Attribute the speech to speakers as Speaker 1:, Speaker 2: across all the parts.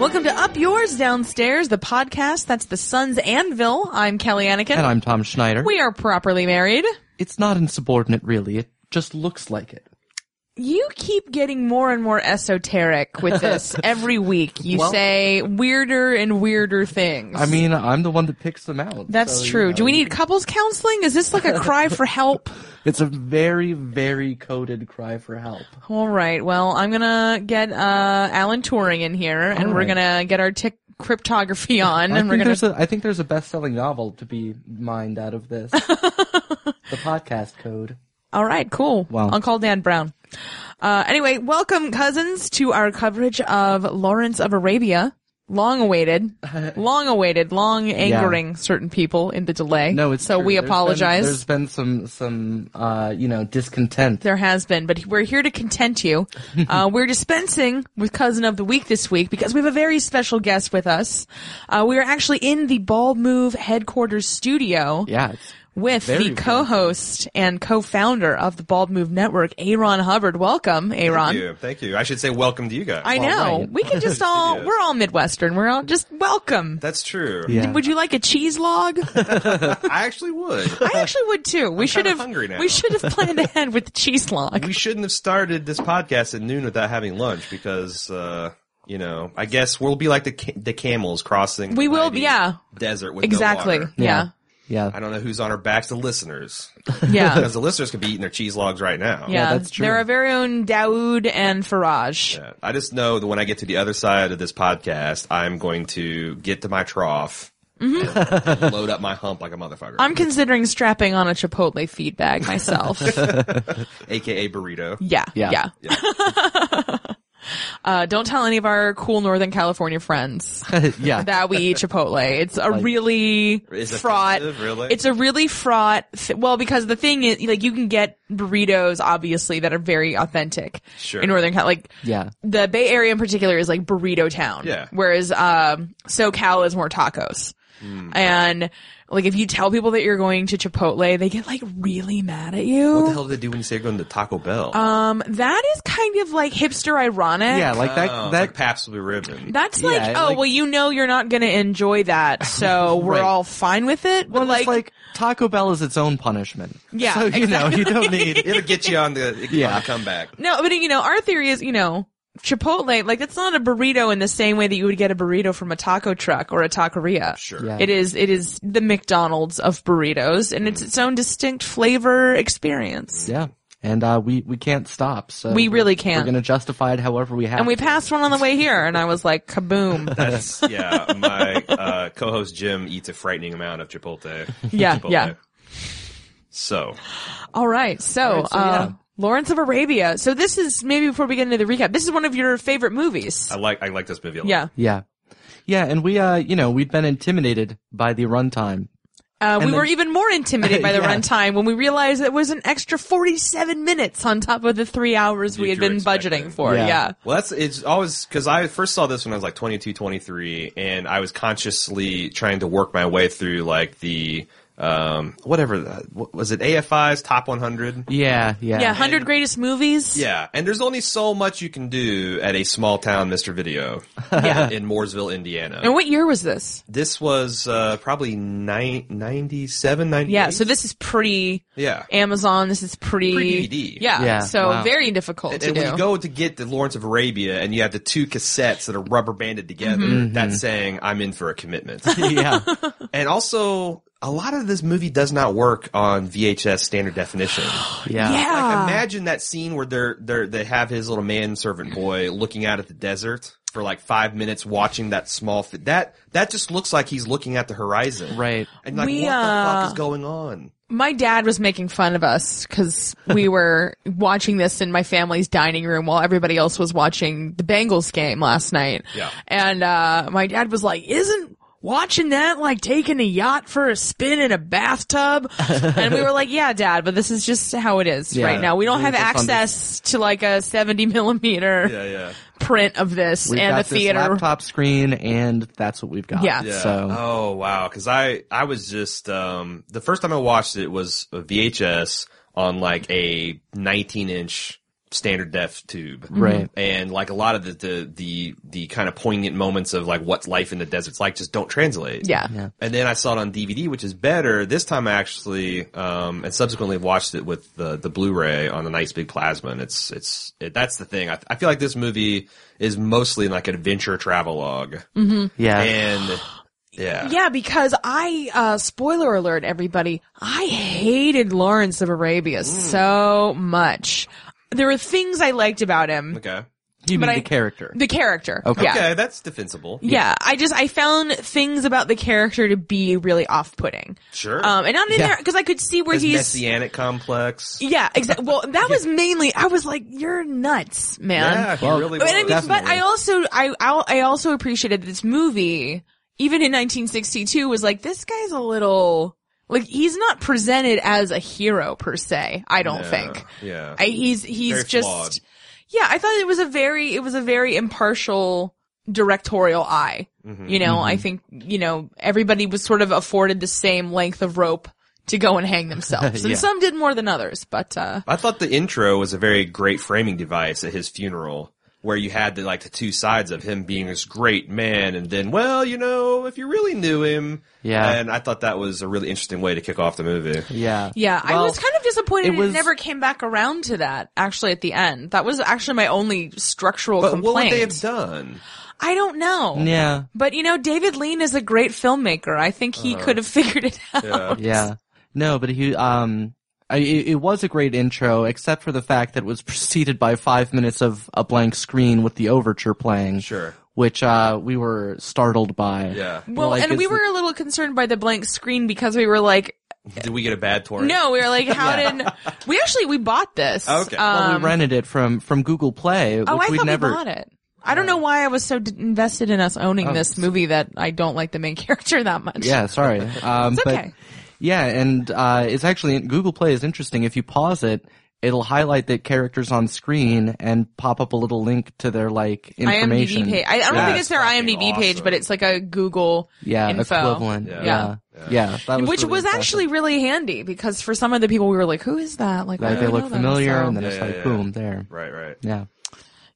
Speaker 1: Welcome to Up Yours Downstairs, the podcast that's the Sun's Anvil. I'm Kelly Anakin.
Speaker 2: And I'm Tom Schneider.
Speaker 1: we are properly married.
Speaker 2: It's not insubordinate, really. It just looks like it.
Speaker 1: You keep getting more and more esoteric with this every week. You
Speaker 2: Well-
Speaker 1: say weirder and weirder things.
Speaker 2: I mean, I'm the one that picks them out.
Speaker 1: that's
Speaker 2: so, you
Speaker 1: true.
Speaker 2: know,
Speaker 1: Do we need couples counseling? Is this like a cry for help?
Speaker 2: It's a very, very coded cry for help.
Speaker 1: All right. Well, I'm gonna get uh, Alan Turing in here, and
Speaker 2: All
Speaker 1: we're
Speaker 2: right.
Speaker 1: gonna get our tic- cryptography on,
Speaker 2: I
Speaker 1: and
Speaker 2: think,
Speaker 1: we're gonna
Speaker 2: there's a, I think there's a best-selling novel to be mined out of this. the podcast code.
Speaker 1: All right, cool.
Speaker 2: Wow.
Speaker 1: I'll call Dan Brown. Uh, anyway, welcome, cousins, to our coverage of Lawrence of Arabia. Long awaited, long awaited, long angering certain people in the delay.
Speaker 2: No, it's
Speaker 1: so
Speaker 2: true.
Speaker 1: we
Speaker 2: There's been-
Speaker 1: apologize.
Speaker 2: there's been some, some, uh, you know, discontent.
Speaker 1: there has been, but we're here to content you. Uh, we're dispensing with cousin of the week this week because we have a very special guest with us. Uh, we are actually in the Bald Move headquarters studio.
Speaker 2: Yeah, it's
Speaker 1: with
Speaker 2: Very
Speaker 1: the
Speaker 2: welcome.
Speaker 1: co-host and co-founder of the Bald Move Network, Aaron Hubbard. Welcome, Aaron.
Speaker 3: Thank you. Thank you. I should say welcome to you guys.
Speaker 1: I know.
Speaker 2: right.
Speaker 1: We can just all
Speaker 3: Yes.
Speaker 1: we're all Midwestern. We're all just welcome.
Speaker 3: That's true.
Speaker 2: Yeah.
Speaker 1: Would you like a cheese log?
Speaker 3: I actually would.
Speaker 1: I actually would too. We should
Speaker 3: kinda
Speaker 1: have
Speaker 3: hungry now.
Speaker 1: we should have planned ahead with the cheese log.
Speaker 3: we shouldn't have started this podcast at noon without having lunch because, uh, you know, I guess we'll be like the ca- the camels crossing.
Speaker 1: We
Speaker 3: the
Speaker 1: will-
Speaker 3: mighty
Speaker 1: yeah.
Speaker 3: Desert with no
Speaker 1: Exactly.
Speaker 3: water.
Speaker 1: Yeah.
Speaker 2: yeah.
Speaker 3: I don't know who's on our backs. The listeners,
Speaker 1: Yeah. Yeah.
Speaker 3: because the listeners could be eating their cheese logs right now.
Speaker 2: that's true.
Speaker 1: They're our very own Daoud and Faraj.
Speaker 3: Yeah. I just know that when I get to the other side of this podcast, I'm going to get to my trough, and load up my hump like a motherfucker,
Speaker 1: Mm-hmm. I'm considering strapping on a Chipotle feed bag myself.
Speaker 3: aka burrito.
Speaker 1: yeah. Yeah.
Speaker 2: Yeah.
Speaker 1: uh, don't tell any of our cool Northern California friends.
Speaker 2: yeah.
Speaker 1: that we eat Chipotle. It's a really
Speaker 3: Is it
Speaker 1: fraught.
Speaker 3: offensive, really?
Speaker 1: It's a really fraught. Th- well, because the thing is, like, you can get burritos obviously that are very authentic
Speaker 3: Sure.
Speaker 1: in Northern Cal. Like,
Speaker 2: Yeah.
Speaker 1: the Bay Area in particular is like burrito town.
Speaker 3: Yeah.
Speaker 1: Whereas um, SoCal is more tacos.
Speaker 3: Hmm.
Speaker 1: And like, if you tell people that you're going to Chipotle, they get like really mad at you.
Speaker 3: What the hell do they do when you say you're going to Taco Bell?
Speaker 1: Um, that is kind of like hipster ironic.
Speaker 2: Yeah, like that,
Speaker 3: Oh, it's
Speaker 2: that,
Speaker 3: like Pabst Blue Ribbon.
Speaker 1: That's
Speaker 2: Yeah,
Speaker 1: like,
Speaker 2: it,
Speaker 1: oh,
Speaker 2: like-
Speaker 1: well, you know you're not going to enjoy that, so we're
Speaker 2: Right.
Speaker 1: all fine with it. But
Speaker 2: well,
Speaker 1: like,
Speaker 2: it's like Taco Bell is its own punishment.
Speaker 1: Yeah,
Speaker 2: So, you know, you don't need,
Speaker 3: It'll get you on the,
Speaker 2: Yeah.
Speaker 3: on the comeback.
Speaker 1: no, but you know, our theory is, you know, Chipotle, like, that's not a burrito in the same way that you would get a burrito from a taco truck or a taqueria.
Speaker 3: Sure.
Speaker 2: Yeah.
Speaker 1: It is, it is the McDonald's of burritos, and it's its own distinct flavor experience.
Speaker 2: Yeah. And uh, we we can't stop. So
Speaker 1: We really
Speaker 2: we're-
Speaker 1: can't.
Speaker 2: We're going to justify it however we have.
Speaker 1: And we
Speaker 2: to.
Speaker 1: passed one on the way here, and I was like, kaboom.
Speaker 3: That's, yeah. My uh, co-host Jim eats a frightening amount of Chipotle.
Speaker 1: Yeah,
Speaker 3: Chipotle.
Speaker 1: yeah.
Speaker 3: So
Speaker 1: All right. So,
Speaker 2: so,
Speaker 1: uh,
Speaker 2: yeah.
Speaker 1: Lawrence of Arabia. So this is, maybe before we get into the recap, this is one of your favorite movies.
Speaker 3: I like I like this movie a lot.
Speaker 1: Yeah.
Speaker 2: Yeah. Yeah. And we, uh, you know, we'd been intimidated by the runtime.
Speaker 1: Uh, we
Speaker 2: then-
Speaker 1: were even more intimidated by the
Speaker 2: Yeah.
Speaker 1: runtime when we realized it was an extra 47 minutes on top of the three hours we
Speaker 3: You
Speaker 1: had
Speaker 3: were
Speaker 1: been
Speaker 3: expecting.
Speaker 1: budgeting for. Yeah.
Speaker 2: Yeah.
Speaker 3: Well, that's it's always because I first saw this when I was like 22, 23, and I was consciously trying to work my way through like the um whatever the, what, was it AFI's top 100.
Speaker 2: Yeah. Yeah.
Speaker 1: Yeah. 100 greatest movies.
Speaker 3: Yeah, and there's only so much you can do at a small town Mr. Video in Mooresville, Indiana.
Speaker 1: And what year was this?
Speaker 3: This was uh, probably ni- 97, 98?
Speaker 1: Yeah. So this is pretty
Speaker 3: Yeah.
Speaker 1: Amazon. This is pretty.
Speaker 3: Pre-DVD.
Speaker 1: Yeah.
Speaker 2: Yeah,
Speaker 1: So
Speaker 2: wow.
Speaker 1: very difficult
Speaker 3: And,
Speaker 1: to
Speaker 3: and
Speaker 1: do.
Speaker 3: when you go to get the Lawrence of Arabia and you have the two cassettes that are rubber banded together,
Speaker 1: Mm-hmm.
Speaker 3: that's saying I'm in for a commitment.
Speaker 2: yeah.
Speaker 3: and also, a lot of this movie does not work on VHS standard definition.
Speaker 2: Yeah.
Speaker 1: yeah.
Speaker 3: Like, imagine that scene where they're, they're they have his little manservant boy looking out at the desert for like five minutes, watching that small. Fi- that that just looks like he's looking at the horizon,
Speaker 2: Right.
Speaker 3: And like,
Speaker 1: We,
Speaker 3: what the
Speaker 1: uh,
Speaker 3: fuck is going on?
Speaker 1: my dad was making fun of us because we were watching this in my family's dining room while everybody else was watching the Bengals game last night.
Speaker 3: Yeah.
Speaker 1: And uh, my dad was like, "Isn't watching that like taking a yacht for a spin in a bathtub?" and we were like, "Yeah, Dad, but this is just how it is
Speaker 2: Yeah.
Speaker 1: right now. We don't
Speaker 2: We
Speaker 1: have
Speaker 2: just under-
Speaker 1: access to like a seventy millimeter
Speaker 3: Yeah, yeah.
Speaker 1: print of this
Speaker 2: We've
Speaker 1: and
Speaker 2: got
Speaker 1: the
Speaker 2: this
Speaker 1: theater."
Speaker 2: laptop screen, and that's what we've got.
Speaker 1: Yeah.
Speaker 3: Yeah.
Speaker 2: So um,
Speaker 3: Oh wow, because I I was just um the first time I watched it was a VHS on like a 19 inch standard def tube.
Speaker 2: Right.
Speaker 3: And like a lot of the, the, the, the kind of poignant moments of like what's life in the desert's like just don't translate.
Speaker 1: Yeah.
Speaker 2: Yeah.
Speaker 3: And then I saw it on DVD, which is better. This time I actually, um, and subsequently watched it with the, the Blu-ray on the nice big plasma. And it's, it's, it, that's the thing. I, I feel like this movie is mostly like an adventure travelogue.
Speaker 2: Mm. Yeah.
Speaker 3: And yeah.
Speaker 1: Yeah, because I, uh, spoiler alert everybody, I hated Lawrence of Arabia so much. There were things I liked about him.
Speaker 3: Okay.
Speaker 2: you
Speaker 1: but
Speaker 2: mean
Speaker 1: I-
Speaker 2: the character?
Speaker 1: The character.
Speaker 2: Okay.
Speaker 1: Yeah.
Speaker 3: Okay. That's defensible.
Speaker 1: Yeah, I just I found things about the character to be really off-putting.
Speaker 3: Sure.
Speaker 1: Um, and not in
Speaker 2: Yeah.
Speaker 1: there because I could see where
Speaker 3: His
Speaker 1: he's
Speaker 3: messianic complex.
Speaker 1: yeah, exactly. Well, that was mainly I was like, you're nuts, man.
Speaker 3: Yeah, he
Speaker 2: Well,
Speaker 3: really
Speaker 1: But I mean,
Speaker 3: was.
Speaker 1: but I also I I'll- I also appreciated that this movie, even in 1962, was like this guy's a little like he's not presented as a hero per se. I don't
Speaker 3: Yeah,
Speaker 1: think.
Speaker 3: Yeah.
Speaker 1: I, he's he's
Speaker 3: Very
Speaker 1: just
Speaker 3: flawed.
Speaker 1: yeah. I thought it was a very it was a very impartial directorial eye.
Speaker 3: Mhm.
Speaker 1: You know, I think you know everybody was sort of afforded the same length of rope to go and hang themselves, and
Speaker 2: Yeah.
Speaker 1: some did more than others. But uh
Speaker 3: I thought the intro was a very great framing device at his funeral, where you had the, like the two sides of him being this great man, and then, well, you know, if you really knew him,
Speaker 2: Yeah.
Speaker 3: And I thought that was a really interesting way to kick off the movie.
Speaker 2: yeah.
Speaker 1: yeah, I
Speaker 2: Well,
Speaker 1: was kind of disappointed it,
Speaker 2: it was-
Speaker 1: never came back around to that. Actually, at the end, that was actually my only structural
Speaker 3: But
Speaker 1: complaint.
Speaker 3: what would they have done?
Speaker 1: I don't know.
Speaker 2: Yeah.
Speaker 1: But you know, David Lean is a great filmmaker. I think he could have figured it out.
Speaker 3: Uh, Yeah.
Speaker 2: Yeah. No, but he um I, it it was a great intro, except for the fact that it was preceded by five minutes of a blank screen with the overture playing,
Speaker 3: Sure.
Speaker 2: which uh, we were startled by.
Speaker 3: Yeah.
Speaker 1: Well,
Speaker 2: Like,
Speaker 1: and we
Speaker 2: it's
Speaker 1: were a little concerned by the blank screen because we were like,
Speaker 3: Did we get a bad torrent?
Speaker 1: no, we were like, how did we actually we bought this?
Speaker 3: Okay. Well,
Speaker 2: Well,
Speaker 1: Um,
Speaker 2: we rented it from from Google Play, which
Speaker 1: oh, I
Speaker 2: we
Speaker 1: thought
Speaker 2: never.
Speaker 1: we bought it. I don't know why I was so d- invested in us owning this movie that I don't like the main character that much.
Speaker 2: Yeah, sorry. Um,
Speaker 1: It's
Speaker 2: but
Speaker 1: okay.
Speaker 2: yeah, and uh, it's actually Google Play is interesting. If you pause it, it'll highlight the characters on screen and pop up a little link to their like information.
Speaker 1: IMDb page. I, I don't
Speaker 3: Yeah,
Speaker 1: think
Speaker 3: it's
Speaker 1: it's their
Speaker 3: fucking
Speaker 1: IMDb page,
Speaker 3: awesome.
Speaker 1: but it's like a Google
Speaker 2: yeah,
Speaker 1: info.
Speaker 2: equivalent.
Speaker 3: Yeah.
Speaker 2: Yeah,
Speaker 1: Yeah.
Speaker 2: yeah, that was
Speaker 1: Which
Speaker 2: really
Speaker 1: was
Speaker 2: impressive.
Speaker 1: actually really handy because for some of the people we were like, who is that? Like, why
Speaker 2: like
Speaker 1: do
Speaker 2: they
Speaker 1: we
Speaker 2: look
Speaker 1: know them?
Speaker 2: familiar,
Speaker 1: So-
Speaker 2: and then
Speaker 3: Yeah,
Speaker 2: it's
Speaker 3: yeah,
Speaker 2: like
Speaker 3: yeah.
Speaker 2: boom, there.
Speaker 3: Right. Right.
Speaker 2: Yeah,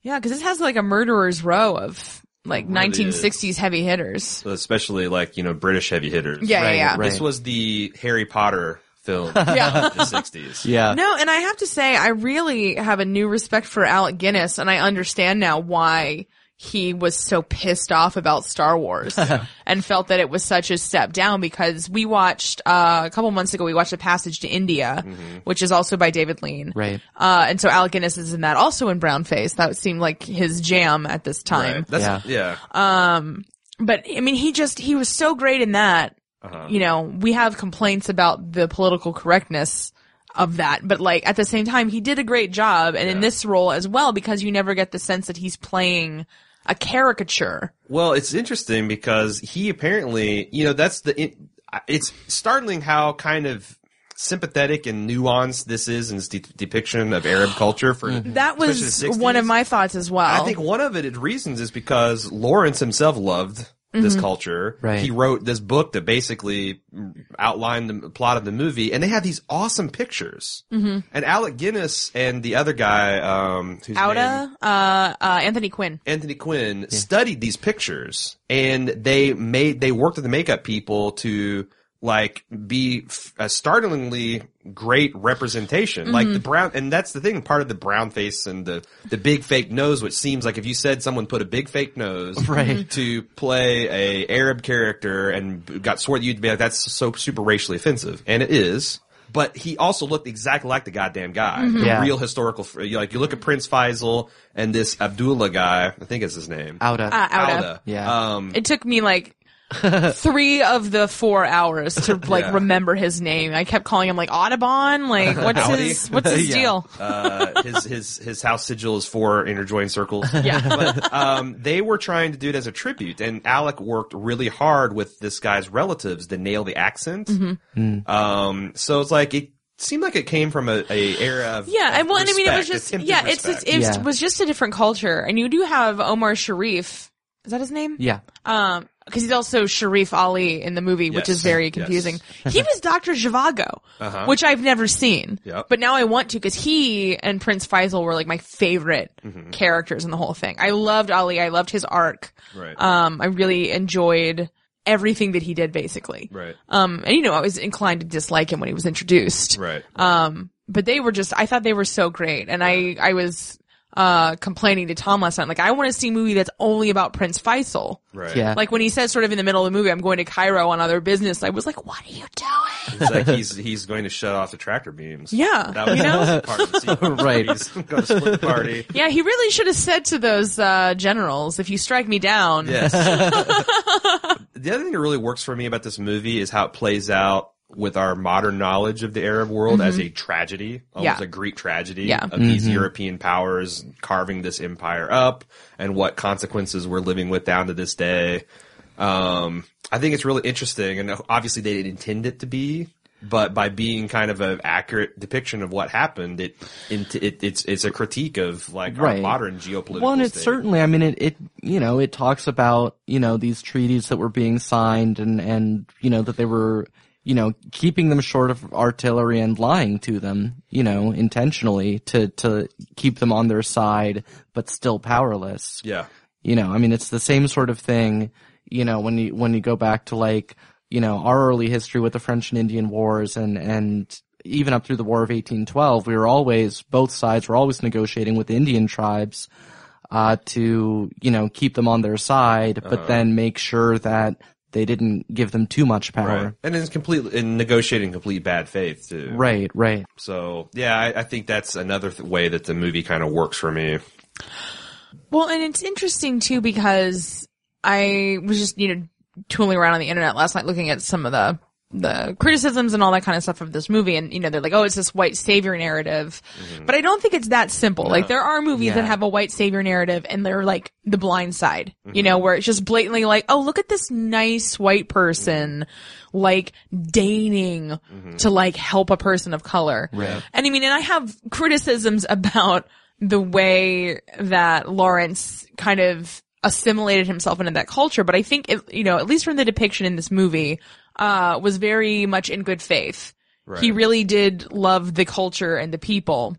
Speaker 1: Yeah, because this has like a murderer's row of like
Speaker 3: Really is.
Speaker 1: 1960s heavy hitters.
Speaker 3: So especially like you know British heavy hitters.
Speaker 1: Yeah, yeah, yeah.
Speaker 2: Right.
Speaker 3: This was the Harry Potter film.
Speaker 1: Yeah.
Speaker 3: of The sixties.
Speaker 2: yeah,
Speaker 1: No, and I have to say, I really have a new respect for Alec Guinness, and I understand now why he was so pissed off about Star Wars and felt that it was such a step down because we watched, uh, a couple months ago, we watched A Passage to India,
Speaker 3: Mm-hmm.
Speaker 1: which is also by David Lean.
Speaker 2: right.
Speaker 1: Uh, and so Alec Guinness is in that also in brown face. That seemed like his jam at this time.
Speaker 3: Right. That's, yeah.
Speaker 1: But I mean, he just, he was so great in that.
Speaker 3: Uh-huh.
Speaker 1: You know, we have complaints about the political correctness of that, but like at the same time, he did a great job and in this role as well because you never get the sense that he's playing a caricature.
Speaker 3: Well, it's interesting because he apparently, you know, that's the. It, it's startling how kind of sympathetic and nuanced this is in its de- depiction of Arab culture. For
Speaker 2: Mm-hmm.
Speaker 1: That was
Speaker 3: especially the
Speaker 1: one of
Speaker 3: 60s.
Speaker 1: my thoughts as well.
Speaker 3: I think one of it reasons is because Lawrence himself loved this culture.
Speaker 2: Right.
Speaker 3: He wrote this book that basically outlined the plot of the movie, and they had these awesome pictures. Mm-hmm. And Alec Guinness and the other guy, um, whose name-
Speaker 1: Outa, uh, uh, Anthony Quinn.
Speaker 3: Anthony Quinn studied these pictures and they made, they worked with the makeup people to like be f- a startlingly great representation.
Speaker 2: Mm-hmm.
Speaker 3: Like the brown, and that's the thing, part of the brown face and the, the big fake nose, which seems like if you said someone put a big fake nose
Speaker 2: Right.
Speaker 3: to play a Arab character and b- got sworn, you'd be like, that's so super racially offensive. And it is. But he also looked exactly like the goddamn guy. The
Speaker 2: Mm-hmm. Yeah.
Speaker 3: real historical, f- you- like you look at Prince Faisal and this Abdullah guy, I think is his name.
Speaker 2: Outa.
Speaker 1: Uh, Outa.
Speaker 3: Alda.
Speaker 2: Yeah.
Speaker 3: Um,
Speaker 1: It took me like three of the four hours to like
Speaker 3: Yeah.
Speaker 1: remember his name. I kept calling him like Audubon. Like what's
Speaker 3: Howdy.
Speaker 1: his what's his
Speaker 2: Yeah.
Speaker 1: deal?
Speaker 3: uh, his his his house sigil is four inner joined circles.
Speaker 1: Yeah.
Speaker 3: But um, they were trying to do it as a tribute, and Alec worked really hard with this guy's relatives to nail the accent.
Speaker 1: Mm-hmm.
Speaker 3: Um, so it's like it seemed like it came from a, a era of
Speaker 1: Yeah, and well, and I mean, it was
Speaker 3: respect,
Speaker 1: just
Speaker 3: attempted
Speaker 1: yeah, it's just,
Speaker 3: respect.
Speaker 1: it
Speaker 2: Yeah.
Speaker 1: was just a different culture, and you do have Omar Sharif. Is that his name?
Speaker 2: yeah,
Speaker 1: Um, because he's also Sharif Ali in the movie, which
Speaker 3: Yes.
Speaker 1: is very
Speaker 3: Yes.
Speaker 1: confusing. he was Doctor Zhivago,
Speaker 3: Uh-huh.
Speaker 1: which I've never seen,
Speaker 3: Yep.
Speaker 1: but now I want to because he and Prince Faisal were like my favorite
Speaker 3: Mm-hmm.
Speaker 1: characters in the whole thing. I loved Ali. I loved his arc.
Speaker 3: Right.
Speaker 1: Um, I really enjoyed everything that he did, basically.
Speaker 3: Right.
Speaker 1: Um, and you know, I was inclined to dislike him when he was introduced.
Speaker 3: Right.
Speaker 1: Um, but they were just, I thought they were so great. And I, I was, uh, complaining to Tom last night, like, I want to see a movie that's only about Prince Faisal.
Speaker 3: Right.
Speaker 2: Yeah.
Speaker 1: Like when he says sort of in the middle of the movie, I'm going to Cairo on other business. I was like, what are you doing?
Speaker 3: It's like he's he's going to shut off the tractor beams.
Speaker 1: Yeah,
Speaker 3: That was
Speaker 1: you know?
Speaker 3: the part of the sequence.
Speaker 2: Right.
Speaker 3: He's going to split the party.
Speaker 1: Yeah, he really should have said to those, uh, generals, if you strike me down.
Speaker 3: Yes. the other thing that really works for me about this movie is how it plays out with our modern knowledge of the Arab world as a tragedy, almost
Speaker 1: Mm-hmm. Yeah.
Speaker 3: a Greek tragedy
Speaker 1: Yeah.
Speaker 3: of
Speaker 2: Mm-hmm.
Speaker 3: these European powers carving this empire up and what consequences we're living with down to this day. Um, I think it's really interesting and obviously they didn't intend it to be, but by being kind of an accurate depiction of what happened, it, it, it it's, it's a critique of like our
Speaker 2: Right.
Speaker 3: modern geopolitical
Speaker 2: Well, and it
Speaker 3: state.
Speaker 2: certainly, I mean, it, it, you know, it talks about, you know, these treaties that were being signed and, and, you know, that they were, you know, keeping them short of artillery and lying to them, you know, intentionally to, to keep them on their side, but still powerless.
Speaker 3: Yeah.
Speaker 2: You know, I mean, it's the same sort of thing, you know, when you, when you go back to like, you know, our early history with the French and Indian Wars and, and even up through the War of 1812, we were always, both sides were always negotiating with Indian tribes, uh, to, you know, keep them on their side, but then make sure that they didn't give them too much
Speaker 3: Right.
Speaker 2: power.
Speaker 3: And it's complete in negotiating complete bad faith too.
Speaker 2: Right, right.
Speaker 3: So yeah, I, I think that's another th- way that the movie kind of works for me.
Speaker 1: Well, and it's interesting too because I was just, you know, tooling around on the internet last night looking at some of the the criticisms and all that kind of stuff of this movie and you know they're like oh it's this white savior narrative but i don't think it's that simple like there are movies that
Speaker 2: Mm-hmm. Yeah.
Speaker 1: have a white savior narrative and they're like the blind side
Speaker 2: Mm-hmm.
Speaker 1: you know where it's just blatantly like oh look at this nice white person
Speaker 2: Mm-hmm.
Speaker 1: like deigning to like help a person of color
Speaker 2: Right.
Speaker 1: and I mean, and I have criticisms about the way that Lawrence kind of assimilated himself into that culture, but I think, it, you know, at least from the depiction in this movie, uh, was very much in good faith. He really did love the culture and the people.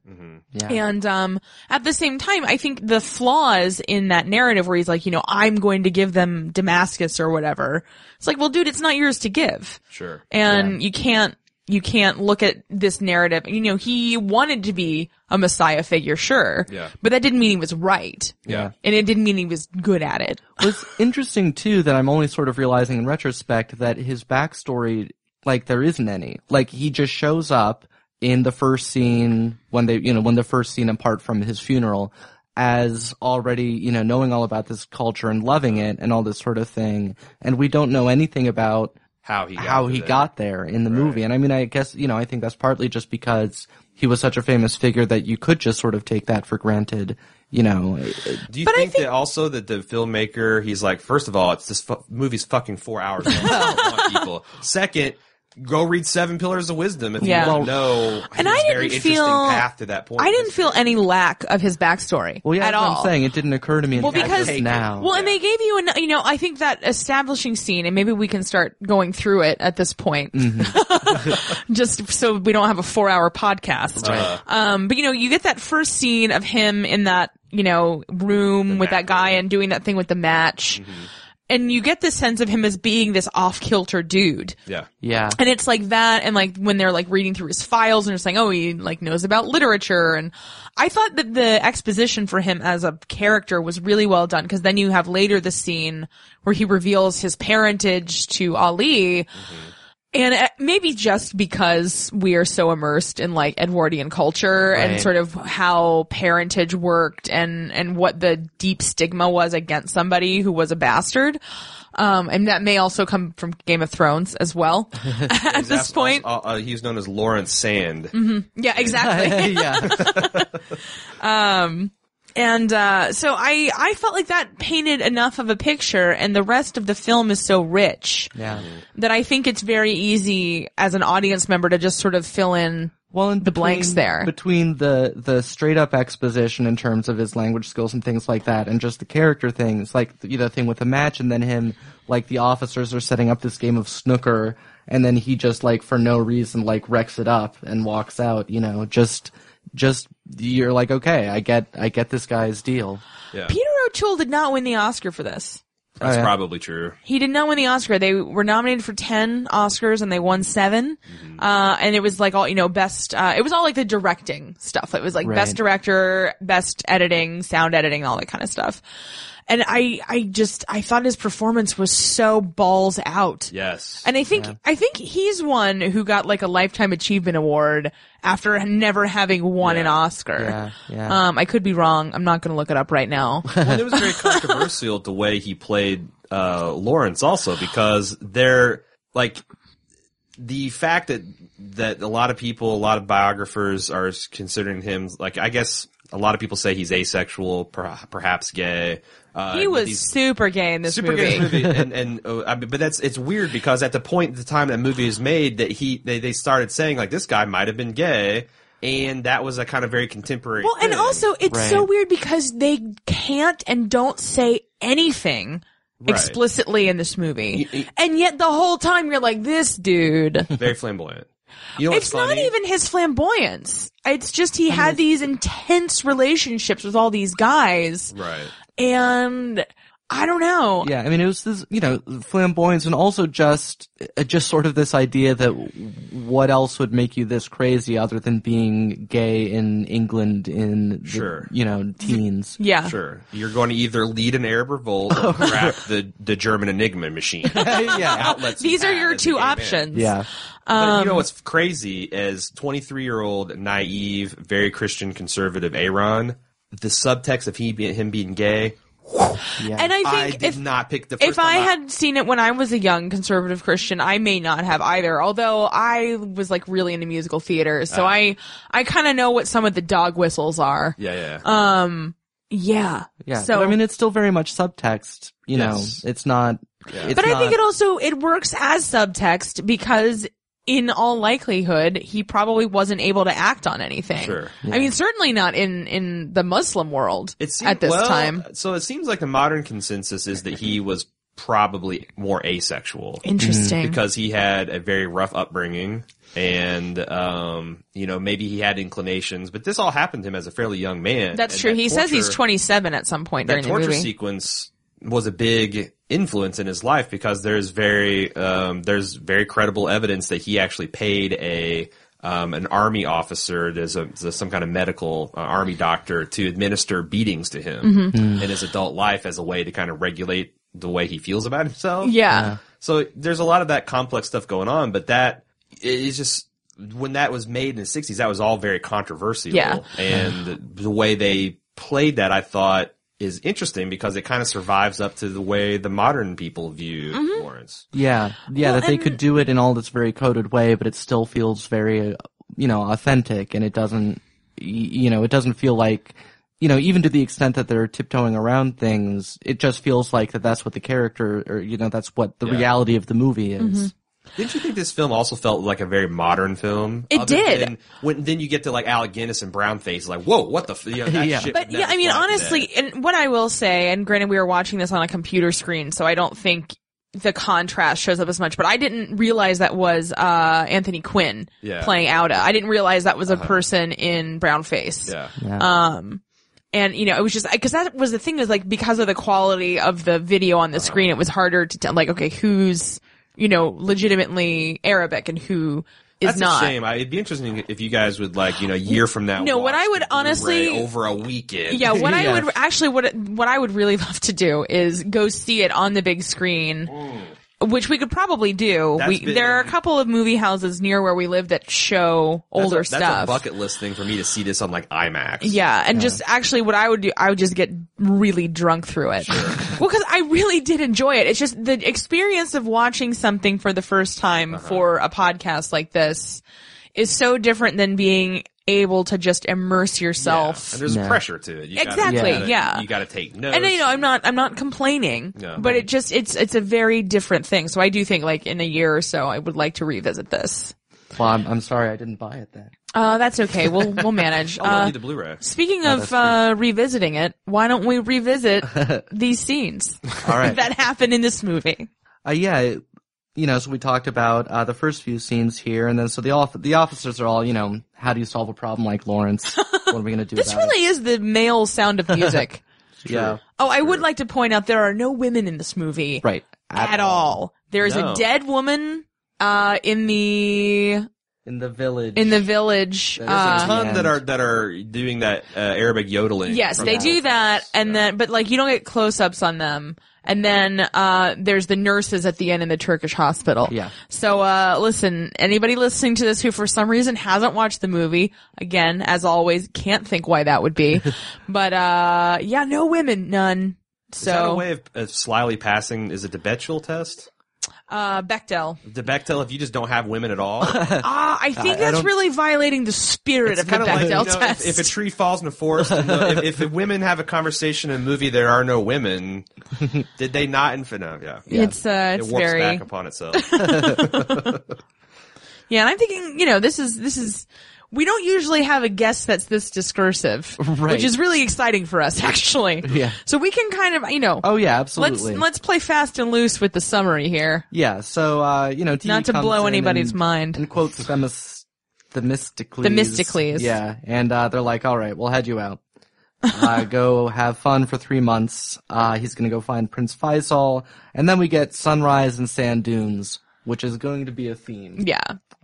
Speaker 2: Yeah.
Speaker 1: And um, at the same time, I think the flaws in that narrative where he's like, you know, I'm going to give them Damascus or whatever. It's like, well, dude, it's not yours to give
Speaker 3: Sure.
Speaker 1: and you can't you can't look at this narrative. You know, he wanted to be a messiah figure, sure,
Speaker 3: Yeah.
Speaker 1: but that didn't mean he was right,
Speaker 3: Yeah.
Speaker 1: and it didn't mean he was good at it.
Speaker 2: What's interesting too that I'm only sort of realizing in retrospect that his backstory, like there isn't any. Like he just shows up in the first scene when they, you know, when the first scene apart from his funeral as already, you know, knowing all about this culture and loving it and all this sort of thing. And we don't know anything about
Speaker 3: How he got
Speaker 2: how
Speaker 3: to
Speaker 2: he
Speaker 3: that.
Speaker 2: got there in the movie. And I mean, I guess, you know, I think that's partly just because he was such a famous figure that you could just sort of take that for granted, you know.
Speaker 3: Do you
Speaker 1: But I
Speaker 3: think,
Speaker 1: think-
Speaker 3: that also that the filmmaker he's like, first of all, it's this fu- movie's fucking four hours. long. I don't want people. Second. Go read Seven Pillars of Wisdom if
Speaker 1: Yeah.
Speaker 3: you want to know.
Speaker 1: And
Speaker 3: his
Speaker 1: I didn't
Speaker 3: very interesting
Speaker 1: feel-
Speaker 3: path to that point.
Speaker 1: I didn't feel any lack of his backstory
Speaker 2: Well, yeah,
Speaker 1: at
Speaker 2: that's
Speaker 1: all.
Speaker 2: what I'm saying. It didn't occur to me
Speaker 1: Well,
Speaker 2: until
Speaker 1: because-
Speaker 2: just now.
Speaker 1: Well, and they gave you an, you know, I think that establishing scene, and maybe we can start going through it at this point,
Speaker 2: Mm-hmm.
Speaker 1: just so we don't have a four hour podcast. Um, but you know, you get that first scene of him in that, you know, room with that
Speaker 3: mat
Speaker 1: guy and doing that thing with the match.
Speaker 2: Mm-hmm.
Speaker 1: And you get the sense of him as being this off kilter dude.
Speaker 3: Yeah.
Speaker 2: yeah.
Speaker 1: And it's like that, and like when they're like reading through his files and they're saying, oh, he like knows about literature. And I thought that the exposition for him as a character was really well done because then you have later the scene where he reveals his parentage to Ali. And uh, maybe just because we are so immersed in like Edwardian culture and
Speaker 2: Right.
Speaker 1: sort of how parentage worked and, and what the deep stigma was against somebody who was a bastard. Um, and that may also come from Game of Thrones as well at
Speaker 3: He's
Speaker 1: this
Speaker 3: also-
Speaker 1: point. Mm-hmm.
Speaker 3: uh, uh, he was known as Lawrence Sand.
Speaker 1: Yeah, exactly.
Speaker 2: yeah.
Speaker 1: and, uh, so I, I felt like that painted enough of a picture and the rest of the film is so rich.
Speaker 2: Yeah.
Speaker 1: that I think it's very easy as an audience member to just sort of fill in
Speaker 2: Well, in
Speaker 1: the blanks there.
Speaker 2: between the the straight up exposition in terms of his language skills and things like that, and just the character things, like the, the thing with the match, and then him, like the officers are setting up this game of snooker, and then he just like for no reason like wrecks it up and walks out. You know, just just you're like, okay, I get I get this guy's deal.
Speaker 3: Yeah,
Speaker 1: Peter O'Toole did not win the Oscar for this.
Speaker 3: that's
Speaker 2: Oh, yeah.
Speaker 3: probably true.
Speaker 1: He did not win the Oscar. They were nominated for ten Oscars and they won 7 Uh, and it was like all you know, best. Uh, it was all like the directing stuff. It was like
Speaker 2: Right.
Speaker 1: best director, best editing, sound editing, all that kind of stuff. And I, I just, I thought his performance was so balls out.
Speaker 3: Yes,
Speaker 1: And I think I think he's one who got like a lifetime achievement award after never having won an Oscar.
Speaker 2: Yeah, yeah.
Speaker 1: Um, I could be wrong. I'm not going to look it up right now.
Speaker 3: Well, it was very controversial the way he played uh, Lawrence also because they're like the fact that that a lot of people, a lot of biographers are considering him like I guess a lot of people say he's asexual, per- perhaps gay. Uh,
Speaker 1: he was
Speaker 3: these-
Speaker 1: super gay in this
Speaker 3: super
Speaker 1: movie.
Speaker 3: gay movie, and, and uh, I mean, but that's it's weird because at the point the time that movie is made, that he they, they started saying like this guy might have been gay, and that was a kind of very contemporary.
Speaker 1: Well, and
Speaker 3: thing.
Speaker 1: also it's so
Speaker 2: Right.
Speaker 1: weird because they can't and don't say anything
Speaker 3: Right.
Speaker 1: explicitly in this movie,
Speaker 3: Y- y-
Speaker 1: and yet the whole time you're like, this dude.
Speaker 3: very flamboyant. You know what's
Speaker 1: It's not
Speaker 3: funny?
Speaker 1: even his flamboyance. It's just he had these intense relationships with all these guys.
Speaker 3: right.
Speaker 1: and I don't know.
Speaker 2: yeah, I mean, it was this, you know, flamboyance and also just, uh, just sort of this idea that what else would make you this crazy other than being gay in England in, the,
Speaker 3: Sure.
Speaker 2: you know, teens.
Speaker 1: Yeah. Oh.
Speaker 3: Sure. You're going to either lead an Arab revolt or crack the, the German Enigma machine.
Speaker 2: yeah.
Speaker 3: Outlets you
Speaker 1: These are
Speaker 3: have
Speaker 1: your
Speaker 3: as a
Speaker 1: two
Speaker 3: gay man.
Speaker 1: options. Um,
Speaker 2: Yeah.
Speaker 3: But you know what's crazy is 23 year old, naive, very Christian conservative Aaron, the subtext of he be, him being gay,
Speaker 2: Yeah.
Speaker 1: And I think
Speaker 3: I did
Speaker 1: if
Speaker 3: not pick the first
Speaker 1: if I
Speaker 3: time
Speaker 1: had seen it when I was a young conservative Christian, I may not have either. Although I was like really into musical theater, so
Speaker 3: Uh.
Speaker 1: I I kind of know what some of the dog whistles are. Um,
Speaker 3: Yeah, yeah.
Speaker 1: Yeah.
Speaker 2: yeah.
Speaker 1: So
Speaker 2: but I mean, it's still very much subtext, you
Speaker 3: Yes.
Speaker 2: know, it's not,
Speaker 3: Yeah.
Speaker 2: it's
Speaker 1: but I think it
Speaker 2: not-
Speaker 1: also it works as subtext because in all likelihood he probably wasn't able to act on anything.
Speaker 3: Sure.
Speaker 1: I mean certainly not in in the Muslim world
Speaker 3: it seems,
Speaker 1: at this
Speaker 3: well, uh,
Speaker 1: time.
Speaker 3: So it seems like the modern consensus is that he was probably more asexual.
Speaker 1: Interesting.
Speaker 3: because he had a very rough upbringing and um, you know maybe he had inclinations but this all happened to him as a fairly young man
Speaker 1: That's
Speaker 3: And
Speaker 1: true.
Speaker 3: that
Speaker 1: he says he's
Speaker 3: torture-
Speaker 1: 27 at some point
Speaker 3: that
Speaker 1: during the
Speaker 3: torture
Speaker 1: movie.
Speaker 3: sequence was a big influence in his life because there's very um, there's very credible evidence that he actually paid a um, an army officer there's a there's some kind of medical uh, army doctor to administer beatings to him
Speaker 1: Mm-hmm.
Speaker 3: in his adult life as a way to kind of regulate the way he feels about himself
Speaker 1: yeah.
Speaker 3: so there's a lot of that complex stuff going on, but that is just when that was made in the 60s, that was all very controversial.
Speaker 1: Yeah.
Speaker 3: And the, the way they played that, I thought is interesting because it kind of survives up to the way the modern people view
Speaker 1: Mm-hmm.
Speaker 3: Lawrence.
Speaker 2: yeah, yeah, that they could do it in all this very coded way, but it still feels very, uh, you know, authentic and it doesn't, y- you know, it doesn't feel like, you know, even to the extent that they're tiptoeing around things, it just feels like that that's what the character, or, you know, that's what the
Speaker 3: Yeah.
Speaker 2: reality of the movie is.
Speaker 1: Mm-hmm.
Speaker 3: Didn't you think this film also felt like a very modern film?
Speaker 1: It
Speaker 3: Other
Speaker 1: did.
Speaker 3: than- when then you get to like Alec Guinness and Brownface, like whoa, what the? F-? You know, that
Speaker 2: Yeah.
Speaker 3: shit
Speaker 1: But
Speaker 3: would
Speaker 1: yeah,
Speaker 3: never
Speaker 1: I mean,
Speaker 3: fly today.
Speaker 1: honestly, and what I will say, and granted, we were watching this on a computer screen, so I don't think the contrast shows up as much. But I didn't realize that was uh, Anthony Quinn
Speaker 3: Yeah. Uh-huh.
Speaker 1: playing Outa. I didn't realize that was a person in brown face.
Speaker 3: yeah,
Speaker 1: Um, and you know, it was just because that was the thing is like because of the quality of the video on the
Speaker 3: Uh-huh.
Speaker 1: screen, it was harder to tell. Like, okay, who's you know legitimately Arabic and who is
Speaker 3: That's
Speaker 1: not.
Speaker 3: a shame. I, it'd be interesting if you guys would like, you know, a year from now.
Speaker 1: No, what
Speaker 3: watch
Speaker 1: I would
Speaker 3: the Blu-ray
Speaker 1: honestly-
Speaker 3: over a weekend.
Speaker 1: Yeah, what
Speaker 2: Yeah.
Speaker 1: I would actually what what I would really love to do is go see it on the big screen. Which we could probably do.
Speaker 3: Mm. That's
Speaker 1: We,
Speaker 3: been-
Speaker 1: there are a couple of movie houses near where we live that show
Speaker 3: That's a-
Speaker 1: older
Speaker 3: That's a
Speaker 1: stuff.
Speaker 3: bucket list thing for me to see this on like IMAX.
Speaker 1: yeah, and just actually what I would do, I would just get really drunk through it. well, cause I really did enjoy it. It's just the experience of watching something for the first time
Speaker 3: Uh-huh.
Speaker 1: for a podcast like this is so different than being able to just immerse yourself.
Speaker 3: And there's pressure to it. You gotta-
Speaker 1: Exactly,
Speaker 3: You gotta,
Speaker 1: yeah.
Speaker 3: You got to take notes.
Speaker 1: and you know i'm not i'm not complaining
Speaker 3: Yeah.
Speaker 1: but it just it's it's a very different thing so i do think like in a year or so i would like to revisit this
Speaker 2: Well, I'm, I'm sorry I didn't buy it then.
Speaker 1: Uh, that's okay. We'll we'll manage.
Speaker 3: Oh, well, I
Speaker 1: Uh,
Speaker 3: need the Blu-ray.
Speaker 1: speaking
Speaker 2: that's
Speaker 1: of
Speaker 2: true.
Speaker 1: uh, revisiting it, why don't we revisit these scenes
Speaker 2: All right.
Speaker 1: that happen in this movie?
Speaker 2: uh, yeah, it- you know, so we talked about uh, the first few scenes here, and then so the off- the officers are all, you know, how do you solve a problem like Lawrence? what are we gonna do
Speaker 1: This
Speaker 2: about
Speaker 1: really is the male sound of music.
Speaker 2: it? Yeah,
Speaker 1: oh, I would like to point out there are no women in this movie
Speaker 2: right.
Speaker 1: at, all. There is
Speaker 3: No.
Speaker 1: a dead woman uh, in the
Speaker 2: in the village.
Speaker 1: in the village.
Speaker 2: There's a
Speaker 1: uh,
Speaker 2: ton-
Speaker 3: Ton
Speaker 2: and-
Speaker 3: that are that are doing that uh, Arabic yodeling.
Speaker 1: Yes,
Speaker 3: from
Speaker 1: they
Speaker 3: the-
Speaker 1: do that, and
Speaker 3: Yeah.
Speaker 1: then but like you don't get close ups on them. And then uh, there's the nurses at the end in the Turkish hospital.
Speaker 2: Yeah.
Speaker 1: So uh, listen, anybody listening to this who for some reason hasn't watched the movie, again, as always, can't think why that would be. but uh, yeah, no women, none.
Speaker 3: Is that a
Speaker 1: So
Speaker 3: way of, of slyly passing? Is it the Bechtel test?
Speaker 1: uh, Bechdel.
Speaker 3: The Bechtel, if you just don't have women at all,
Speaker 1: Ah, I think that's
Speaker 2: don't-
Speaker 1: really violating the spirit
Speaker 3: it's
Speaker 1: of the
Speaker 3: kind of like
Speaker 1: Bechdel
Speaker 3: you know,
Speaker 1: test.
Speaker 3: if, if a tree falls in a forest. And the, if, if the women have a conversation in a movie, there are no women. Did they not? In, no, yeah,
Speaker 1: it's uh,
Speaker 3: it
Speaker 1: it's
Speaker 3: warps
Speaker 1: very
Speaker 3: back upon itself.
Speaker 1: Yeah, and I'm thinking, you know, this is this is we don't usually have a guest that's this discursive,
Speaker 2: Right.
Speaker 1: which is really exciting for us actually.
Speaker 2: Yeah.
Speaker 1: So we can kind of, you know,
Speaker 2: oh yeah,
Speaker 1: let's
Speaker 2: absolutely.
Speaker 1: let's play fast and loose with the summary here.
Speaker 2: yeah, so uh, you know, TV
Speaker 1: Not to
Speaker 2: comes
Speaker 1: blow
Speaker 2: in
Speaker 1: anybody's
Speaker 2: and-
Speaker 1: mind.
Speaker 2: And quotes Themis, Themistocles.
Speaker 1: Themistocles.
Speaker 2: Yeah, and uh, they're like, "All right, we'll head you out. Uh, go have fun for three months." Uh, he's gonna go find Prince Faisal, and then we get sunrise and sand dunes, which is going to be a theme.
Speaker 1: Yeah.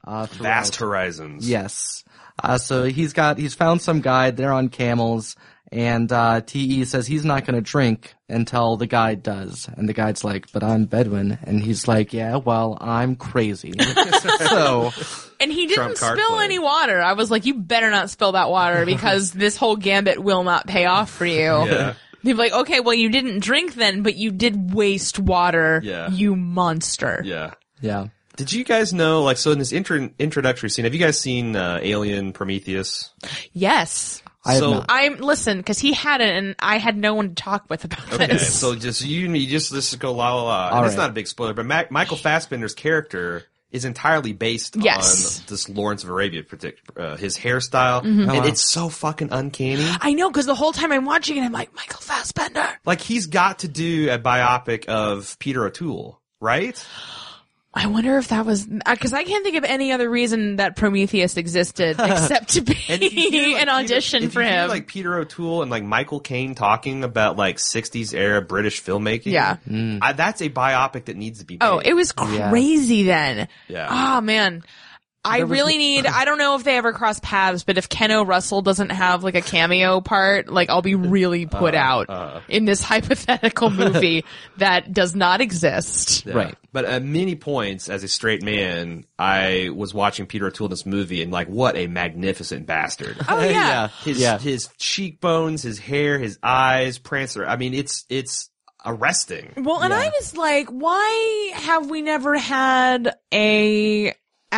Speaker 2: Uh, throughout.
Speaker 3: Vast horizons.
Speaker 2: Yes. Uh, so he's got, he's found some guide. They're on camels. And, uh, TE says he's not going to drink until the guide does. And the guide's like, but I'm Bedouin. And he's like, yeah, well, I'm crazy. so,
Speaker 1: And he
Speaker 3: Trump
Speaker 1: didn't
Speaker 3: card
Speaker 1: spill
Speaker 3: play.
Speaker 1: any water. I was like, you better not spill that water because this whole gambit will not pay off for you.
Speaker 3: Yeah.
Speaker 1: They'd be like, okay, well, you didn't drink then, but you did waste water,
Speaker 3: Yeah.
Speaker 1: you monster.
Speaker 3: Yeah.
Speaker 2: yeah.
Speaker 3: Did you guys know? Like, so in this intro- introductory scene, have you guys seen uh, Alien Prometheus?
Speaker 1: Yes.
Speaker 2: I have
Speaker 3: so
Speaker 2: not.
Speaker 1: I'm, listen, cause he had it and I had no one to talk with about
Speaker 3: Okay,
Speaker 1: this.
Speaker 3: so just you and me, just let's just go la la la.
Speaker 2: All
Speaker 3: And It's
Speaker 2: right.
Speaker 3: not a big spoiler, but Mac- Michael Fassbender's character is entirely based
Speaker 1: Yes.
Speaker 3: on this Lawrence of Arabia, partic- uh, his hairstyle, and
Speaker 2: wow.
Speaker 3: it's so fucking uncanny.
Speaker 1: I know, because the whole time I'm watching it, I'm like, Michael Fassbender.
Speaker 3: Like he's got to do a biopic of Peter O'Toole, right?
Speaker 1: I wonder if that was because I can't think of any other reason that Prometheus existed except to be
Speaker 3: And if you hear, like,
Speaker 1: an audition
Speaker 3: Peter, if
Speaker 1: for
Speaker 3: you hear,
Speaker 1: him.
Speaker 3: like Peter O'Toole and like Michael Caine talking about like '60s era British filmmaking.
Speaker 1: Yeah.
Speaker 3: I, that's a biopic that needs to be. Made.
Speaker 1: oh, it was
Speaker 2: Yeah.
Speaker 1: crazy then.
Speaker 3: Yeah.
Speaker 1: Oh man. I
Speaker 2: There was-
Speaker 1: really need. I don't know if they ever cross paths, but if Ken O'Russell doesn't have like a cameo part, like I'll be really
Speaker 3: Uh,
Speaker 1: put out in this hypothetical movie that does not exist.
Speaker 3: Yeah.
Speaker 2: Right.
Speaker 3: But at many points, as a straight man, I was watching Peter O'Toole in this movie and like, what a magnificent bastard.
Speaker 1: Oh yeah.
Speaker 3: His,
Speaker 2: Yeah.
Speaker 3: his cheekbones, his hair, his eyes, Prancer. I mean, it's, it's arresting.
Speaker 1: Well, and I was like, why have we never had a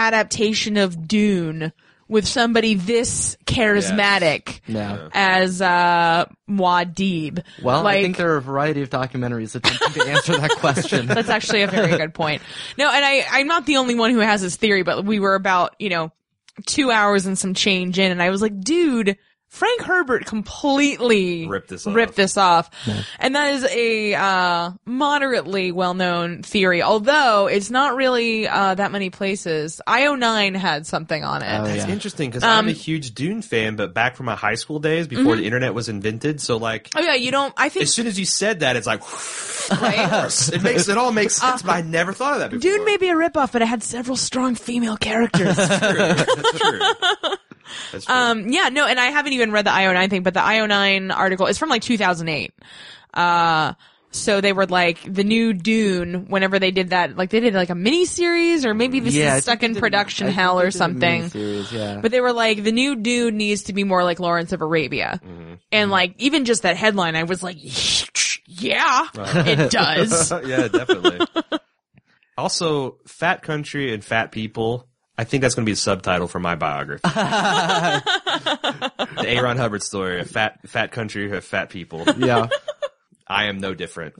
Speaker 1: adaptation of Dune with somebody this charismatic
Speaker 2: Yeah.
Speaker 1: as uh Muad'Dib?
Speaker 2: Well,
Speaker 1: like,
Speaker 2: I think there are a variety of documentaries attempting to answer that question.
Speaker 1: that's actually a very good point. No, and I, I'm not the only one who has this theory, but we were about, you know, two hours and some change in, and I was like, dude, Frank Herbert completely
Speaker 3: Ripped this off.
Speaker 1: ripped this off. And that is a uh, moderately well known theory, although it's not really uh, that many places. IO9 had something on it.
Speaker 2: Oh,
Speaker 3: That's
Speaker 2: yeah.
Speaker 3: interesting because I'm a
Speaker 1: Um,
Speaker 3: huge Dune fan, but back from my high school days before
Speaker 1: Mm-hmm.
Speaker 3: the internet was invented. So like,
Speaker 1: Oh, yeah, you don't, I think,
Speaker 3: as soon as you said that, it's like,
Speaker 1: right? Uh,
Speaker 3: it makes, it all makes sense, but I never thought of that before.
Speaker 1: Dune may be a ripoff, but it had several strong female characters.
Speaker 3: That's true. That's true.
Speaker 1: Um, yeah, no, and I haven't even read the IO9 thing, but the IO9 article is from like 2008. Uh, so they were like the new Dune. Whenever they did that, like they did like a mini series, or maybe this
Speaker 2: Yeah, I
Speaker 1: is stuck
Speaker 2: think they
Speaker 1: in
Speaker 2: did a-
Speaker 1: production
Speaker 2: I think
Speaker 1: hell
Speaker 2: they
Speaker 1: or
Speaker 2: did a
Speaker 1: something.
Speaker 2: miniseries, yeah.
Speaker 1: But they were like the new Dune needs to be more like Lawrence of Arabia, and like even just that headline, I was like, yeah, it does.
Speaker 3: yeah, definitely. also, fat country and fat people. I think that's going to be the subtitle for my biography. the Aaron Hubbard story: a fat, fat country of fat people.
Speaker 2: yeah.
Speaker 3: I am no different.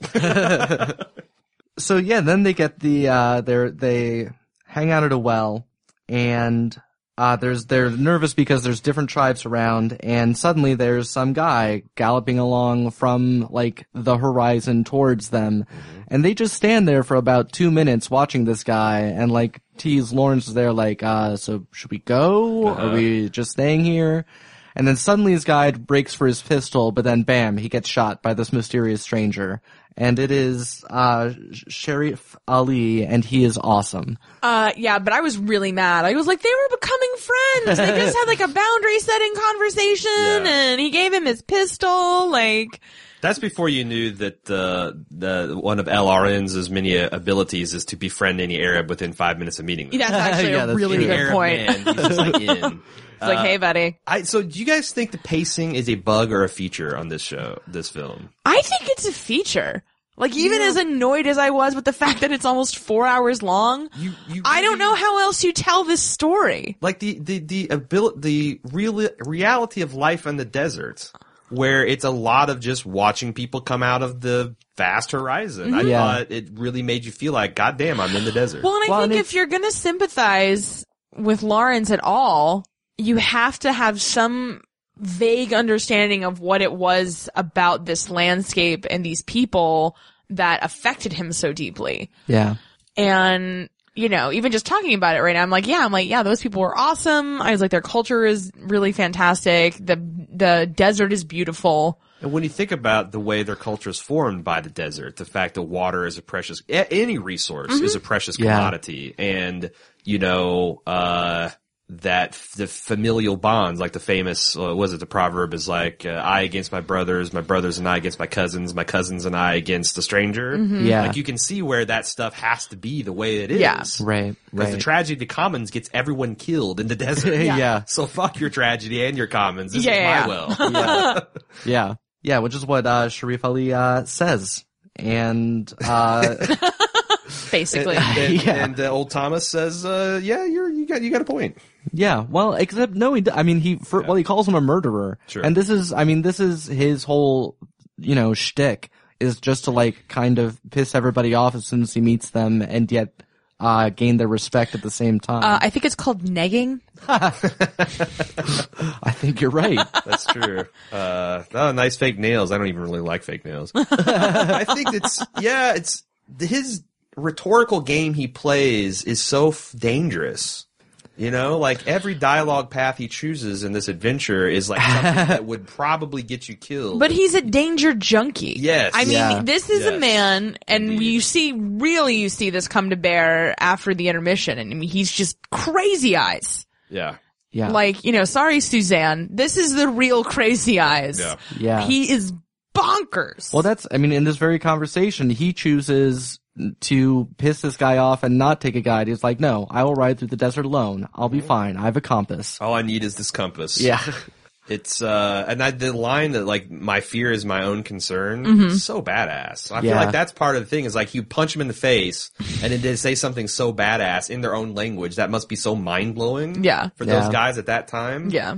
Speaker 2: so yeah, then they get the uh they they hang out at a well and uh, there's they're nervous because there's different tribes around, and suddenly there's some guy galloping along from like the horizon towards them, and they just stand there for about two minutes watching this guy, and like tease Lawrence is there like, uh, so should we go? Are we just staying here? And then suddenly his guy breaks for his pistol, but then bam, he gets shot by this mysterious stranger. And it is, uh, Sharif Ali, and he is awesome.
Speaker 1: Uh, yeah, but I was really mad. I was like, they were becoming friends. They just had like a boundary setting conversation
Speaker 3: Yeah.
Speaker 1: and he gave him his pistol. Like,
Speaker 3: That's before you knew that uh, the one of LRN's as many uh, abilities is to befriend any Arab within five minutes of meeting them.
Speaker 1: that's actually
Speaker 2: Yeah,
Speaker 1: a
Speaker 2: that's
Speaker 1: really
Speaker 2: true.
Speaker 1: good
Speaker 3: Arab
Speaker 1: point.
Speaker 3: man, he's just like in.
Speaker 1: It's like, hey, buddy.
Speaker 3: I, so, do you guys think the pacing is a bug or a feature on this show, this film?
Speaker 1: I think it's a feature. Like, even as annoyed as I was with the fact that it's almost four hours long,
Speaker 3: You, you
Speaker 1: I don't know how else you tell this story.
Speaker 3: like the the the ability, the real reality of life in the desert, where it's a lot of just watching people come out of the vast horizon. I
Speaker 2: Yeah.
Speaker 3: thought it really made you feel like, God damn, I'm in the desert.
Speaker 1: Mm-hmm. Well, and I
Speaker 2: Well,
Speaker 1: think
Speaker 2: and
Speaker 1: if you're gonna sympathize with Lawrence at all, you have to have some vague understanding of what it was about this landscape and these people that affected him so deeply.
Speaker 2: Yeah.
Speaker 1: And, you know, even just talking about it right now, I'm like, yeah, I'm like, yeah, those people were awesome. I was like, their culture is really fantastic. The, the desert is beautiful.
Speaker 3: And when you think about the way their culture is formed by the desert, the fact that water is a precious, a- any resource is
Speaker 1: Mm-hmm.
Speaker 3: a precious
Speaker 2: Yeah.
Speaker 3: commodity. And, you know, uh, that f- the familial bonds, like the famous, uh, was it the proverb is like, uh, I against my brothers, my brothers and I against my cousins, my cousins and I against a stranger.
Speaker 1: Mm-hmm.
Speaker 2: Yeah.
Speaker 3: Like you can see where that stuff has to be the way it is.
Speaker 1: Yeah.
Speaker 2: Right.
Speaker 3: Because the
Speaker 2: Right.
Speaker 3: tragedy of the commons gets everyone killed in the desert.
Speaker 2: Yeah. Yeah.
Speaker 3: So fuck your tragedy and your commons. This
Speaker 1: Yeah, yeah,
Speaker 3: is my well.
Speaker 2: Yeah. Yeah, which is what uh, Sharif Ali uh, says. And uh,
Speaker 1: Basically.
Speaker 3: and,
Speaker 2: Yeah.
Speaker 3: and, uh, old Thomas says, uh, "Yeah, you're you got you got a point."
Speaker 2: yeah, well, except no, he. d- I mean, he. For, Well, he calls him a murderer.
Speaker 3: Sure.
Speaker 2: And this is. I mean, this is his whole. You know, shtick is just to like kind of piss everybody off as soon as he meets them, and yet uh, gain their respect at the same time.
Speaker 1: uh, I think it's called negging.
Speaker 2: I think you're right.
Speaker 3: That's true. uh, oh, nice fake nails. I don't even really like fake nails. I think it's yeah, it's his rhetorical game he plays is so f- dangerous. You know, like every dialogue path he chooses in this adventure is like something that would probably get you killed.
Speaker 1: But he's a danger junkie.
Speaker 3: Yes.
Speaker 1: I mean,
Speaker 2: Yeah.
Speaker 1: this is a
Speaker 3: Yes.
Speaker 1: man, and you see, really, you see this come to bear after the intermission, and I mean, he's just crazy eyes.
Speaker 3: yeah.
Speaker 2: Yeah.
Speaker 1: Like, you know, sorry, Suzanne, this is the real crazy eyes.
Speaker 3: Yeah.
Speaker 2: Yeah.
Speaker 1: He is bonkers.
Speaker 2: Well, that's, I mean, in this very conversation, he chooses to piss this guy off and not take a guide. He's like, no, I will ride through the desert alone. I'll be fine. I have a compass.
Speaker 3: All I need is this compass.
Speaker 2: Yeah.
Speaker 3: It's uh, and I, the line that like my fear is my own concern,
Speaker 1: Mm-hmm.
Speaker 3: so badass. I feel
Speaker 2: Yeah.
Speaker 3: like that's part of the thing is like you punch them in the face and then they say something so badass in their own language that must be so mind blowing.
Speaker 1: Yeah.
Speaker 3: for
Speaker 2: Yeah.
Speaker 3: those guys at that time.
Speaker 1: yeah.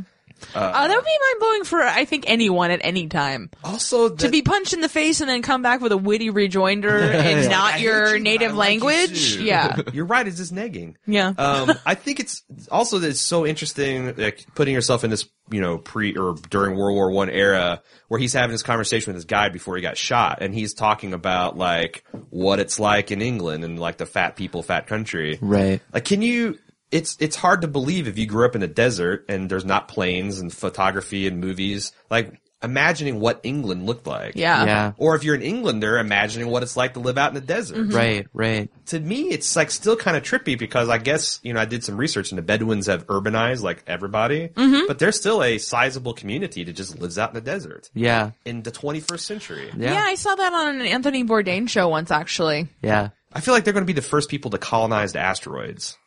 Speaker 1: Uh, that would be mind blowing for, I think, anyone at any time.
Speaker 3: Also,
Speaker 1: to be punched in the face and then come back with a witty rejoinder and not your native language. yeah.
Speaker 3: you're right. It's just negging.
Speaker 1: Yeah.
Speaker 3: um, I think it's also that it's so interesting, like putting yourself in this, you know, pre or during World War One era, where he's having this conversation with his guide before he got shot, and he's talking about like what it's like in England and like the fat people, fat country.
Speaker 2: Right.
Speaker 3: Like, can you? It's it's hard to believe if you grew up in a desert and there's not planes and photography and movies. Like imagining what England looked like.
Speaker 1: Yeah.
Speaker 2: yeah.
Speaker 3: Or if you're an Englander, imagining what it's like to live out in the desert
Speaker 1: Mm-hmm.
Speaker 2: Right. Right.
Speaker 3: to me, it's like still kind of trippy because I guess, you know, I did some research and the Bedouins have urbanized like everybody,
Speaker 1: Mm-hmm.
Speaker 3: but they're still a sizable community that just lives out in the desert
Speaker 2: Yeah.
Speaker 3: in the 21st century.
Speaker 1: Yeah.
Speaker 2: Yeah.
Speaker 1: I saw that on an Anthony Bourdain show once actually.
Speaker 2: Yeah.
Speaker 3: I feel like they're going to be the first people to colonize the asteroids.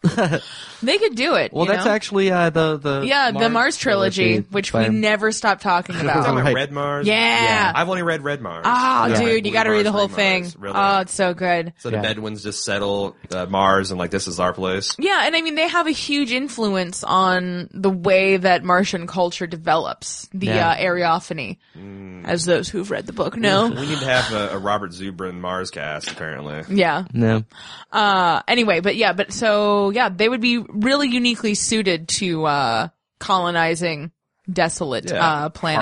Speaker 1: They could do it.
Speaker 2: Well,
Speaker 1: you
Speaker 2: that's
Speaker 1: know?
Speaker 2: actually, uh, the, the,
Speaker 1: Yeah, the Mars trilogy, which we
Speaker 2: by-
Speaker 1: never stop talking
Speaker 3: I'm talking
Speaker 1: about.
Speaker 3: about
Speaker 2: Right.
Speaker 3: Red Mars.
Speaker 1: Oh, Yeah.
Speaker 3: I've only read Red Mars.
Speaker 1: Ah,
Speaker 3: Yeah.
Speaker 1: dude, you
Speaker 3: Blue
Speaker 1: got to read the
Speaker 3: Mars,
Speaker 1: whole
Speaker 3: Green
Speaker 1: thing.
Speaker 3: Mars, really.
Speaker 1: Oh, it's so good.
Speaker 3: so the
Speaker 2: Yeah.
Speaker 3: Bedouins just settle uh, Mars and like this is our place.
Speaker 1: Yeah, and I mean they have a huge influence on the way that Martian culture develops. The
Speaker 2: Yeah.
Speaker 1: uh, Areophany, as those who've read the book know.
Speaker 3: We need to have a, a Robert Zubrin Mars cast apparently.
Speaker 1: yeah,
Speaker 2: No.
Speaker 1: Uh, anyway, but yeah, but so yeah, they would be really uniquely suited to uh, colonizing desolate
Speaker 3: Yeah.
Speaker 1: uh, planets.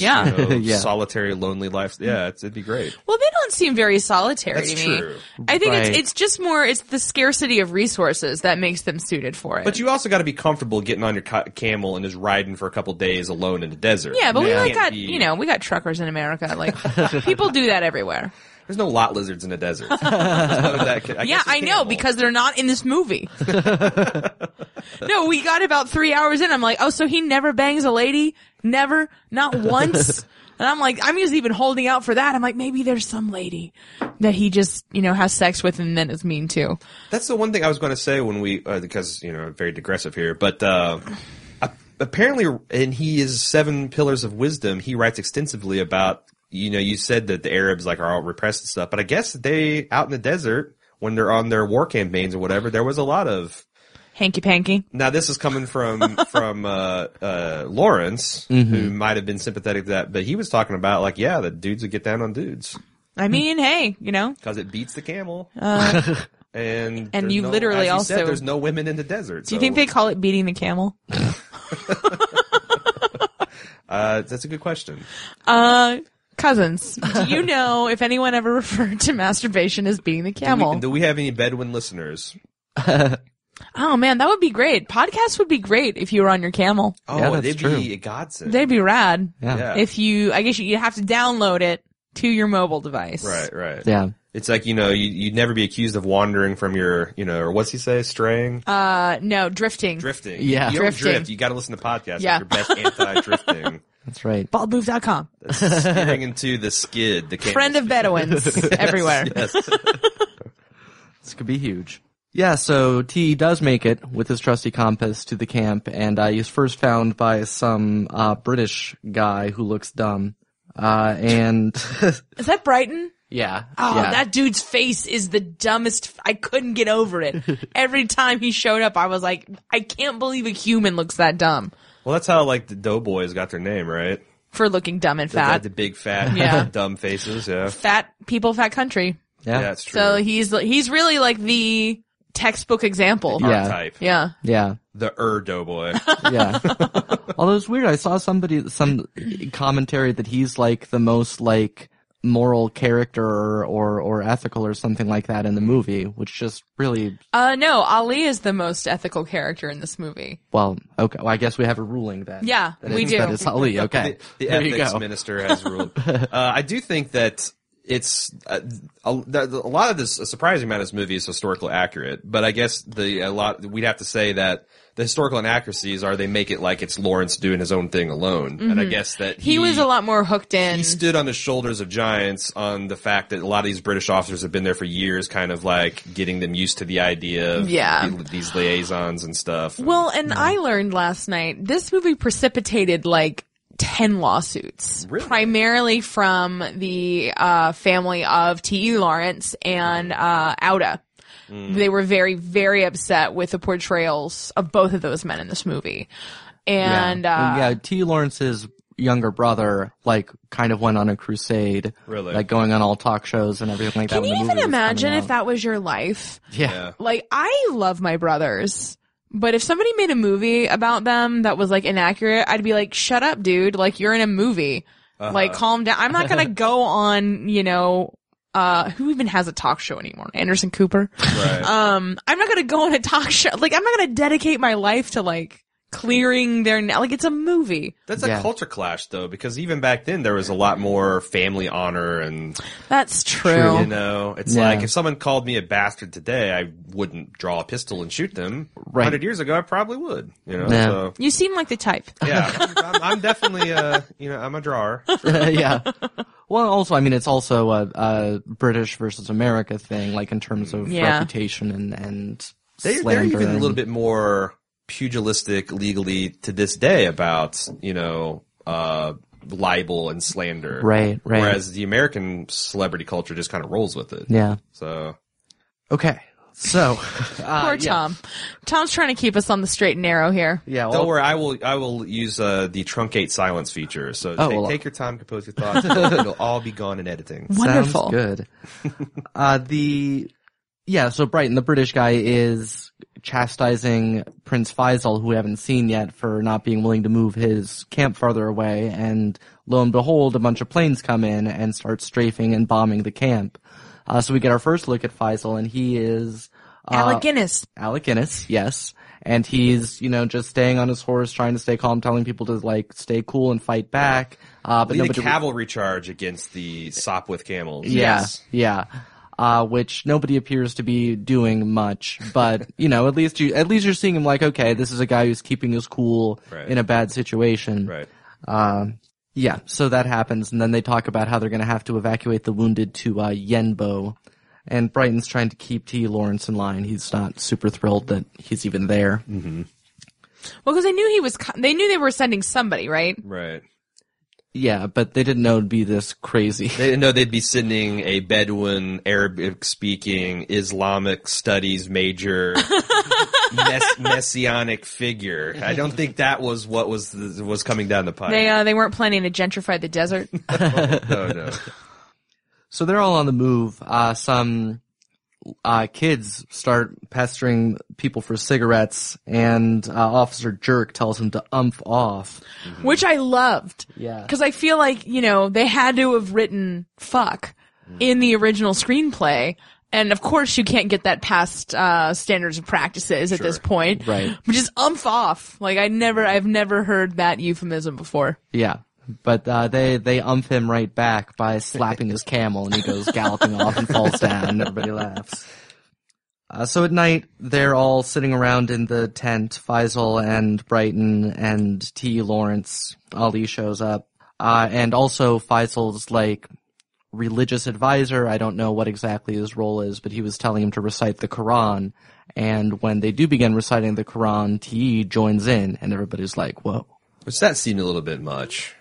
Speaker 1: Yeah.
Speaker 3: you know,
Speaker 2: Yeah.
Speaker 3: solitary, lonely life. Yeah, it's, it'd be great.
Speaker 1: Well, they don't seem very solitary
Speaker 3: That's
Speaker 1: to me.
Speaker 3: true.
Speaker 1: I think
Speaker 2: Right.
Speaker 1: it's it's just more it's the scarcity of resources that makes them suited for it.
Speaker 3: But you also got to be comfortable getting on your ca- camel and just riding for a couple days alone in the desert.
Speaker 1: yeah, but we
Speaker 3: You
Speaker 1: like
Speaker 3: can't
Speaker 1: got
Speaker 3: be-
Speaker 1: you know we got truckers in America. Like people do that everywhere.
Speaker 3: There's no lot lizards in the desert. There's none of that. I
Speaker 1: yeah,
Speaker 3: guess it's
Speaker 1: I know
Speaker 3: camel.
Speaker 1: because they're not in this movie. no, we got about three hours in. I'm like, oh, so he never bangs a lady, never, not once. and I'm like, I'm just even holding out for that. I'm like, maybe there's some lady that he just you know has sex with and then is mean to.
Speaker 3: That's the one thing I was going to say when we, uh, because you know, I'm very digressive here, but uh, ap- apparently, and he is Seven Pillars of Wisdom. He writes extensively about, you know, you said that the Arabs like are all repressed and stuff, but I guess they out in the desert when they're on their war campaigns or whatever, there was a lot of.
Speaker 1: Hanky panky.
Speaker 3: Now this is coming from from uh, uh, Lawrence, who might have been sympathetic to that, but he was talking about like, yeah, the dudes would get down on dudes
Speaker 1: I mean, hey, you know,
Speaker 3: because it beats the camel. and
Speaker 1: Uh, and
Speaker 3: there's
Speaker 1: you
Speaker 3: no-
Speaker 1: literally
Speaker 3: as you
Speaker 1: also-
Speaker 3: said, there's no women in the desert.
Speaker 1: do you think they call it beating the camel?
Speaker 3: Uh, that's a good question.
Speaker 1: Uh, cousins, do you know if anyone ever referred to masturbation as beating the
Speaker 3: Do we-
Speaker 1: camel?
Speaker 3: do we have any Bedouin listeners?
Speaker 1: oh man, that would be great. Podcasts would be great if you were on your camel.
Speaker 3: Oh,
Speaker 2: Yeah, that's
Speaker 3: they'd
Speaker 2: true.
Speaker 3: be a godsend.
Speaker 1: They'd be rad.
Speaker 2: Yeah.
Speaker 3: yeah.
Speaker 1: If you, I guess you, you have to download it to your mobile device.
Speaker 3: right, right.
Speaker 2: Yeah.
Speaker 3: It's like you know, you, you'd never be accused of wandering from your, you know, or what's he say, straying,
Speaker 1: Uh, no, drifting.
Speaker 3: drifting.
Speaker 2: Yeah.
Speaker 3: you don't
Speaker 1: Drifting.
Speaker 3: drift. You got to listen to
Speaker 1: Yeah.
Speaker 3: podcasts. Yeah, your best anti-drifting,
Speaker 2: That's right.
Speaker 1: Baldmove.com.
Speaker 3: steering into the skid, the camel
Speaker 1: Friend of Bedouins everywhere.
Speaker 3: Yes.
Speaker 2: This could be huge. Yeah, so T E does make it with his trusty compass to the camp, and uh, he's first found by some uh, British guy who looks dumb. Uh, and
Speaker 1: Is that Brighton?
Speaker 2: yeah,
Speaker 1: Oh,
Speaker 2: yeah.
Speaker 1: that dude's face is the dumbest. f- I couldn't get over it. Every time he showed up, I was like, I can't believe a human looks that dumb
Speaker 3: Well, that's how like the doughboys got their name, right?
Speaker 1: for looking dumb and
Speaker 3: They had
Speaker 1: fat.
Speaker 3: the big fat,
Speaker 1: Yeah.
Speaker 3: dumb faces. Yeah,
Speaker 1: Fat people, fat country.
Speaker 2: yeah,
Speaker 3: yeah,
Speaker 2: yeah,
Speaker 3: that's true.
Speaker 1: So he's he's really like the textbook example.
Speaker 2: Yeah.
Speaker 3: type,
Speaker 1: Yeah.
Speaker 2: yeah.
Speaker 3: the er doughboy.
Speaker 2: yeah. Although it's weird, I saw somebody some commentary that he's like the most like moral character or or, or ethical or something like that in the movie, which just really
Speaker 1: Uh, no, Ali is the most ethical character in this movie.
Speaker 2: well, okay. Well, I guess we have a ruling then.
Speaker 1: Yeah,
Speaker 2: That
Speaker 1: we
Speaker 2: it's-
Speaker 1: do.
Speaker 2: That it's Ali. Okay,
Speaker 3: the
Speaker 2: there you
Speaker 3: ethics
Speaker 2: go.
Speaker 3: minister has ruled. uh, I do think that it's uh, a, a lot of this a surprising amount of this movie is historical accurate, but I guess the a lot we'd have to say that the historical inaccuracies are they make it like it's Lawrence doing his own thing alone, and I guess that
Speaker 1: Mm-hmm. He, was a lot more hooked in.
Speaker 3: he stood on the shoulders of giants on the fact that a lot of these British officers have been there for years, kind of like getting them used to the idea of
Speaker 1: Yeah.
Speaker 3: the- these liaisons and stuff.
Speaker 1: well, and I learned last night this movie precipitated like 10 lawsuits.
Speaker 3: Really?
Speaker 1: Primarily from the uh, family of T.E. Lawrence and uh, Auda.
Speaker 2: Mm.
Speaker 1: They were very, very upset with the portrayals of both of those men in this movie.
Speaker 2: Yeah.
Speaker 1: And, uh,
Speaker 2: yeah, T. Lawrence's younger brother like kind of went on a crusade,
Speaker 3: Really?
Speaker 2: like going on all talk shows and everything like
Speaker 1: can
Speaker 2: that. when
Speaker 1: you
Speaker 2: the
Speaker 1: even
Speaker 2: movie was
Speaker 1: imagine
Speaker 2: coming
Speaker 1: if
Speaker 2: out.
Speaker 1: that was your life?
Speaker 2: yeah.
Speaker 3: yeah.
Speaker 1: like I love my brothers, but if somebody made a movie about them that was like inaccurate, I'd be like, "Shut up, dude! Like you're in a movie.
Speaker 3: Uh-huh.
Speaker 1: Like calm down. I'm not gonna go on. You know, uh, who even has a talk show anymore? Anderson Cooper.
Speaker 3: Right.
Speaker 1: Um, I'm not gonna go on a talk show. Like I'm not gonna dedicate my life to like clearing their na- like it's a movie.
Speaker 3: That's
Speaker 2: Yeah.
Speaker 3: a culture clash though, because even back then there was a lot more family honor and
Speaker 1: That's true.
Speaker 3: you know, it's
Speaker 2: Oh. Yeah.
Speaker 3: like if someone called me a bastard today, I wouldn't draw a pistol and shoot them.
Speaker 2: Right.
Speaker 3: Hundred years ago, I probably would. You know,
Speaker 2: Yeah.
Speaker 3: so
Speaker 1: You seem like the type.
Speaker 3: yeah, I'm, I'm, I'm definitely uh, you know, I'm a drawer.
Speaker 2: yeah. Well, also, I mean, it's also a, a British versus America thing, like in terms of
Speaker 1: Yeah.
Speaker 2: reputation and and
Speaker 3: They, they're
Speaker 2: slander
Speaker 3: even a
Speaker 2: and-
Speaker 3: little bit more pugilistic legally to this day about you know uh, libel and slander.
Speaker 2: right, right.
Speaker 3: Whereas the American celebrity culture just kind of rolls with it.
Speaker 2: yeah.
Speaker 3: So
Speaker 2: Okay. So, uh,
Speaker 1: Poor
Speaker 2: yeah.
Speaker 1: Tom. Tom's trying to keep us on the straight and narrow here.
Speaker 2: Yeah.
Speaker 3: Don't
Speaker 2: Well,
Speaker 3: worry, I will. I will use uh, the truncate silence feature. So
Speaker 2: Oh,
Speaker 3: take,
Speaker 2: well.
Speaker 3: take your time, compose your thoughts. it'll all be gone in editing.
Speaker 2: sounds
Speaker 1: Wonderful.
Speaker 2: good. uh, the yeah, so Brighton, the British guy, is chastising Prince Faisal, who we haven't seen yet, for not being willing to move his camp farther away. And lo and behold, a bunch of planes come in and start strafing and bombing the camp. Uh, so we get our first look at Faisal, and he is uh,
Speaker 1: Alec Guinness.
Speaker 2: Alec Guinness, yes. And he's, you know, just staying on his horse, trying to stay calm, telling people to like stay cool and fight back. Uh, but
Speaker 3: Lead a
Speaker 2: nobody,
Speaker 3: cavalry charge against the Sopwith camels.
Speaker 2: yeah, yeah. Uh, which nobody appears to be doing much, but you know, at least you, at least you're seeing him like, okay, this is a guy who's keeping his cool
Speaker 3: Right.
Speaker 2: in a bad situation.
Speaker 3: Right.
Speaker 2: Um, yeah, so that happens, and then they talk about how they're going to have to evacuate the wounded to uh, Yenbo, and Brighton's trying to keep T. Lawrence in line. He's not super thrilled that he's even there.
Speaker 3: Mm.
Speaker 1: Well, because they knew he was. co- They knew they were sending somebody, right?
Speaker 3: Right.
Speaker 2: Yeah, but they didn't know it'd be this crazy.
Speaker 3: They didn't know they'd be sending a Bedouin, Arabic speaking, Islamic studies major, mess- messianic figure. I don't think that was what was the, was coming down the pipe.
Speaker 1: They uh, they weren't planning to gentrify the desert.
Speaker 3: no, no.
Speaker 2: So they're all on the move. Uh, some uh, kids start pestering people for cigarettes, and uh, Officer Jerk tells him to umph off.
Speaker 1: which I loved.
Speaker 2: Yeah.
Speaker 1: Because I feel like, you know, they had to have written fuck in the original screenplay. And of course you can't get that past, uh, standards and practices at this point.
Speaker 2: Right.
Speaker 1: Which is umph off. Like I never, I've never heard that euphemism before.
Speaker 2: Yeah, but uh, they they umph him right back by slapping his camel, and he goes galloping off and falls down, and everybody laughs. Uh, so at night, they're all sitting around in the tent. Faisal and Brighton and T. Lawrence. Ali shows up, uh, and also Faisal's like religious advisor. I don't know what exactly his role is, but he was telling him to recite the Quran. And when they do begin reciting the Quran, T. joins in, and everybody's like, "Whoa."
Speaker 3: Which that seemed a little bit much.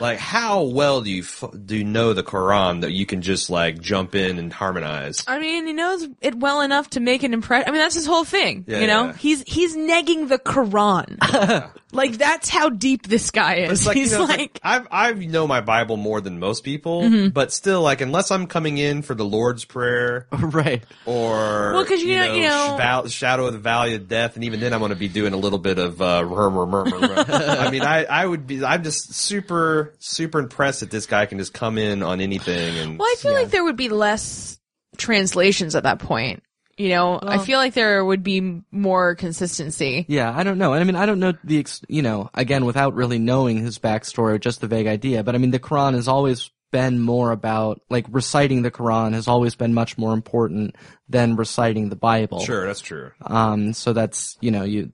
Speaker 3: like, how well do you f- do you know the Quran that you can just like jump in and harmonize?
Speaker 1: I mean, he knows it well enough to make an impression. I mean, that's his whole thing.
Speaker 3: Yeah,
Speaker 1: you know,
Speaker 3: yeah.
Speaker 1: he's, he's negging the Quran. like that's how deep this guy is.
Speaker 3: It's like, you
Speaker 1: he's
Speaker 3: know, it's
Speaker 1: like, Mm-hmm.
Speaker 3: like, I've I know my Bible more than most people, but still, like unless I'm coming in for the Lord's Prayer
Speaker 2: right.
Speaker 3: or
Speaker 1: Well, 'cause you know- you know-
Speaker 3: sh- val- Shadow of the Valley of Death, and even then, I'm going to be doing a little bit of uh, murmur, murmur. murmur. I mean, I I would be I'm just super super impressed that this guy can just come in on anything and
Speaker 1: Well, I feel like there would be less translations at that point. You know, I feel like there would be m- more consistency.
Speaker 2: Yeah, I don't know. And I mean, I don't know the, ex- you know, again, without really knowing his backstory or just the vague idea, but I mean, the Quran has always been more about, like, reciting the Quran has always been much more important than reciting the Bible.
Speaker 3: sure that's true.
Speaker 2: Um, so that's, you know, you,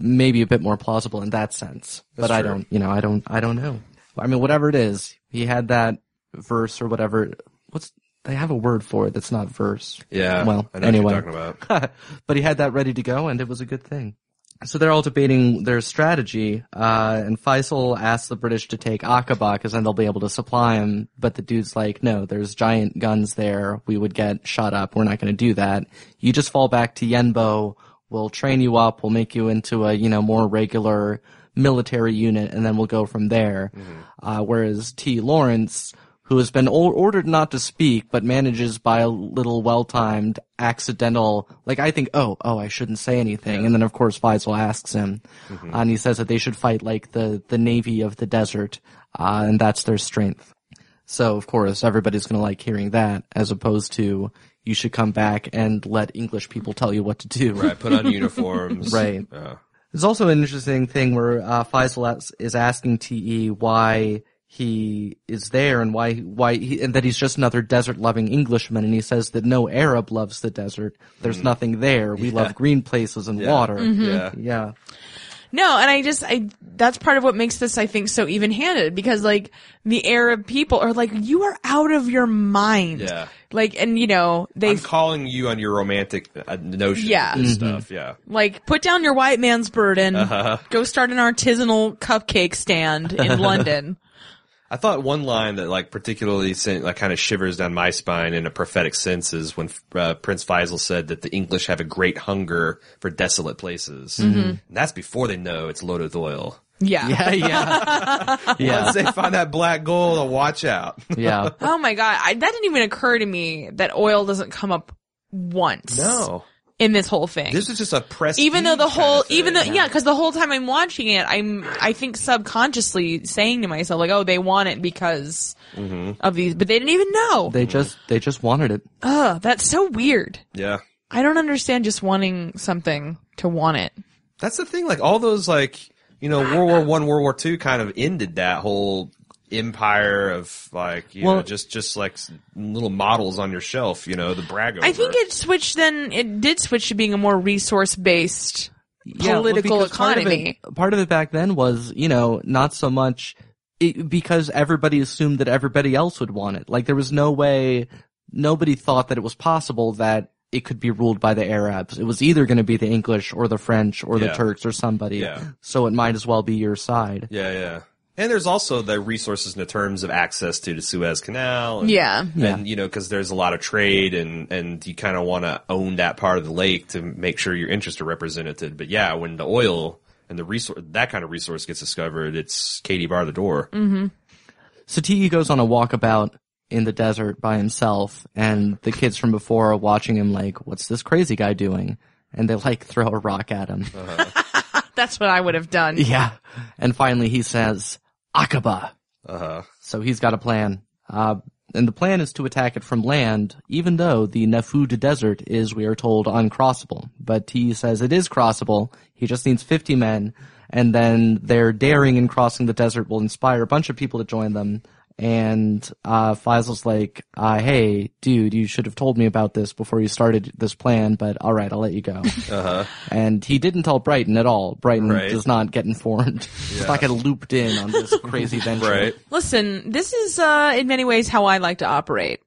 Speaker 2: maybe a bit more plausible in that sense. but I
Speaker 3: true.
Speaker 2: don't, you know, I don't, I don't know. I mean, whatever it is, he had that verse or whatever. What's, they have a word for it that's not verse.
Speaker 3: Yeah.
Speaker 2: Well,
Speaker 3: I know
Speaker 2: anyway.
Speaker 3: what you're talking about.
Speaker 2: but he had that ready to go, and it was a good thing. So they're all debating their strategy, uh, and Faisal asks the British to take Aqaba because then they'll be able to supply him. But the dude's like, "No, there's giant guns there. We would get shot up. We're not going to do that. You just fall back to Yenbo. We'll train you up. We'll make you into a you know more regular military unit, and then we'll go from there." Uh, whereas T. Lawrence who has been or- ordered not to speak, but manages by a little well-timed accidental, like I think, oh, oh, I shouldn't say anything. And then of course Faisal asks him, and he says that they should fight like the, the navy of the desert, uh, and that's their strength. So of course everybody's gonna like hearing that as opposed to you should come back and let English people tell you what to do.
Speaker 3: Right. Put on uniforms.
Speaker 2: Right.
Speaker 3: Yeah.
Speaker 2: There's also an interesting thing where uh, Faisal as- is asking Te why he is there and why why he, and that he's just another desert-loving Englishman, and he says that no Arab loves the desert. There's nothing there. We love green places and water.
Speaker 3: Yeah.
Speaker 2: Yeah,
Speaker 1: No, and I just, I, that's part of what makes this, I think, so even handed because like the Arab people are like, you are out of your mind.
Speaker 3: Yeah.
Speaker 1: Like, and you know, they
Speaker 3: I'm calling you on your romantic uh, notions
Speaker 1: Yeah.
Speaker 3: and stuff. Yeah.
Speaker 1: like put down your white man's burden,
Speaker 3: Uh-huh.
Speaker 1: go start an artisanal cupcake stand in London.
Speaker 3: I thought one line that like particularly sent like kind of shivers down my spine in a prophetic sense is when uh, Prince Faisal said that the English have a great hunger for desolate places.
Speaker 1: Mm-hmm.
Speaker 3: And that's before they know it's loaded with oil.
Speaker 1: Yeah.
Speaker 2: yeah, yeah, yeah,
Speaker 3: Once they find that black gold, watch out.
Speaker 2: yeah.
Speaker 1: Oh my god, I, that didn't even occur to me that oil doesn't come up once
Speaker 3: No,
Speaker 1: in this whole thing.
Speaker 3: this is just a press.
Speaker 1: even though the whole, even though,
Speaker 3: though
Speaker 1: yeah, because the whole time I'm watching it, I'm, I think subconsciously saying to myself, like, oh, they want it because of these, but they didn't even know.
Speaker 2: They just they just wanted it.
Speaker 1: Ugh, that's so weird.
Speaker 3: yeah,
Speaker 1: I don't understand just wanting something to want it.
Speaker 3: that's the thing. Like all those, like you know, World War One, World War Two, kind of ended that whole empire of like you
Speaker 2: Well-
Speaker 3: know just just like s- little models on your shelf. You know, the brag. Over.
Speaker 1: I think it switched then, it did switch to being a more resource based
Speaker 2: well,
Speaker 1: political
Speaker 2: because part of it-
Speaker 1: economy.
Speaker 2: Part of, it, back then was, you know, not so much it, because everybody assumed that everybody else would want it. Like there was no way, nobody thought that it was possible that it could be ruled by the Arabs. It was either going to be the English or the French or
Speaker 3: Yeah.
Speaker 2: the Turks or somebody.
Speaker 3: Yeah.
Speaker 2: So it might as well be your side.
Speaker 3: Yeah, yeah. And there's also the resources in the terms of access to the Suez Canal. And,
Speaker 1: Yeah.
Speaker 3: And, you know, cause there's a lot of trade and, and you kind of want to own that part of the lake to make sure your interests are represented. But yeah, when the oil and the resource, that kind of resource gets discovered, it's Katie bar the door.
Speaker 1: Mm-hmm.
Speaker 2: So Tiki goes on a walkabout in the desert by himself, and the kids from before are watching him like, what's this crazy guy doing? And they like throw a rock at him.
Speaker 1: That's what I would have done.
Speaker 2: Yeah. And finally he says, Akaba.
Speaker 3: Uh huh.
Speaker 2: So he's got a plan. Uh, and the plan is to attack it from land, even though the Nafud Desert is, we are told, uncrossable. But he says it is crossable. He just needs 50 men. And then their daring in crossing the desert will inspire a bunch of people to join them. And, uh, Faisal's like, uh, hey, dude, you should have told me about this before you started this plan, but alright, I'll let you go.
Speaker 3: Uh huh.
Speaker 2: And he didn't tell Brighton at all. Brighton
Speaker 3: Right.
Speaker 2: does not get informed. Does not get looped in on this crazy venture.
Speaker 3: Right.
Speaker 1: Listen, this is uh, in many ways how I like to operate.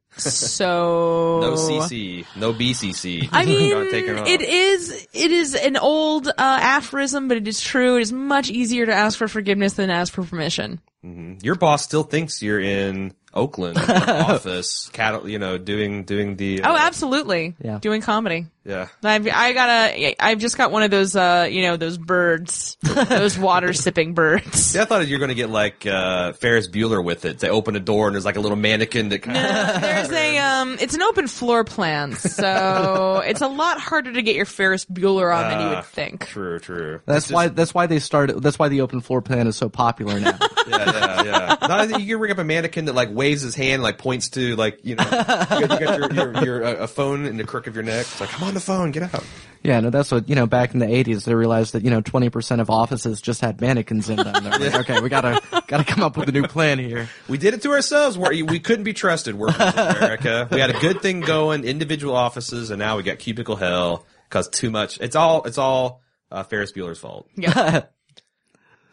Speaker 1: So
Speaker 3: No CC, no BCC.
Speaker 1: Oh. I mean,
Speaker 3: Gotta take it off.
Speaker 1: it is it is an old uh, aphorism, but it is true. It is much easier to ask for forgiveness than ask for permission.
Speaker 3: your boss still thinks you're in Oakland office, cattle, you know, doing, doing the, uh,
Speaker 1: Oh, absolutely.
Speaker 2: Yeah.
Speaker 1: Doing comedy.
Speaker 3: yeah.
Speaker 1: I've I gotta I've just got one of those uh you know those birds, those water sipping birds.
Speaker 3: See, I thought you were going to get like uh, Ferris Bueller with it. They open a door and there's like a little mannequin that kind of.
Speaker 1: There's a um, it's an open floor plan, so it's a lot harder to get your Ferris Bueller on than you
Speaker 3: Ah.
Speaker 1: would think.
Speaker 3: True, true.
Speaker 2: That's
Speaker 3: It's just-
Speaker 2: why. That's why they started. That's why the open floor plan is so popular now.
Speaker 3: Yeah, yeah, yeah. Not only that, you can ring up a mannequin that like waves his hand, like points to like you know, you got, you got your, your, your uh, a phone in the crook of your neck. It's like I'm on the phone. Get out.
Speaker 2: yeah, no, that's what you know. Back in the '80s, they realized that you know 20% of offices just had mannequins in them. They're like, okay, we gotta gotta come up with a new plan here.
Speaker 3: We did it to ourselves. We're, we couldn't be trusted working in America. We had a good thing going, individual offices, and now we got cubicle hell because too much. It's all it's all uh, Ferris Bueller's fault.
Speaker 1: Yeah.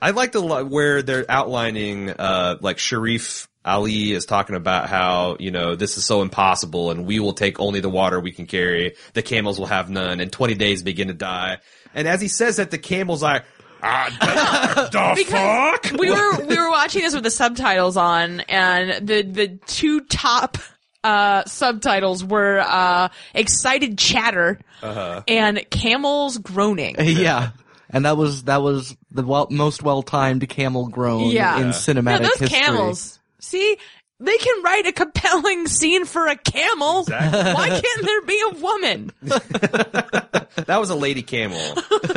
Speaker 3: I like the lo- where they're outlining, uh, like Sharif Ali is talking about how, you know, this is so impossible and we will take only the water we can carry. The camels will have none and 20 days begin to die. And as he says that, the camels are, ah, the, the
Speaker 1: Because
Speaker 3: fuck?
Speaker 1: we were we were watching this with the subtitles on, and the the two top uh subtitles were uh excited chatter and camels groaning.
Speaker 2: Yeah, and that was that was the well, most well timed camel groan
Speaker 1: Yeah.
Speaker 2: in
Speaker 1: Yeah.
Speaker 2: cinematic
Speaker 1: No, those
Speaker 2: history.
Speaker 1: camels. See, they can write a compelling scene for a camel.
Speaker 3: Exactly.
Speaker 1: Why can't there be a woman?
Speaker 3: That was a lady camel.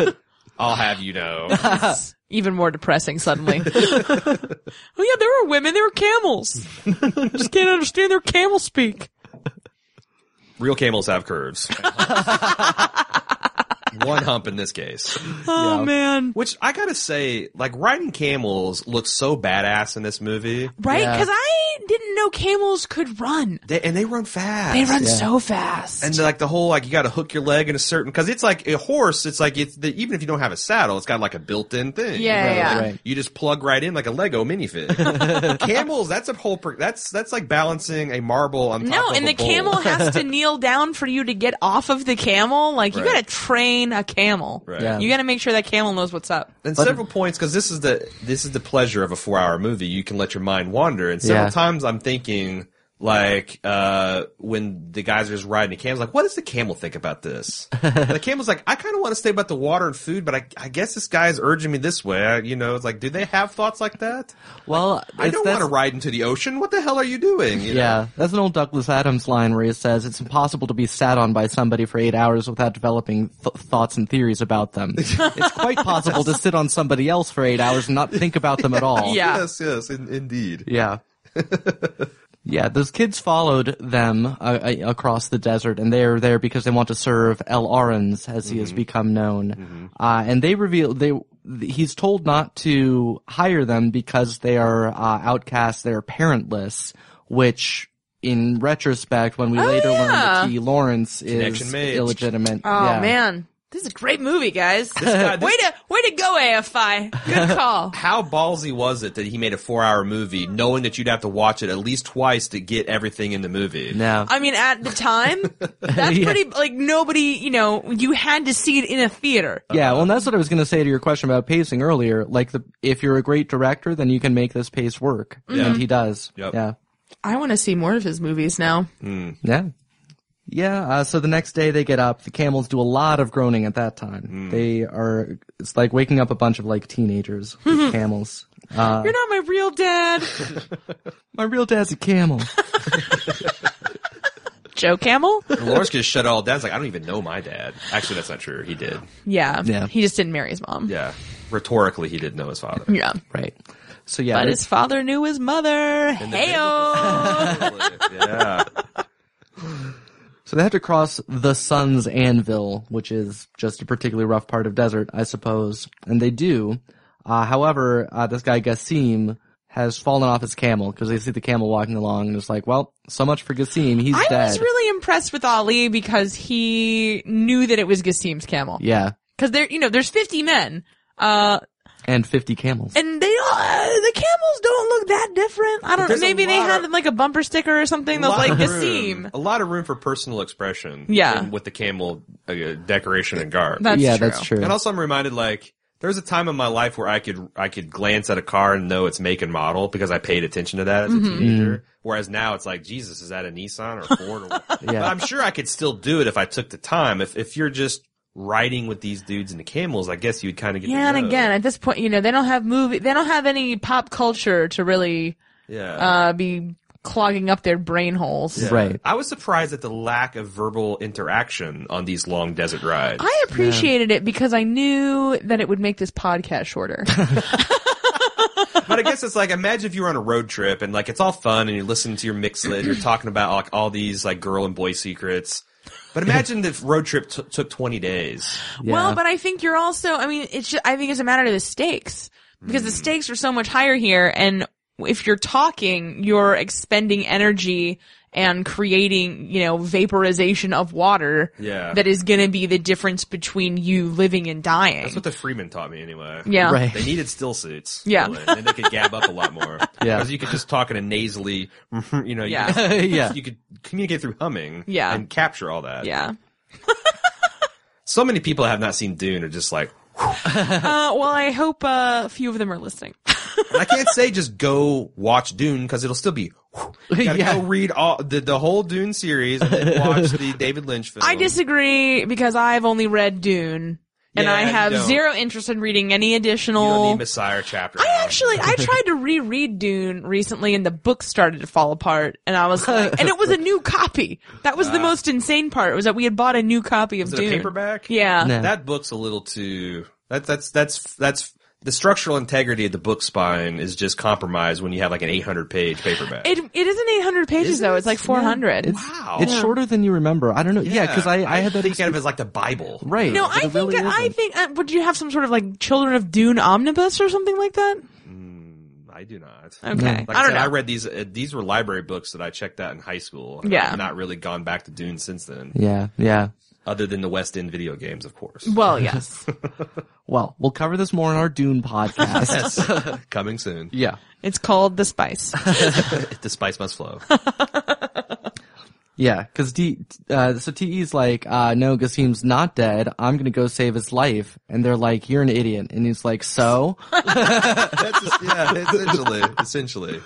Speaker 3: I'll have you know.
Speaker 1: Even more depressing suddenly. oh yeah, there were women, there were camels. Just can't understand their camel speak.
Speaker 3: Real camels have curves. One hump in this case.
Speaker 1: Oh
Speaker 2: Yeah.
Speaker 1: man.
Speaker 3: Which I gotta say, like riding camels looks so badass in this movie.
Speaker 1: Right?
Speaker 2: Yeah.
Speaker 1: Because I didn't know camels could run.
Speaker 3: They, and they run fast.
Speaker 1: They run
Speaker 2: Yeah.
Speaker 1: so fast.
Speaker 3: And like the whole like you got to hook your leg in a certain because it's like a horse. It's like it's the, even if you don't have a saddle, it's got like a built-in thing.
Speaker 1: Yeah,
Speaker 2: Right,
Speaker 1: yeah.
Speaker 2: right.
Speaker 3: You just plug right in like a Lego minifig. Camels, that's a whole. Per- that's that's like balancing a marble on top
Speaker 1: No,
Speaker 3: of
Speaker 1: and
Speaker 3: a
Speaker 1: the
Speaker 3: bowl.
Speaker 1: camel has to kneel down for you to get off of the camel. Like you
Speaker 3: Right.
Speaker 1: gotta train a camel.
Speaker 3: Right.
Speaker 2: Yeah.
Speaker 1: You gotta make sure that camel knows what's up.
Speaker 3: and several points because this is the this is the pleasure of a four-hour movie. You can let your mind wander, and several
Speaker 2: Yeah.
Speaker 3: times I'm thinking. Like uh, when the guys are just riding the camels, like, what does the camel think about this? the camel's like, I kind of want to stay about the water and food, but I, I guess this guy's urging me this way. I, you know, it's like, do they have thoughts like that?
Speaker 2: Well,
Speaker 3: I
Speaker 2: it's-
Speaker 3: don't
Speaker 2: that's-
Speaker 3: want to ride into the ocean. What the hell are you doing? You know?
Speaker 2: Yeah, that's an old Douglas Adams line where he says it's impossible to be sat on by somebody for eight hours without developing th- thoughts and theories about them. it's quite possible to sit on somebody else for eight hours and not think about them at all.
Speaker 1: Yeah.
Speaker 3: Yes, yes, in, indeed.
Speaker 2: Yeah. yeah, those kids followed them uh, uh, across the desert, and they are there because they want to serve El Arons, as he has
Speaker 3: Mm-hmm.
Speaker 2: become known. Uh, and they reveal they he's told not to hire them because they are uh, outcasts, they are parentless, which. In retrospect, when we later learn
Speaker 1: Oh, yeah.
Speaker 2: that T. Lawrence
Speaker 3: Connection
Speaker 2: is
Speaker 3: made.
Speaker 2: illegitimate,
Speaker 1: Oh
Speaker 2: yeah.
Speaker 1: man, this is a great movie, guys.
Speaker 3: guy- this-
Speaker 1: way to way to go, AFI. Good call.
Speaker 3: How ballsy was it that he made a four-hour movie, knowing that you'd have to watch it at least twice to get everything in the movie?
Speaker 2: no,
Speaker 1: I mean, at the time, that's
Speaker 2: Yeah.
Speaker 1: pretty like nobody. You know, you had to see it in a theater.
Speaker 2: Yeah, well, and that's what I was going to say to your question about pacing earlier. Like, the, if you're a great director, then you can make this pace work, and he does.
Speaker 3: Yep.
Speaker 2: Yeah,
Speaker 1: I want to see more of his movies now.
Speaker 2: yeah, yeah. Uh, so the next day they get up. The camels do a lot of groaning at that time. They are. It's like waking up a bunch of like teenagers. with camels. Uh,
Speaker 1: You're not my real dad,
Speaker 2: my real dad's a camel.
Speaker 1: Joe Camel.
Speaker 3: Lawrence could just shut it all down. It's like, I don't even know my dad. Actually, that's not true. He did.
Speaker 1: Yeah,
Speaker 2: Yeah.
Speaker 1: He just didn't marry his mom.
Speaker 3: Yeah. Rhetorically, he did know his father.
Speaker 1: yeah.
Speaker 2: right. So yeah,
Speaker 1: But
Speaker 2: they-
Speaker 1: his father knew his mother. Heyo.
Speaker 3: yeah.
Speaker 2: So they have to cross the sun's anvil, which is just a particularly rough part of desert, I suppose. And they do. Uh, however, uh, this guy Gassim has fallen off his camel because they see the camel walking along and it's like, well, so much for Gassim. He's
Speaker 1: I
Speaker 2: dead.
Speaker 1: was really impressed with Ali because he knew that it was Gassim's camel.
Speaker 2: yeah.
Speaker 1: Because there, you know, there's 50 men. Uh,
Speaker 2: And 50 camels.
Speaker 1: and they all, uh, the camels don't look that different. I don't know.
Speaker 3: There's a
Speaker 1: Maybe they
Speaker 3: lot
Speaker 1: had
Speaker 3: of-
Speaker 1: them like a bumper sticker or something that was
Speaker 3: lot
Speaker 1: like
Speaker 3: of
Speaker 1: Gassim.
Speaker 3: room- A lot of room for personal expression.
Speaker 1: Yeah.
Speaker 3: in- With the camel uh, decoration and garb.
Speaker 1: That's
Speaker 2: yeah,
Speaker 1: true.
Speaker 2: that's true.
Speaker 3: and also, I'm reminded, like, there was a time in my life where I could I could glance at a car and know its make and model because I paid attention to that as a
Speaker 2: Mm-hmm.
Speaker 3: teenager. Whereas now it's like, Jesus, is that a Nissan or Ford? Or what? But I'm sure I could still do it if I took the time. If if you're just riding with these dudes and the camels, I guess you'd kind of get. to
Speaker 1: Yeah, and
Speaker 3: know.
Speaker 1: again, at this point, you know, they don't have movie, they don't have any pop culture to really,
Speaker 3: yeah.
Speaker 1: uh, be clogging up their brain holes.
Speaker 2: Right.
Speaker 3: I was surprised at the lack of verbal interaction on these long desert rides.
Speaker 1: I appreciated it because I knew that it would make this podcast shorter.
Speaker 3: but I guess it's like imagine if you were on a road trip and like it's all fun and you listen to your mixlet and you're talking about like all these like girl and boy secrets. But imagine if road trip t- took 20 days.
Speaker 2: Yeah.
Speaker 1: Well, but I think you're also. I mean, it's. Just, I think it's a matter of the stakes because the
Speaker 3: Mm.
Speaker 1: stakes are so much higher here, and if you're talking, you're expending energy and creating, you know, vaporization of water.
Speaker 3: Yeah.
Speaker 1: That is going to be the difference between you living and dying.
Speaker 3: That's what the Freeman taught me anyway.
Speaker 1: yeah.
Speaker 2: Right.
Speaker 3: They needed still suits.
Speaker 1: Yeah.
Speaker 3: really, and then they could gab up a lot more.
Speaker 2: Yeah.
Speaker 3: Because you could just talk in a nasally, you know, you
Speaker 1: Yeah.
Speaker 3: could-
Speaker 2: Yeah.
Speaker 3: you could communicate through humming
Speaker 1: Yeah.
Speaker 3: and capture all that.
Speaker 1: Yeah.
Speaker 3: So many people that have not seen Dune are just like,
Speaker 1: Uh, well, I hope uh, a few of them are listening.
Speaker 3: And I can't say just go watch Dune because it'll still be. You gotta
Speaker 2: Yeah.
Speaker 3: go read all the, the whole Dune series and then watch the David Lynch film.
Speaker 1: I disagree because I've only read Dune, and
Speaker 3: Yeah,
Speaker 1: I
Speaker 3: you
Speaker 1: have
Speaker 3: don't.
Speaker 1: zero interest in reading any
Speaker 3: You
Speaker 1: additional.
Speaker 3: don't need Messiah chapter.
Speaker 1: I actually I tried to reread Dune recently and the book started to fall apart and I was like and it was a new copy. That was the most insane part was that we had bought a new copy of
Speaker 3: Is Ah. it
Speaker 1: Dune.
Speaker 3: a paperback?
Speaker 1: Yeah.
Speaker 2: No.
Speaker 3: That book's a little too. That's that's that's that's the structural integrity of the book spine is just compromised when you have like an 800 page paperback.
Speaker 1: It it isn't 800 pages
Speaker 3: Isn't
Speaker 1: though.
Speaker 3: it?
Speaker 1: It's like 400.
Speaker 2: it's,
Speaker 3: wow.
Speaker 2: it's shorter than you remember. I don't know. Yeah,
Speaker 3: Yeah.
Speaker 2: because I, I had that.
Speaker 3: think of it as like the Bible.
Speaker 2: right.
Speaker 1: No,
Speaker 2: but
Speaker 1: I
Speaker 2: it
Speaker 1: think
Speaker 2: really
Speaker 1: I
Speaker 2: isn't.
Speaker 1: think uh, would you have some sort of like Children of Dune omnibus or something like that?
Speaker 3: I do not.
Speaker 1: Okay.
Speaker 3: Mm, Like
Speaker 1: I
Speaker 3: I,
Speaker 1: don't
Speaker 3: said,
Speaker 1: know.
Speaker 3: I read these. Uh, these were library books that I checked out in high school. and
Speaker 1: Yeah.
Speaker 3: I've not really gone back to Dune since then,
Speaker 2: Yeah, yeah.
Speaker 3: other than the West End video games, of course.
Speaker 1: Well, yes.
Speaker 2: Well, we'll cover this more in our Dune podcast.
Speaker 3: Yes. Coming soon.
Speaker 2: yeah.
Speaker 1: it's called The Spice.
Speaker 3: The spice must flow.
Speaker 2: Yeah, because D, uh, so TE's like, uh, no, Gassim's not dead. I'm gonna go save his life. And they're like, you're an idiot. And he's like, so?
Speaker 3: That's just, yeah, essentially. Essentially.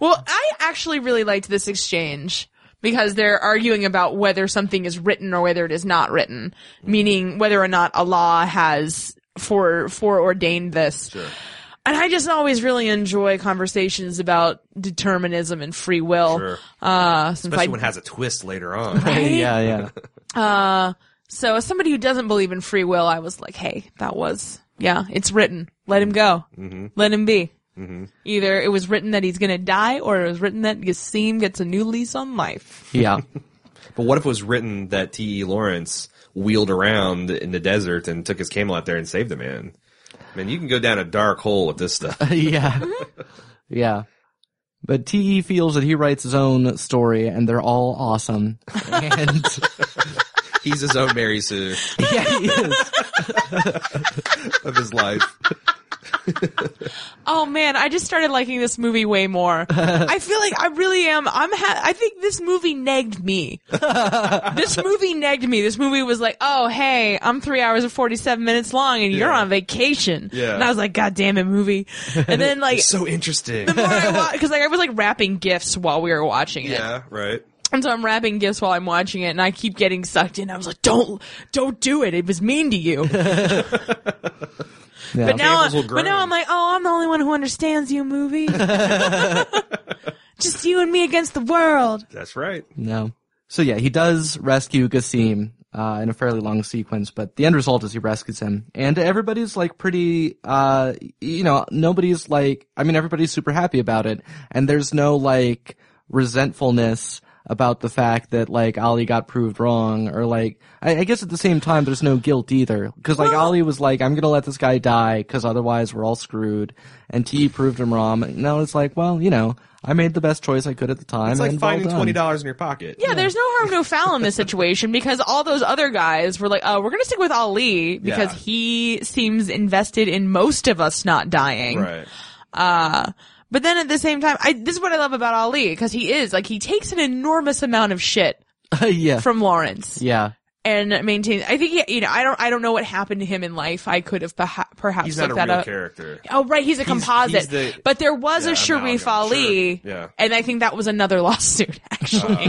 Speaker 1: Well, I actually really liked this exchange because they're arguing about whether something is written or whether it is not written, meaning whether or not Allah has for foreordained this. And I just always really enjoy conversations about determinism and free will.
Speaker 3: Sure.
Speaker 1: Uh, since
Speaker 3: Especially
Speaker 1: I-
Speaker 3: when it has a twist later on.
Speaker 1: Right?
Speaker 2: yeah, yeah.
Speaker 1: so as somebody who doesn't believe in free will, I was like, hey, that was, yeah, it's written. Let him go.
Speaker 3: Mm-hmm.
Speaker 1: Let him be. Either it was written that he's going to die or it was written that Gassim gets a new lease on life.
Speaker 2: Yeah.
Speaker 3: but what if it was written that T.E. Lawrence wheeled around in the desert and took his camel out there and saved the man? Man, you can go down a dark hole with this stuff.
Speaker 2: yeah. Yeah. But TE feels that he writes his own story and they're all awesome. And
Speaker 3: He's his own Mary Sue
Speaker 2: yeah, he is.
Speaker 3: of his life.
Speaker 1: Oh man, I just started liking this movie way more. I feel like I really am. I'm. Ha- I think this movie negged me. this movie negged me. This movie was like, oh hey, I'm three hours and forty seven minutes long, and you're
Speaker 3: Yeah.
Speaker 1: on vacation.
Speaker 3: Yeah.
Speaker 1: And I was like, god damn it, movie. And then like.
Speaker 3: So interesting.
Speaker 1: Because like I was like wrapping gifts while we were watching it,
Speaker 3: Yeah, right.
Speaker 1: and so I'm wrapping gifts while I'm watching it, and I keep getting sucked in. I was like, "Don't, don't do it! It was mean to you."
Speaker 2: Yeah.
Speaker 1: But now,
Speaker 3: Campbell's will
Speaker 1: but now
Speaker 3: groan.
Speaker 1: I'm like, oh, I'm the only one who understands you, movie. Just you and me against the world.
Speaker 3: That's right.
Speaker 2: No. So yeah, he does rescue Gassim uh, in a fairly long sequence, but the end result is he rescues him, and everybody's like pretty, uh, you know, nobody's like, I mean, everybody's super happy about it, and there's no like resentfulness about the fact that like Ali got proved wrong, or like, I, I guess at the same time, there's no guilt either, because like Ali was like, I'm gonna let this guy die, because otherwise we're all screwed, and T proved him wrong. And now it's like, well, you know. I made the best choice I could at the time.
Speaker 3: It's like
Speaker 2: and well
Speaker 3: finding
Speaker 2: done.
Speaker 3: twenty dollars in your pocket.
Speaker 1: Yeah, there's no harm, no foul in this situation because all those other guys were like, oh, we're going to stick with Ali because
Speaker 3: Yeah.
Speaker 1: he seems invested in most of us not dying.
Speaker 3: Right.
Speaker 1: Uh, but then at the same time, I, this is what I love about Ali because he is like, he takes an enormous amount of shit
Speaker 2: yeah.
Speaker 1: from Lawrence.
Speaker 2: Yeah.
Speaker 1: and maintain. I think he, you know, I don't, I don't know what happened to him in life. I could have perha- perhaps
Speaker 3: He's
Speaker 1: looked
Speaker 3: not
Speaker 1: that
Speaker 3: a real
Speaker 1: up.
Speaker 3: character.
Speaker 1: Oh, right, he's a composite.
Speaker 3: he's the-
Speaker 1: but there was
Speaker 3: Yeah,
Speaker 1: a Sharif
Speaker 3: amalgam, sure.
Speaker 1: Ali,
Speaker 3: Yeah. Uh-huh.
Speaker 1: and I think that was another lawsuit actually.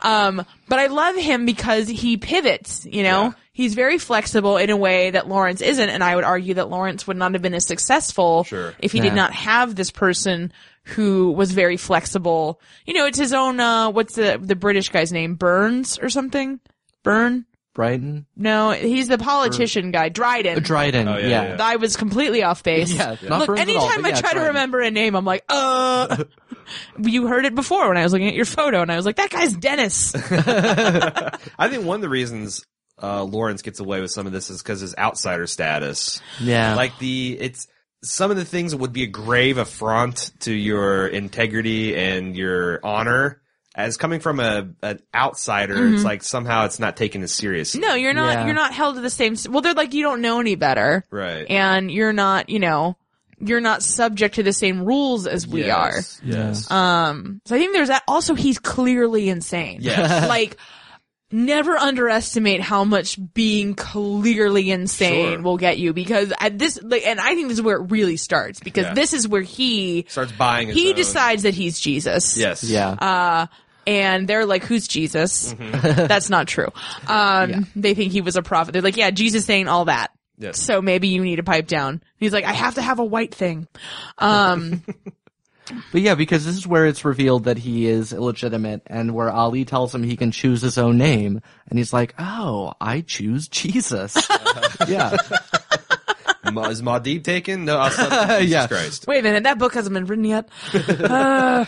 Speaker 1: um, but I love him because he pivots. You know,
Speaker 3: Yeah.
Speaker 1: he's very flexible in a way that Lawrence isn't, and I would argue that Lawrence would not have been as successful
Speaker 3: Sure.
Speaker 1: if he
Speaker 2: Yeah.
Speaker 1: did not have this person who was very flexible. You know, it's his own. Uh, what's the the British guy's name? Burns or something? Burn.
Speaker 2: Brighton?
Speaker 1: No, he's the politician guy, Dryden.
Speaker 2: Uh, Dryden.
Speaker 3: Oh, yeah,
Speaker 2: yeah.
Speaker 3: yeah.
Speaker 1: I was completely off base.
Speaker 2: Yeah, not
Speaker 1: Look,
Speaker 2: Burns at all,
Speaker 1: anytime
Speaker 2: but
Speaker 1: I
Speaker 2: yeah,
Speaker 1: try to
Speaker 2: Dryden.
Speaker 1: remember a name, I'm like, uh, you heard it before when I was looking at your photo, and I was like, that guy's Dennis.
Speaker 3: I think one of the reasons uh, Lawrence gets away with some of this is because his outsider status.
Speaker 2: Yeah.
Speaker 3: Like the it's some of the things that would be a grave affront to your integrity and your honor. As coming from a an outsider, it's like somehow it's not taken as serious.
Speaker 1: Mm-hmm. no, you're not.
Speaker 2: Yeah.
Speaker 1: You're not held to the same. s- Well, they're like, you don't know any better,
Speaker 3: Right.
Speaker 1: and you're not. You know, you're not subject to the same rules as we are.
Speaker 3: yes, Yes.
Speaker 1: Um, so I think there's that. Also, he's clearly insane.
Speaker 3: Yes.
Speaker 1: like, never underestimate how much being clearly insane
Speaker 3: Sure.
Speaker 1: will get you because at this, like, and I think this is where it really starts because
Speaker 3: Yeah.
Speaker 1: this is where he,
Speaker 3: Starts buying his
Speaker 1: he
Speaker 3: own-
Speaker 1: decides that he's Jesus.
Speaker 3: Yes.
Speaker 2: yeah.
Speaker 1: Uh, and they're like, who's Jesus?
Speaker 3: Mm-hmm.
Speaker 1: That's not true. Um, they think he was a prophet. They're like, yeah, Jesus ain't all that.
Speaker 3: Yes.
Speaker 1: So maybe you need to pipe down. He's like, I have to have a white thing. Um,
Speaker 2: but yeah, because this is where it's revealed that he is illegitimate and where Ali tells him he can choose his own name. And he's like, oh, I choose Jesus. yeah.
Speaker 3: Ma- is Maudib taken? No, I'll substitute Jesus
Speaker 2: Yeah.
Speaker 3: Christ.
Speaker 1: wait a minute. That book hasn't been written yet. Uh,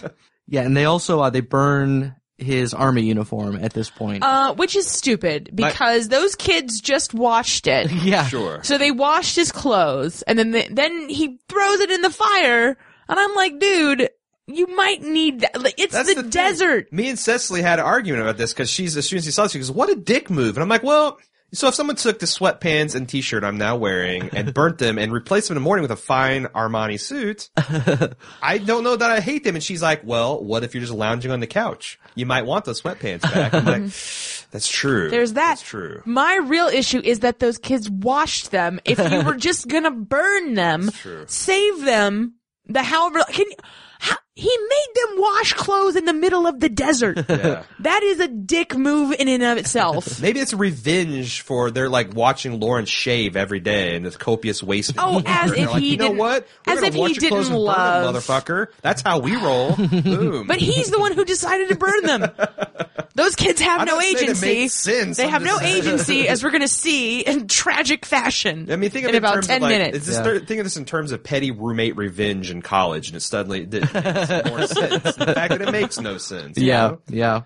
Speaker 2: Yeah. And they also, uh, they burn his army uniform at this point.
Speaker 1: Uh, which is stupid because those kids just washed it.
Speaker 2: yeah.
Speaker 3: Sure.
Speaker 1: so they washed his clothes and then the, then he throws it in the fire and I'm like, dude, you might need that. Like, it's
Speaker 3: That's
Speaker 1: the,
Speaker 3: the thing.
Speaker 1: desert.
Speaker 3: Me and Cecily had an argument about this because she's as soon as she saw this, she goes, "What a dick move!" And I'm like, "Well, so if someone took the sweatpants and t-shirt I'm now wearing and burnt them and replaced them in the morning with a fine Armani suit, I don't know that I hate them." And she's like, "Well, what if you're just lounging on the couch? You might want those sweatpants back." I'm like, "That's true.
Speaker 1: There's that.
Speaker 3: That's true."
Speaker 1: My real issue is that those kids washed them. If you were just gonna burn them,
Speaker 3: true.
Speaker 1: save them, the however can
Speaker 4: How, he made them wash clothes in the middle of the desert.
Speaker 3: Yeah.
Speaker 4: That is a dick move in and of itself.
Speaker 3: Maybe it's revenge for they're like watching Lawrence shave every day and this copious wasting.
Speaker 4: Oh,
Speaker 3: And
Speaker 4: as
Speaker 3: they're
Speaker 4: if
Speaker 3: like,
Speaker 4: he
Speaker 3: you know
Speaker 4: didn't-
Speaker 3: what? We're
Speaker 4: as
Speaker 3: gonna
Speaker 4: if he
Speaker 3: wash your clothes
Speaker 4: didn't
Speaker 3: and burn 'em,
Speaker 4: love-
Speaker 3: motherfucker. That's how we roll. Boom.
Speaker 4: but he's the one who decided to burn them. Those kids have
Speaker 3: I'm
Speaker 4: no
Speaker 3: not saying it
Speaker 4: agency.
Speaker 3: makes sense.
Speaker 4: They
Speaker 3: I'm
Speaker 4: have no
Speaker 3: just-
Speaker 4: agency, as we're going to see in tragic fashion.
Speaker 3: I mean, think of
Speaker 4: in
Speaker 3: it in
Speaker 4: about
Speaker 3: terms
Speaker 4: ten
Speaker 3: of like,
Speaker 4: minutes.
Speaker 3: It's just,
Speaker 2: Yeah.
Speaker 3: thir- think of this in terms of petty roommate revenge in college, and it suddenly it makes more sense. The fact that it makes no sense. you
Speaker 2: Yeah,
Speaker 3: know?
Speaker 2: yeah.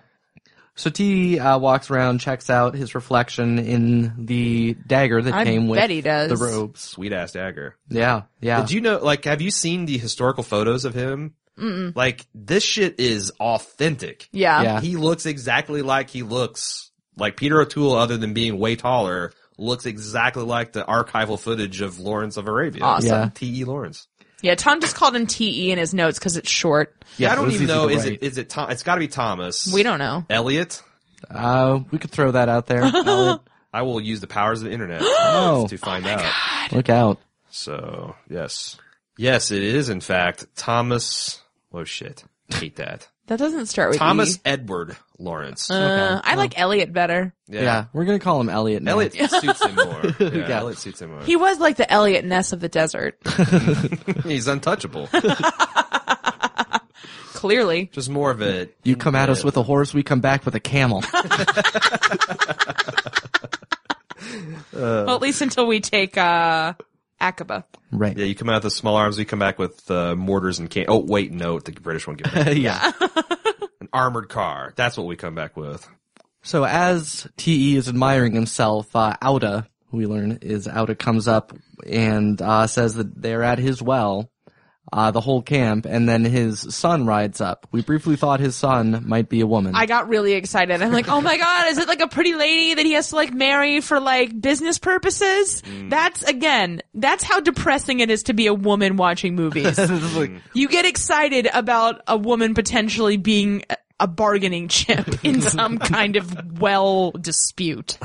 Speaker 2: So T uh, walks around, checks out his reflection in the dagger that
Speaker 1: I
Speaker 2: came with
Speaker 1: bet he does.
Speaker 2: the robes.
Speaker 3: sweet ass dagger.
Speaker 2: Yeah, yeah.
Speaker 3: Did you know? Like, have you seen the historical photos of him? mm Like, this shit is authentic.
Speaker 1: Yeah.
Speaker 2: Yeah.
Speaker 3: He looks exactly like he looks. Like Peter O'Toole, other than being way taller, looks exactly like the archival footage of Lawrence of Arabia.
Speaker 1: Awesome.
Speaker 2: Yeah.
Speaker 3: T.E. Lawrence.
Speaker 1: Yeah, Tom just called him TE in his notes because it's short.
Speaker 3: Yeah, I
Speaker 2: it
Speaker 3: don't
Speaker 2: was
Speaker 3: even
Speaker 2: easy to
Speaker 3: know. Is
Speaker 2: write.
Speaker 3: it? Is it? Tom- it's got to be Thomas.
Speaker 1: We don't know.
Speaker 3: Elliot.
Speaker 2: Uh, we could throw that out there. Alan.
Speaker 3: I will use the powers of the internet
Speaker 2: Oh.
Speaker 3: to find out.
Speaker 2: Look out.
Speaker 3: So yes, yes, it is in fact Thomas. Oh shit, hate that.
Speaker 1: That doesn't start with
Speaker 3: Thomas
Speaker 1: E.
Speaker 3: Edward Lawrence.
Speaker 1: Uh, I like Elliot better.
Speaker 2: Yeah. we're gonna call him Elliot. now.
Speaker 3: Elliot suits him more. Yeah,
Speaker 2: Yeah.
Speaker 3: Elliot suits him more.
Speaker 1: He was like the Elliot Ness of the desert.
Speaker 3: He's untouchable.
Speaker 1: Clearly.
Speaker 3: Just more of a.
Speaker 2: You come at us with a horse, we come back with a camel.
Speaker 1: Well, at least until we take uh Akaba.
Speaker 2: right.
Speaker 3: Yeah, you come out with small arms. We come back with uh, mortars and can. Oh wait, no, the British one. Give me
Speaker 2: yeah.
Speaker 3: an armored car. That's what we come back with.
Speaker 2: So as TE is admiring himself, uh, Auda, who we learn is Auda, comes up and uh, says that they're at his well, uh, the whole camp, and then his son rides up. We briefly thought his son might be a woman.
Speaker 1: I got really excited. I'm like, oh my god, is it like a pretty lady that he has to like marry for like business purposes? That's again, that's how depressing it is to be a woman watching movies. you get excited about a woman potentially being a- a bargaining chip in some kind of well dispute.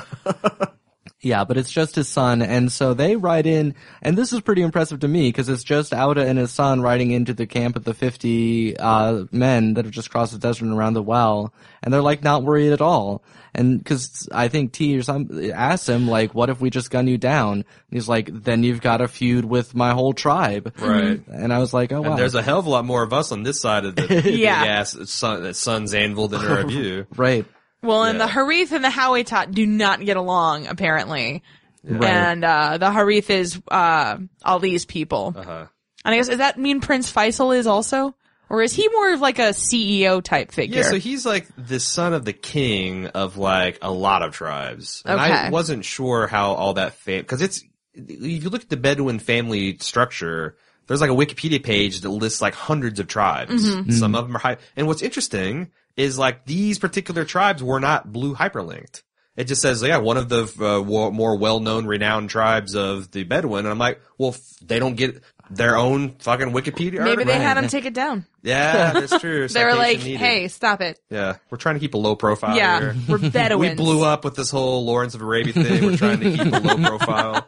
Speaker 2: yeah, but it's just his son, and so they ride in, and this is pretty impressive to me because it's just Auda and his son riding into the camp of the fifty uh, men that have just crossed the desert and around the well, and they're like not worried at all, and because I think T or some asks him like, "What if we just gun you down?" And he's like, "Then you've got a feud with my whole tribe."
Speaker 3: Right.
Speaker 2: And I was like, "Oh wow."
Speaker 3: And there's a hell of a lot more of us on this side of the big
Speaker 1: Yeah.
Speaker 3: ass sun, that sun's anvil than there are of you.
Speaker 2: right.
Speaker 1: Well, and
Speaker 3: Yeah.
Speaker 1: the Harith and the Howitat do not get along apparently.
Speaker 2: Right.
Speaker 1: And uh, the Harith is uh, Ali's people.
Speaker 3: Uh-huh.
Speaker 1: And I guess does that mean Prince Faisal is also, or is he more of like a CEO type figure?
Speaker 3: Yeah, so he's like the son of the king of like a lot of tribes. And I
Speaker 1: Okay.
Speaker 3: wasn't sure how all that fam because it's if you look at the Bedouin family structure, there's like a Wikipedia page that lists like hundreds of tribes.
Speaker 1: Mm-hmm.
Speaker 3: Some of them are high. And what's interesting is like these particular tribes were not blue hyperlinked. It just says, yeah, one of the uh, wa- more well-known, renowned tribes of the Bedouin. And I'm like, well, f- they don't get their own fucking Wikipedia.
Speaker 1: Maybe they
Speaker 3: article.
Speaker 1: had him take it down.
Speaker 3: Yeah, that's true.
Speaker 1: They were
Speaker 3: Citation
Speaker 1: like,
Speaker 3: needed.
Speaker 1: "Hey, stop it."
Speaker 3: Yeah, we're trying to keep a low profile
Speaker 1: yeah,
Speaker 3: here.
Speaker 1: we're
Speaker 3: We
Speaker 1: Bedouins.
Speaker 3: blew up with this whole Lawrence of Arabia thing. We're trying to keep a low profile.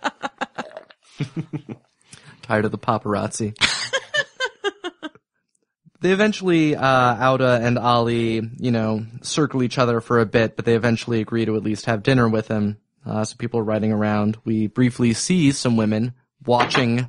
Speaker 2: tired of the paparazzi. they eventually, uh, Auda and Ali, you know, circle each other for a bit, but they eventually agree to at least have dinner with him. Uh, so people are riding around. We briefly see some women watching,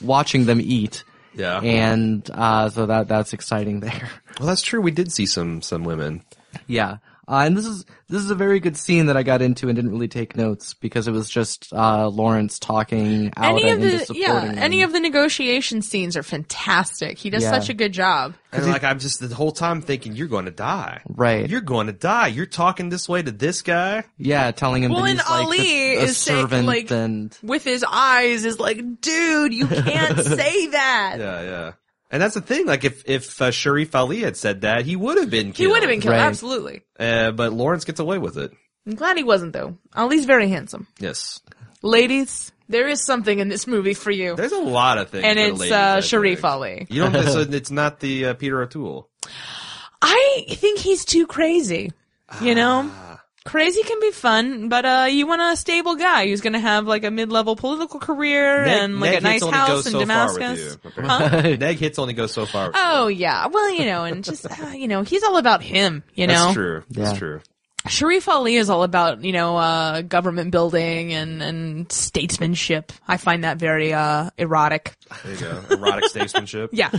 Speaker 2: watching them eat.
Speaker 3: Yeah.
Speaker 2: And, uh, so that, that's exciting there.
Speaker 3: Well, that's true. We did see some some women.
Speaker 2: Yeah. Uh, and this is this is a very good scene that I got into and didn't really take notes because it was just uh, Lawrence talking Auda
Speaker 1: Any of
Speaker 2: into
Speaker 1: the
Speaker 2: supporting
Speaker 1: yeah,
Speaker 2: them.
Speaker 1: any of the negotiation scenes are fantastic. He does
Speaker 2: Yeah.
Speaker 1: such a good job.
Speaker 3: And like I'm just the whole time thinking you're going to die.
Speaker 2: Right.
Speaker 3: You're going to die. You're talking this way to this guy.
Speaker 2: Yeah, telling him.
Speaker 1: Well,
Speaker 2: that
Speaker 1: and
Speaker 2: he's, like,
Speaker 1: Ali
Speaker 2: the- a
Speaker 1: is saying,
Speaker 2: servant
Speaker 1: like-
Speaker 2: and
Speaker 1: With his eyes, is like, dude, you can't say that.
Speaker 3: Yeah, yeah. And that's the thing. Like if if uh, Sharif Ali had said that, he would have been killed.
Speaker 1: He would have been killed,
Speaker 2: Right.
Speaker 1: absolutely.
Speaker 3: Uh, but Lawrence gets away with it.
Speaker 1: I'm glad he wasn't though. Ali's very handsome.
Speaker 3: Yes.
Speaker 1: Ladies, there is something in this movie for you.
Speaker 3: There's a lot of things.
Speaker 1: and
Speaker 3: for the
Speaker 1: it's
Speaker 3: ladies, I
Speaker 1: uh,
Speaker 3: think.
Speaker 1: Sharif Ali.
Speaker 3: You don't. It's, it's not the uh, Peter O'Toole. Ah.
Speaker 1: I think he's too crazy. You know, crazy can be fun, but uh, you want a stable guy who's going to have like a mid-level political career
Speaker 3: Neg-
Speaker 1: and like a
Speaker 3: neg
Speaker 1: nice
Speaker 3: hits only goes
Speaker 1: house in
Speaker 3: so far with
Speaker 1: Damascus.
Speaker 3: you.
Speaker 1: Huh?
Speaker 3: Neg hits only go so far. With you.
Speaker 1: Oh yeah, well you know, and just uh, you know, he's all about him. You know,
Speaker 3: That's true. That's
Speaker 2: Yeah.
Speaker 3: true.
Speaker 1: Sharif Ali is all about you know uh, government building and and statesmanship. I find that very uh, erotic.
Speaker 3: There you go. Erotic statesmanship.
Speaker 1: Yeah,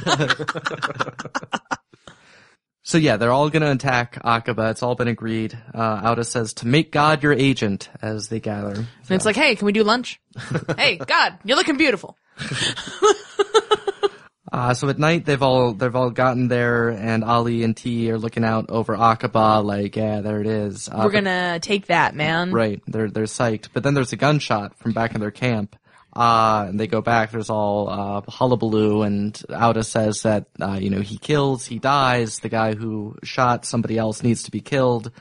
Speaker 2: So yeah, they're all gonna attack Akaba. It's all been agreed. Uh, Auda says to make God your agent as they gather.
Speaker 1: and it's like, hey, can we do lunch? hey, God, you're looking beautiful.
Speaker 2: Uh, so at night they've all they've all gotten there, and Ali and T are looking out over Akaba, like yeah, there it is.
Speaker 1: We're
Speaker 2: Aqaba-
Speaker 1: gonna take that, man.
Speaker 2: right. They're they're psyched, but then there's a gunshot from back in their camp. Uh, and they go back, there's all, uh, hullabaloo, and Auda says that, uh, you know, he kills, he dies, the guy who shot somebody else needs to be killed,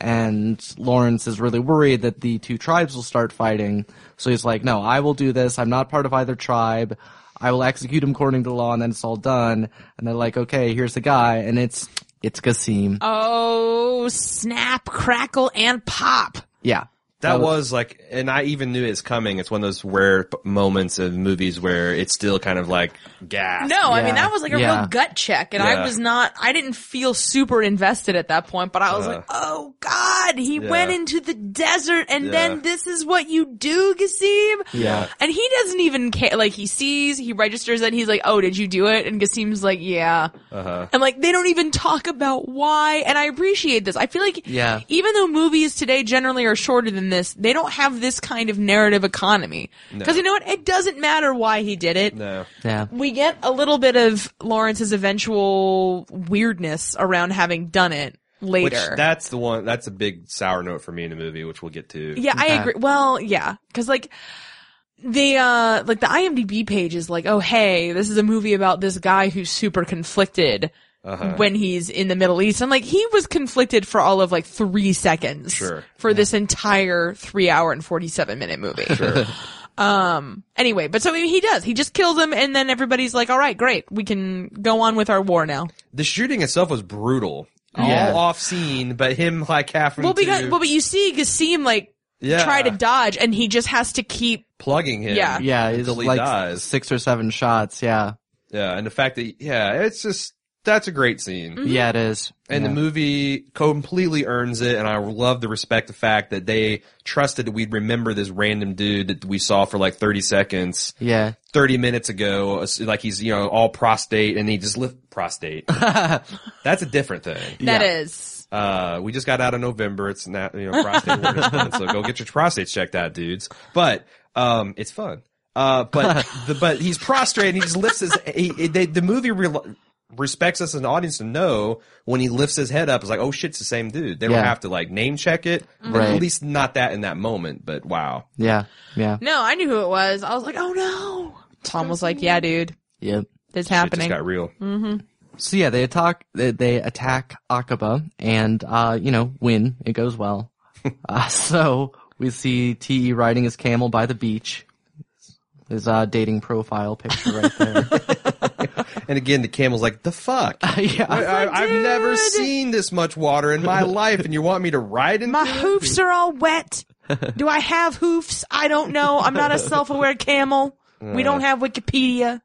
Speaker 2: and Lawrence is really worried that the two tribes will start fighting, so he's like, no, I will do this, I'm not part of either tribe, I will execute him according to law, and then it's all done, and they're like, okay, here's the guy, and it's, it's Kasim.
Speaker 1: Oh, snap, crackle, and pop.
Speaker 2: yeah.
Speaker 3: That was like, and I even knew it's coming. It's one of those rare p- moments of movies where it's still kind of like gas.
Speaker 1: No, I mean
Speaker 2: Yeah.
Speaker 1: that was like a
Speaker 2: Yeah.
Speaker 1: real gut check, and I
Speaker 3: Yeah.
Speaker 1: was not. I didn't feel super invested at that point, but I was
Speaker 3: Uh.
Speaker 1: like, "Oh God, he
Speaker 3: Yeah.
Speaker 1: went into the desert, and
Speaker 3: Yeah.
Speaker 1: then this is what you do, Gasim."
Speaker 2: Yeah.
Speaker 1: and he doesn't even care. Like he sees, he registers it. He's like, "Oh, did you do it?" And Gasim's like, "Yeah," uh-huh. and like they don't even talk about why. And I appreciate this. I feel like,
Speaker 2: Yeah.
Speaker 1: even though movies today generally are shorter than this, they don't have this kind of narrative economy because you know what? It doesn't matter why he did it
Speaker 3: No.
Speaker 2: Yeah.
Speaker 1: we get a little bit of Lawrence's eventual weirdness around having done it
Speaker 3: Which
Speaker 1: later.
Speaker 3: that's the one. That's a big sour note for me in the movie, which we'll get to.
Speaker 1: yeah, I
Speaker 2: Okay.
Speaker 1: agree. Well, yeah, because like the uh like the IMDb page is like, oh hey, this is a movie about this guy who's super conflicted.
Speaker 3: Uh-huh.
Speaker 1: When he's in the Middle East, I'm like, he was conflicted for all of like three seconds
Speaker 3: Sure.
Speaker 1: for this entire three hour and 47 minute movie. Um, Anyway, but so he does. He just kills him and then everybody's like, all right, great. We can go on with our war now.
Speaker 3: The shooting itself was brutal.
Speaker 2: Yeah.
Speaker 3: All off scene, but him like half
Speaker 1: Well, because
Speaker 3: to
Speaker 1: well, but you see Gasim like
Speaker 3: Yeah.
Speaker 1: try to dodge, and he just has to keep.
Speaker 3: plugging him.
Speaker 1: Yeah.
Speaker 2: Yeah, it's
Speaker 3: until he
Speaker 2: like
Speaker 3: dies.
Speaker 2: six or seven shots. Yeah,
Speaker 3: Yeah, and the fact that yeah, it's just that's a great scene.
Speaker 1: Mm-hmm.
Speaker 2: yeah, it is.
Speaker 3: And
Speaker 2: yeah.
Speaker 3: the movie completely earns it, and I love the respect the fact that they trusted that we'd remember this random dude that we saw for like 30 seconds,
Speaker 2: yeah,
Speaker 3: 30 minutes ago, as- like he's, you know, all prostate and he just lift prostate. That's a different thing.
Speaker 1: That
Speaker 2: Yeah.
Speaker 1: is
Speaker 3: Uh, we just got out of November. It's not, you know, prostate awareness month, so go get your prostates checked out, dudes. But, um, it's fun. Uh, but, the, but he's prostrate and he just lifts his, he, he- they, the movie re- respects us as an audience to know when he lifts his head up, it's like, oh shit, it's the same dude. They don't
Speaker 2: Yeah.
Speaker 3: have to like name check it.
Speaker 2: Right.
Speaker 3: At least not that in that moment, but wow.
Speaker 2: yeah, yeah,
Speaker 1: no. I knew who it was. I was like, oh no. Tom was like, yeah, dude,
Speaker 2: yeah.
Speaker 1: this
Speaker 3: It just
Speaker 1: happening. Mm-hmm.
Speaker 3: got real.
Speaker 2: So yeah, they attack. They, they attack Akaba, and uh, you know, win. It goes well. uh, so we see Te riding his camel by the beach. His uh, dating profile picture right there.
Speaker 3: And again, the camel's like, the fuck?
Speaker 2: yeah,
Speaker 3: I, I've never seen this much water in my life, and you want me to ride in
Speaker 1: My hoofs are all wet. Do I have hoofs? I don't know. I'm not a self-aware camel. We don't have Wikipedia.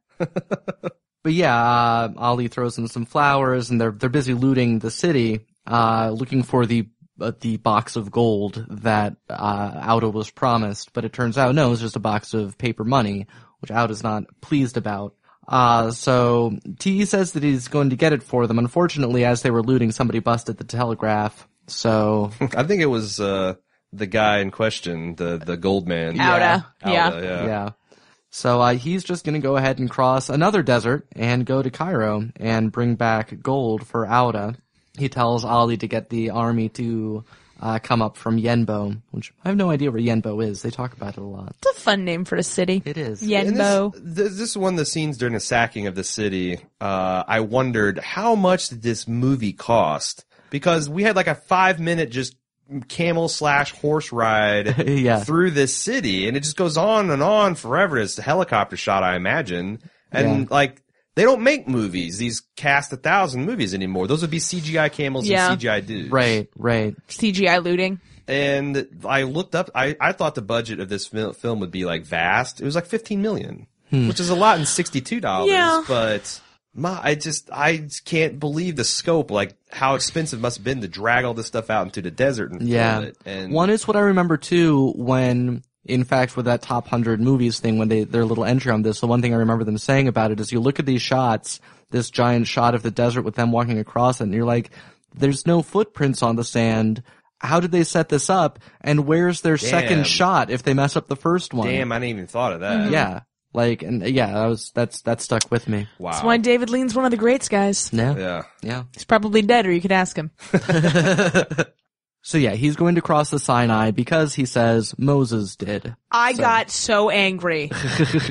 Speaker 2: but yeah, uh, Ali throws him some flowers, and they're they're busy looting the city, uh, looking for the uh, the box of gold that uh, Auda was promised. But it turns out no, it's just a box of paper money, which Auda's not pleased about. Uh, so T says that he's going to get it for them. Unfortunately, as they were looting, somebody busted the telegraph. So
Speaker 3: I think it was uh, the guy in question, the the gold man.
Speaker 1: Outa. Yeah.
Speaker 3: Outa, yeah.
Speaker 2: yeah. So uh, he's just going to go ahead and cross another desert and go to Cairo and bring back gold for Auda. He tells Ali to get the army to uh, come up from Yenbo, which I have no idea where Yenbo is. They talk about it a lot.
Speaker 1: It's a fun name for a city.
Speaker 2: It is.
Speaker 3: And this,
Speaker 1: Yenbo.
Speaker 3: this, this is one of the scenes during the sacking of the city. Uh, I wondered how much did this movie cost because we had like a five minute just camel slash horse ride
Speaker 2: Yeah.
Speaker 3: through this city, and it just goes on and on forever. It's a helicopter shot, I imagine, and
Speaker 2: Yeah.
Speaker 3: like They don't make movies. These cast a thousand movies anymore. Those would be CGI camels
Speaker 1: Yeah.
Speaker 3: and CGI dudes.
Speaker 2: Right, right.
Speaker 1: CGI looting.
Speaker 3: And I looked up. I, I thought the budget of this fil- film would be like vast. It was like 15 million,
Speaker 2: Hmm.
Speaker 3: which is a lot in 62 dollars.
Speaker 1: Yeah.
Speaker 3: But my, I just I can't believe the scope. Like how expensive must have been to drag all this stuff out into the desert and film
Speaker 2: Yeah.
Speaker 3: it. And
Speaker 2: One is what I remember too when, in fact, with that top 100 movies thing, when they, their little entry on this, the one thing I remember them saying about it is you look at these shots, this giant shot of the desert with them walking across it, and you're like, there's no footprints on the sand. How did they set this up? And where's their
Speaker 3: Damn.
Speaker 2: second shot if they mess up the first one?
Speaker 3: damn, I didn't even thought of
Speaker 1: Mm-hmm.
Speaker 3: that.
Speaker 2: Yeah. Like, and yeah, that was, that's, that stuck with me.
Speaker 3: Wow.
Speaker 1: That's why David Lean's one of the greats, guys.
Speaker 2: Yeah.
Speaker 3: yeah.
Speaker 2: Yeah.
Speaker 1: He's probably dead, or you could ask him.
Speaker 2: So yeah, he's going to cross the Sinai because he says Moses did.
Speaker 1: I got so angry.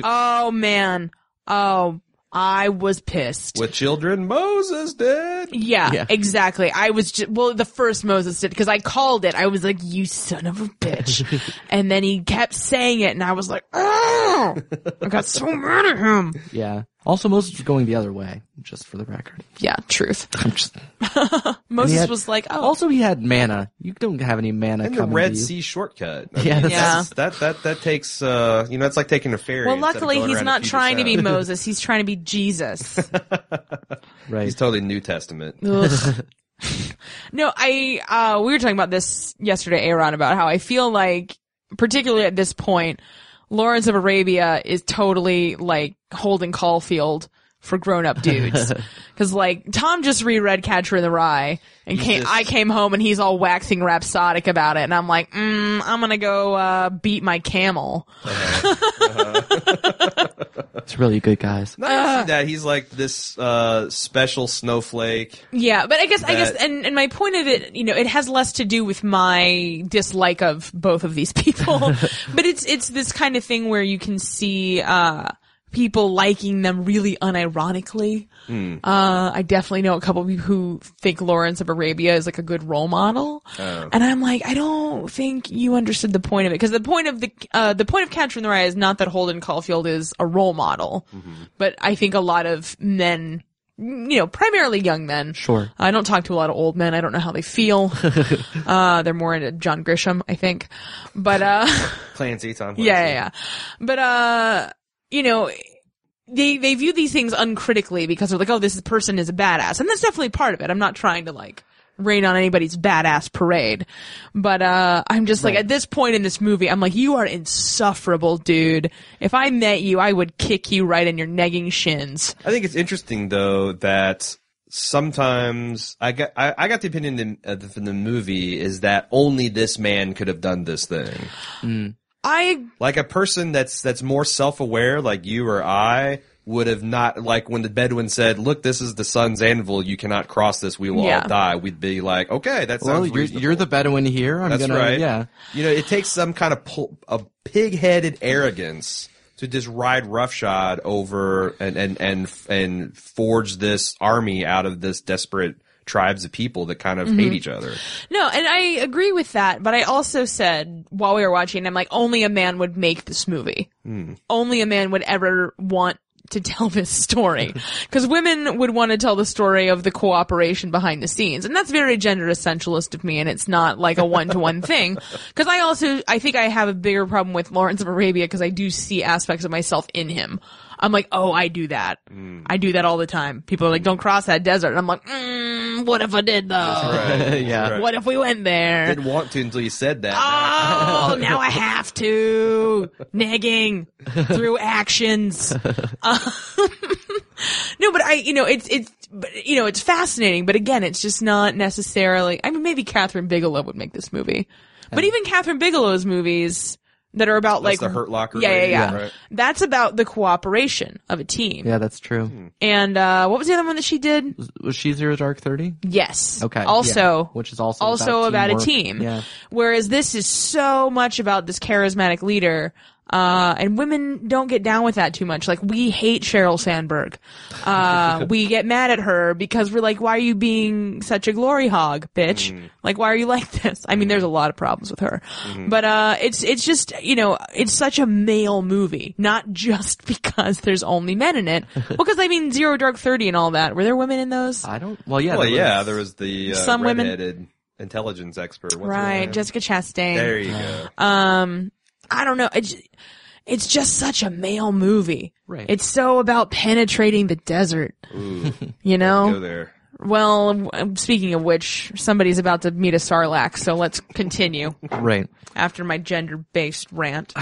Speaker 1: oh man. Oh, I was pissed.
Speaker 3: With children, Moses did.
Speaker 1: yeah,
Speaker 2: Yeah.
Speaker 1: exactly. I was just, well, the first Moses did, cause I called it. I was like, you son of a bitch. and then he kept saying it and I was like, oh, I got so mad at him.
Speaker 2: Yeah. Also, Moses was going the other way, just for the record.
Speaker 1: Yeah, truth.
Speaker 2: I'm just-
Speaker 1: Moses
Speaker 2: had-
Speaker 1: was like, oh,
Speaker 2: also, he had manna. You don't have any manna
Speaker 3: And the
Speaker 2: coming
Speaker 3: Red
Speaker 2: to you.
Speaker 3: Sea shortcut. I
Speaker 2: Yeah,
Speaker 3: mean,
Speaker 2: that's-
Speaker 3: that's- that that that takes uh, you know, it's like taking a ferry.
Speaker 1: well,
Speaker 3: instead of
Speaker 1: luckily
Speaker 3: going
Speaker 1: he's
Speaker 3: around
Speaker 1: not
Speaker 3: Puget
Speaker 1: trying to be
Speaker 3: Sound.
Speaker 1: Moses. He's trying to be Jesus.
Speaker 2: Right.
Speaker 3: He's totally New Testament.
Speaker 1: Ugh. no, I uh we were talking about this yesterday, Aaron, about how I feel like, particularly at this point, Lawrence of Arabia is totally like holding Caulfield for grown up dudes. Cause like Tom just reread Catcher in the Rye and came,
Speaker 3: just-
Speaker 1: I came home and he's all waxing rhapsodic about it. And I'm like, mm, I'm going to go, uh, beat my camel.
Speaker 2: It's really good, guys.
Speaker 3: Not
Speaker 1: Ah.
Speaker 3: actually that he's like this uh, special snowflake.
Speaker 1: Yeah, but I guess I guess
Speaker 3: that-
Speaker 1: and and my point of it, you know, it has less to do with my dislike of both of these people, but it's it's this kind of thing where you can see uh people liking them really unironically. Uh I definitely know a couple of people who think Lawrence of Arabia is like a good role model. And I'm like, I don't think you understood the point of it cuz the point of the uh the point of Catcher in the Rye is not that Holden Caulfield is a role model, but I think a lot of men you know, primarily young men.
Speaker 2: Sure.
Speaker 1: I don't talk to a lot of old men. I don't know how they feel. uh, they're more into John Grisham, I think. But, uh,
Speaker 3: Clancy, Tom. Clancy.
Speaker 1: yeah, yeah, yeah. But, uh, you know, they, they view these things uncritically because they're like, oh, this person is a badass. And that's definitely part of it. I'm not trying to like rain on anybody's badass parade. But, uh, I'm just like, at this point in this movie, I'm like, you are insufferable, dude. If I met you, I would kick you right in your negging shins.
Speaker 3: I think it's interesting though that sometimes I got I, I got the opinion in the, uh, from the movie is that only this man could have done this thing.
Speaker 1: I
Speaker 3: Like a person that's that's more self aware, like you or I, would have not like when the Bedouin said, "Look, this is the sun's anvil. You cannot cross this. We will
Speaker 1: Yeah.
Speaker 3: all die." We'd be like, "Okay, that sounds
Speaker 2: Well, you're,
Speaker 3: reasonable."
Speaker 2: you're the Bedouin here. I'm
Speaker 3: That's
Speaker 2: gonna,
Speaker 3: right.
Speaker 2: yeah.
Speaker 3: You know, it takes some kind of pl- a pig-headed arrogance to just ride roughshod over and and and and forge this army out of this desperate tribes of people that kind of
Speaker 1: Mm-hmm.
Speaker 3: hate each other.
Speaker 1: No, and I agree with that, but I also said while we were watching, I'm like, only a man would make this movie. Only a man would ever want to tell this story. Because women would want to tell the story of the cooperation behind the scenes. And that's very gender essentialist of me, and it's not like a one to one thing. Because I also, I think I have a bigger problem with Lawrence of Arabia because I do see aspects of myself in him. I'm like, oh, I do that. I do that all the time. People are like, don't cross that desert. And I'm like, mm, what if I did though?
Speaker 2: Yeah.
Speaker 1: What if we went there?
Speaker 3: Didn't want to until you said that.
Speaker 1: Oh, now I have to. Negging through actions. Uh, no, but I, you know, it's, it's, but, you know, it's fascinating, but again, it's just not necessarily, I mean, maybe Catherine Bigelow would make this movie, but even Catherine Bigelow's movies that are about like
Speaker 3: That's the Hurt Locker
Speaker 1: Yeah, yeah,
Speaker 3: lady,
Speaker 1: yeah.
Speaker 3: right?
Speaker 1: That's about the cooperation of a team.
Speaker 2: Yeah, that's
Speaker 3: Hmm.
Speaker 2: true.
Speaker 1: And, uh, what was the other one that she did?
Speaker 2: Was she Zero Dark Thirty?
Speaker 1: Yes.
Speaker 2: Okay.
Speaker 1: Also,
Speaker 2: yeah. which is also
Speaker 1: also about, a
Speaker 2: teamwork.
Speaker 1: team.
Speaker 2: Yeah.
Speaker 1: Whereas this is so much about this charismatic leader. Uh, and women don't get down with that too much. Like we hate Cheryl Sandberg. Uh, we get mad at her because we're like, why are you being such a glory hog, bitch?
Speaker 2: Mm-hmm.
Speaker 1: Like, why are you like this? I mean, there's a lot of problems with her,
Speaker 2: Mm-hmm.
Speaker 1: but, uh, it's, it's just, you know, it's such a male movie, not just because there's only men in it. well, cause I mean, Zero Dark Thirty and all that. Were there women in those?
Speaker 2: I don't. Well, yeah.
Speaker 3: well, yeah, there was the uh,
Speaker 1: Some women-
Speaker 3: redheaded intelligence expert. What's her
Speaker 1: Right,
Speaker 3: name?
Speaker 1: Jessica Chastain.
Speaker 3: there you go.
Speaker 1: Um, I don't know. It's, it's just such a male movie.
Speaker 2: Right.
Speaker 1: It's so about penetrating the desert,
Speaker 3: Ooh,
Speaker 1: you
Speaker 3: go
Speaker 1: know?
Speaker 3: there.
Speaker 1: Well, w- speaking of which, somebody's about to meet a sarlacc, so let's continue
Speaker 2: Right.
Speaker 1: after my gender-based rant.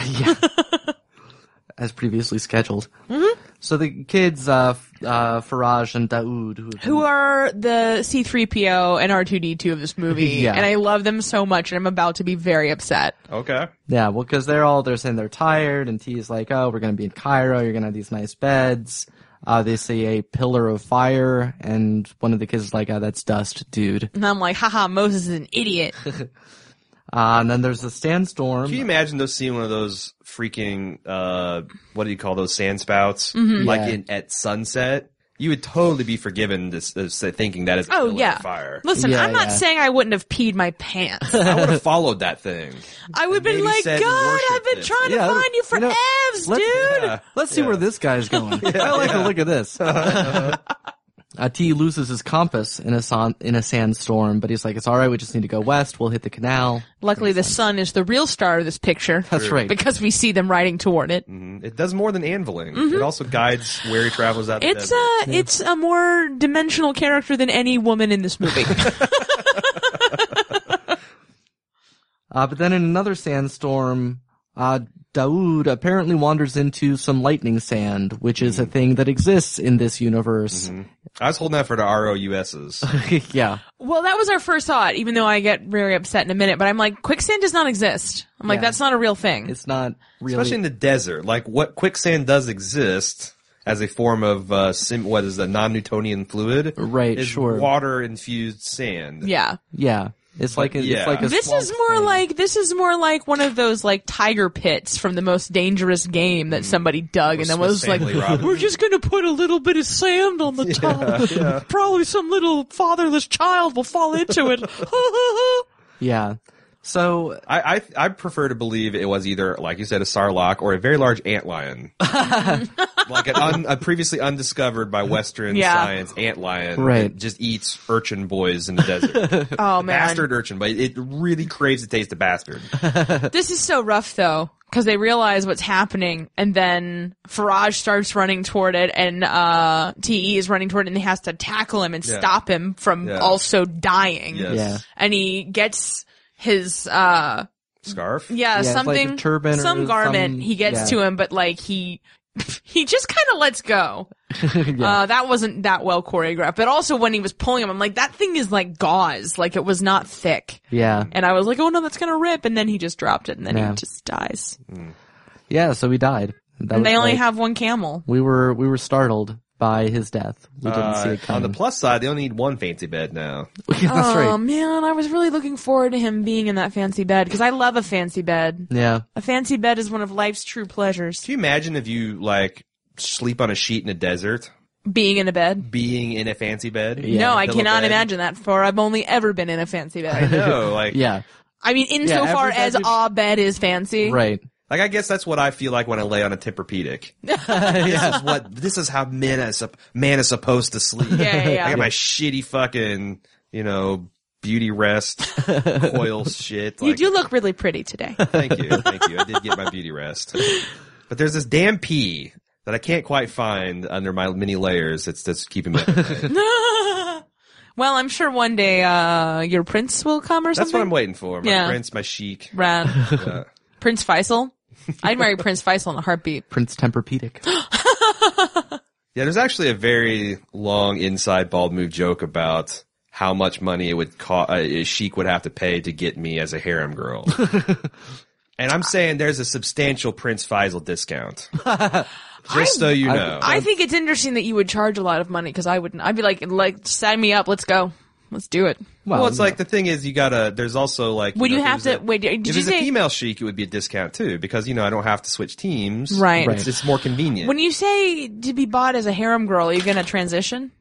Speaker 2: As previously scheduled. Mm-hmm. So the kids, uh, F- uh, Faraj and Daoud, who,
Speaker 1: Who are the C3PO and R2D2 of this movie,
Speaker 2: Yeah.
Speaker 1: and I love them so much, and I'm about to be very upset.
Speaker 3: Okay.
Speaker 2: yeah, well, because they're all they're saying they're tired, and T is like, "Oh, we're gonna be in Cairo. You're gonna have these nice beds." Uh, they see a pillar of fire, and one of the kids is like, "Oh, that's dust, dude."
Speaker 1: And I'm like, haha, Moses is an idiot.
Speaker 2: Uh, and then there's a sandstorm.
Speaker 3: Can you imagine those seeing one of those freaking uh what do you call those sand spouts like
Speaker 2: Yeah.
Speaker 3: in at sunset? You would totally be forgiven this, this thinking that is a
Speaker 1: Oh,
Speaker 3: pillar of
Speaker 1: yeah.
Speaker 3: fire.
Speaker 1: Listen,
Speaker 2: Yeah,
Speaker 1: I'm not
Speaker 2: yeah.
Speaker 1: saying I wouldn't have peed my pants.
Speaker 3: I would have followed that thing.
Speaker 1: I would have been
Speaker 3: Maybe
Speaker 1: like,
Speaker 3: said and
Speaker 1: God,
Speaker 3: worship
Speaker 1: I've been
Speaker 3: this."
Speaker 1: trying
Speaker 2: Yeah,
Speaker 1: to find you for
Speaker 2: you know,
Speaker 1: Evs,
Speaker 2: let's-
Speaker 1: dude.
Speaker 3: Yeah.
Speaker 2: Let's see
Speaker 3: Yeah.
Speaker 2: where this guy's going. I like the look of this. uh, T loses his compass in a son- in a sandstorm, but he's like, "It's all right. We just need to go west. We'll hit the canal."
Speaker 1: Luckily, the sun is the real star of this picture.
Speaker 2: That's right. Mm-hmm.
Speaker 1: Because we see them riding toward it.
Speaker 3: Mm-hmm. It does more than anviling. It also guides where he travels out.
Speaker 1: It's
Speaker 3: the desert.
Speaker 1: a it's a more dimensional character than any woman in this movie.
Speaker 2: Uh, but then in another sandstorm, uh, Daoud apparently wanders into some lightning sand, which is a
Speaker 3: Hmm.
Speaker 2: thing that exists in this universe.
Speaker 3: Mm-hmm. I was holding out for the ROUSs.
Speaker 2: yeah.
Speaker 1: well, that was our first thought. Even though I get very upset in a minute, but I'm like, quicksand does not exist. I'm like,
Speaker 2: Yeah.
Speaker 1: that's not a real thing.
Speaker 2: It's not really.
Speaker 3: Especially in the desert. Like what quicksand does exist as a form of uh sim- what is a non-Newtonian fluid?
Speaker 2: Right,
Speaker 3: is
Speaker 2: sure.
Speaker 3: Water infused sand.
Speaker 1: yeah.
Speaker 2: yeah. It's like a,
Speaker 3: yeah.
Speaker 2: it's like a
Speaker 1: This
Speaker 2: swamp
Speaker 1: is more
Speaker 2: thing.
Speaker 1: like this is more like one of those like tiger pits from the most dangerous game
Speaker 2: Mm-hmm.
Speaker 1: that somebody dug and then
Speaker 3: With
Speaker 1: was like,
Speaker 3: Stanley Robinson.
Speaker 1: "We're just going to put a little bit of sand on the top. Probably some little fatherless child will fall into it."
Speaker 2: yeah. So
Speaker 3: I, I I prefer to believe it was either, like you said, a sarlacc or a very large antlion, like an un, a previously undiscovered by Western
Speaker 1: Yeah.
Speaker 3: science antlion,
Speaker 2: Right.
Speaker 3: that just eats urchin boys in the desert,
Speaker 1: oh man,
Speaker 3: bastard urchin, but it really craves the taste of bastard.
Speaker 1: this is so rough though. Because they realize what's happening, and then Faraj starts running toward it, and uh, Te is running toward it, and he has to tackle him and
Speaker 3: Yeah.
Speaker 1: stop him from
Speaker 3: Yeah.
Speaker 1: also dying.
Speaker 3: Yes.
Speaker 2: Yeah.
Speaker 1: And he gets his uh,
Speaker 3: Scarf.
Speaker 1: yeah,
Speaker 2: it's like a
Speaker 1: something
Speaker 2: turban or
Speaker 1: some garment
Speaker 2: some-
Speaker 1: he gets
Speaker 2: yeah.
Speaker 1: to him but like he he just kind of lets go
Speaker 2: yeah.
Speaker 1: uh that wasn't that well choreographed but also when he was pulling him i'm like that thing is like gauze like it was not thick
Speaker 2: yeah.
Speaker 1: and i was like oh no that's gonna rip and then he just dropped it and then
Speaker 2: Yeah.
Speaker 1: he just dies
Speaker 2: Yeah, so he died. That
Speaker 1: and
Speaker 2: was
Speaker 1: they only
Speaker 2: like-
Speaker 1: have one camel
Speaker 2: We were we were startled by his death. We didn't see
Speaker 3: Uh,
Speaker 2: it
Speaker 3: on
Speaker 2: coming.
Speaker 3: the plus side, they only need one fancy bed now.
Speaker 2: Yeah, that's
Speaker 1: oh
Speaker 2: right.
Speaker 1: man i was really looking forward to him being in that fancy bed because i love a fancy bed
Speaker 2: Yeah,
Speaker 1: a fancy bed is one of life's true pleasures
Speaker 3: Can you imagine if you like sleep on a sheet in a desert,
Speaker 1: being in a bed
Speaker 3: being in a fancy bed?
Speaker 1: no i
Speaker 3: Pillow
Speaker 1: cannot
Speaker 3: bed?
Speaker 1: imagine that for i've only ever been in a fancy bed
Speaker 3: No, like
Speaker 2: yeah,
Speaker 1: I mean, insofar
Speaker 2: every bed
Speaker 1: as
Speaker 2: is-
Speaker 1: our bed is fancy.
Speaker 2: right.
Speaker 3: Like I guess that's what I feel like when I lay on a Tempur-Pedic. This is what this is how men is sup- man is supposed to sleep.
Speaker 1: Yeah, yeah, yeah.
Speaker 3: I got my shitty fucking you know beauty rest coil shit.
Speaker 1: You
Speaker 3: Like,
Speaker 1: do look really pretty today.
Speaker 3: Thank you, thank you. I did get my beauty rest, but there's this damn pee that I can't quite find under my many layers. That's that's keeping me. Up at night.
Speaker 1: well, I'm sure one day uh, your prince will come or
Speaker 3: That's what I'm
Speaker 1: something.
Speaker 3: waiting for. My
Speaker 1: Yeah.
Speaker 3: prince, my chic. uh,
Speaker 1: Rad.
Speaker 3: Yeah.
Speaker 1: prince Faisal. I'd marry Prince Faisal in a heartbeat.
Speaker 2: Prince Tempur-Pedic.
Speaker 3: Yeah, there's actually a very long inside bald move joke about how much money it would cost, uh, Sheik would have to pay to get me as a harem girl. and I'm saying there's a substantial Prince Faisal discount. Just so you know.
Speaker 1: I think it's interesting that you would charge a lot of money because I wouldn't. I'd be like, like, sign me up. Let's go. Let's do it.
Speaker 3: Well, it's like the thing is, you gotta. There's also like.
Speaker 1: Would
Speaker 3: know,
Speaker 1: you
Speaker 3: if it
Speaker 1: have
Speaker 3: was
Speaker 1: to-
Speaker 3: a-
Speaker 1: wait, did
Speaker 3: if
Speaker 1: you
Speaker 3: it's
Speaker 1: say-
Speaker 3: a female chic? It would be a discount too, because you know I don't have to switch teams.
Speaker 1: Right.
Speaker 3: It's, it's more convenient.
Speaker 1: When you say to be bought as a harem girl, are you gonna transition?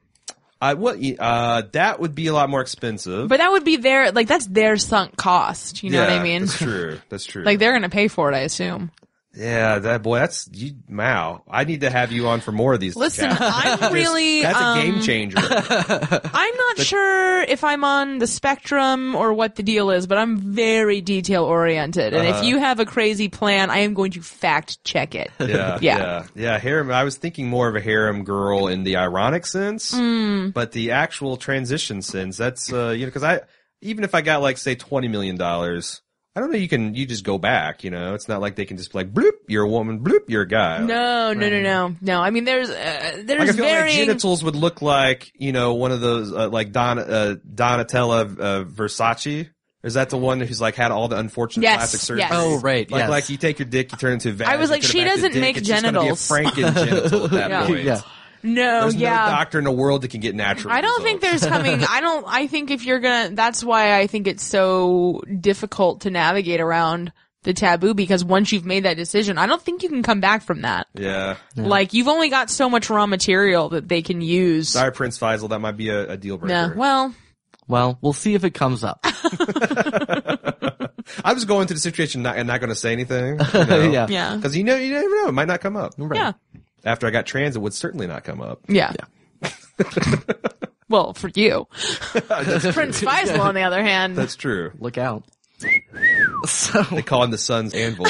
Speaker 3: I what? Uh, that would be a lot more expensive.
Speaker 1: But that would be their like that's their sunk cost. You know what I
Speaker 3: Yeah,
Speaker 1: mean?
Speaker 3: That's true. That's true.
Speaker 1: Like they're gonna pay for it, I assume.
Speaker 3: yeah, that boy. That's you. Wow. I need to have you on for more of these.
Speaker 1: Listen,
Speaker 3: chats.
Speaker 1: I'm really
Speaker 3: That's
Speaker 1: um,
Speaker 3: a game changer.
Speaker 1: I'm not sure if I'm on the spectrum or what the deal is, but I'm very detail oriented. And
Speaker 3: Uh-huh.
Speaker 1: if you have a crazy plan, I am going to fact check it.
Speaker 3: yeah,
Speaker 1: Yeah.
Speaker 3: yeah, yeah. Harem. I was thinking more of a harem girl in the ironic sense,
Speaker 1: Mm.
Speaker 3: but the actual transition sense. That's uh, you know, because I even if I got like say twenty million dollars, I don't know. You can you just go back. You know, it's not like they can just be like bloop, you're a woman, bloop, you're a guy.
Speaker 1: No, no, no, no, no. I mean, there's uh,
Speaker 3: Like I
Speaker 1: there's
Speaker 3: feel like
Speaker 1: varying.
Speaker 3: genitals would look like you know one of those uh, like Don uh, Donatella uh, Versace. Is that the one who's like had all the unfortunate
Speaker 1: Yes,
Speaker 3: plastic surgery?
Speaker 1: yes.
Speaker 2: Oh, right,
Speaker 3: Like
Speaker 2: yes.
Speaker 3: like you take your dick, you turn into. a Vag,
Speaker 1: I was
Speaker 3: you
Speaker 1: like,
Speaker 3: turn it
Speaker 1: she
Speaker 3: back to
Speaker 1: doesn't
Speaker 3: dick,
Speaker 1: make
Speaker 3: it's just gonna
Speaker 1: genitals.
Speaker 3: Be a Franken genital at that
Speaker 1: Yeah.
Speaker 3: point.
Speaker 2: Yeah.
Speaker 1: no,
Speaker 3: There's
Speaker 1: yeah.
Speaker 3: no doctor in the world that can get natural.
Speaker 1: I don't think there's coming. I don't. I think if you're gonna, that's why I think it's so difficult to navigate around the taboo because once you've made that decision, I don't think you can come back from that.
Speaker 3: Yeah.
Speaker 1: Like you've only got so much raw material that they can use.
Speaker 3: Sorry, Prince Faisal. That might be a, a deal
Speaker 1: No,
Speaker 3: breaker.
Speaker 1: well,
Speaker 2: Well, we'll see if it comes up.
Speaker 3: I'm just going to the situation not, and not going to say anything. You know?
Speaker 2: Yeah.
Speaker 1: yeah,
Speaker 3: Because you know, you never know. It might not come up.
Speaker 1: yeah,
Speaker 3: After I got trans, it would certainly not come up.
Speaker 1: yeah. well, for you, Prince Faisal, on the other hand,
Speaker 3: That's true.
Speaker 2: Look out. So
Speaker 3: They call him the sun's anvil.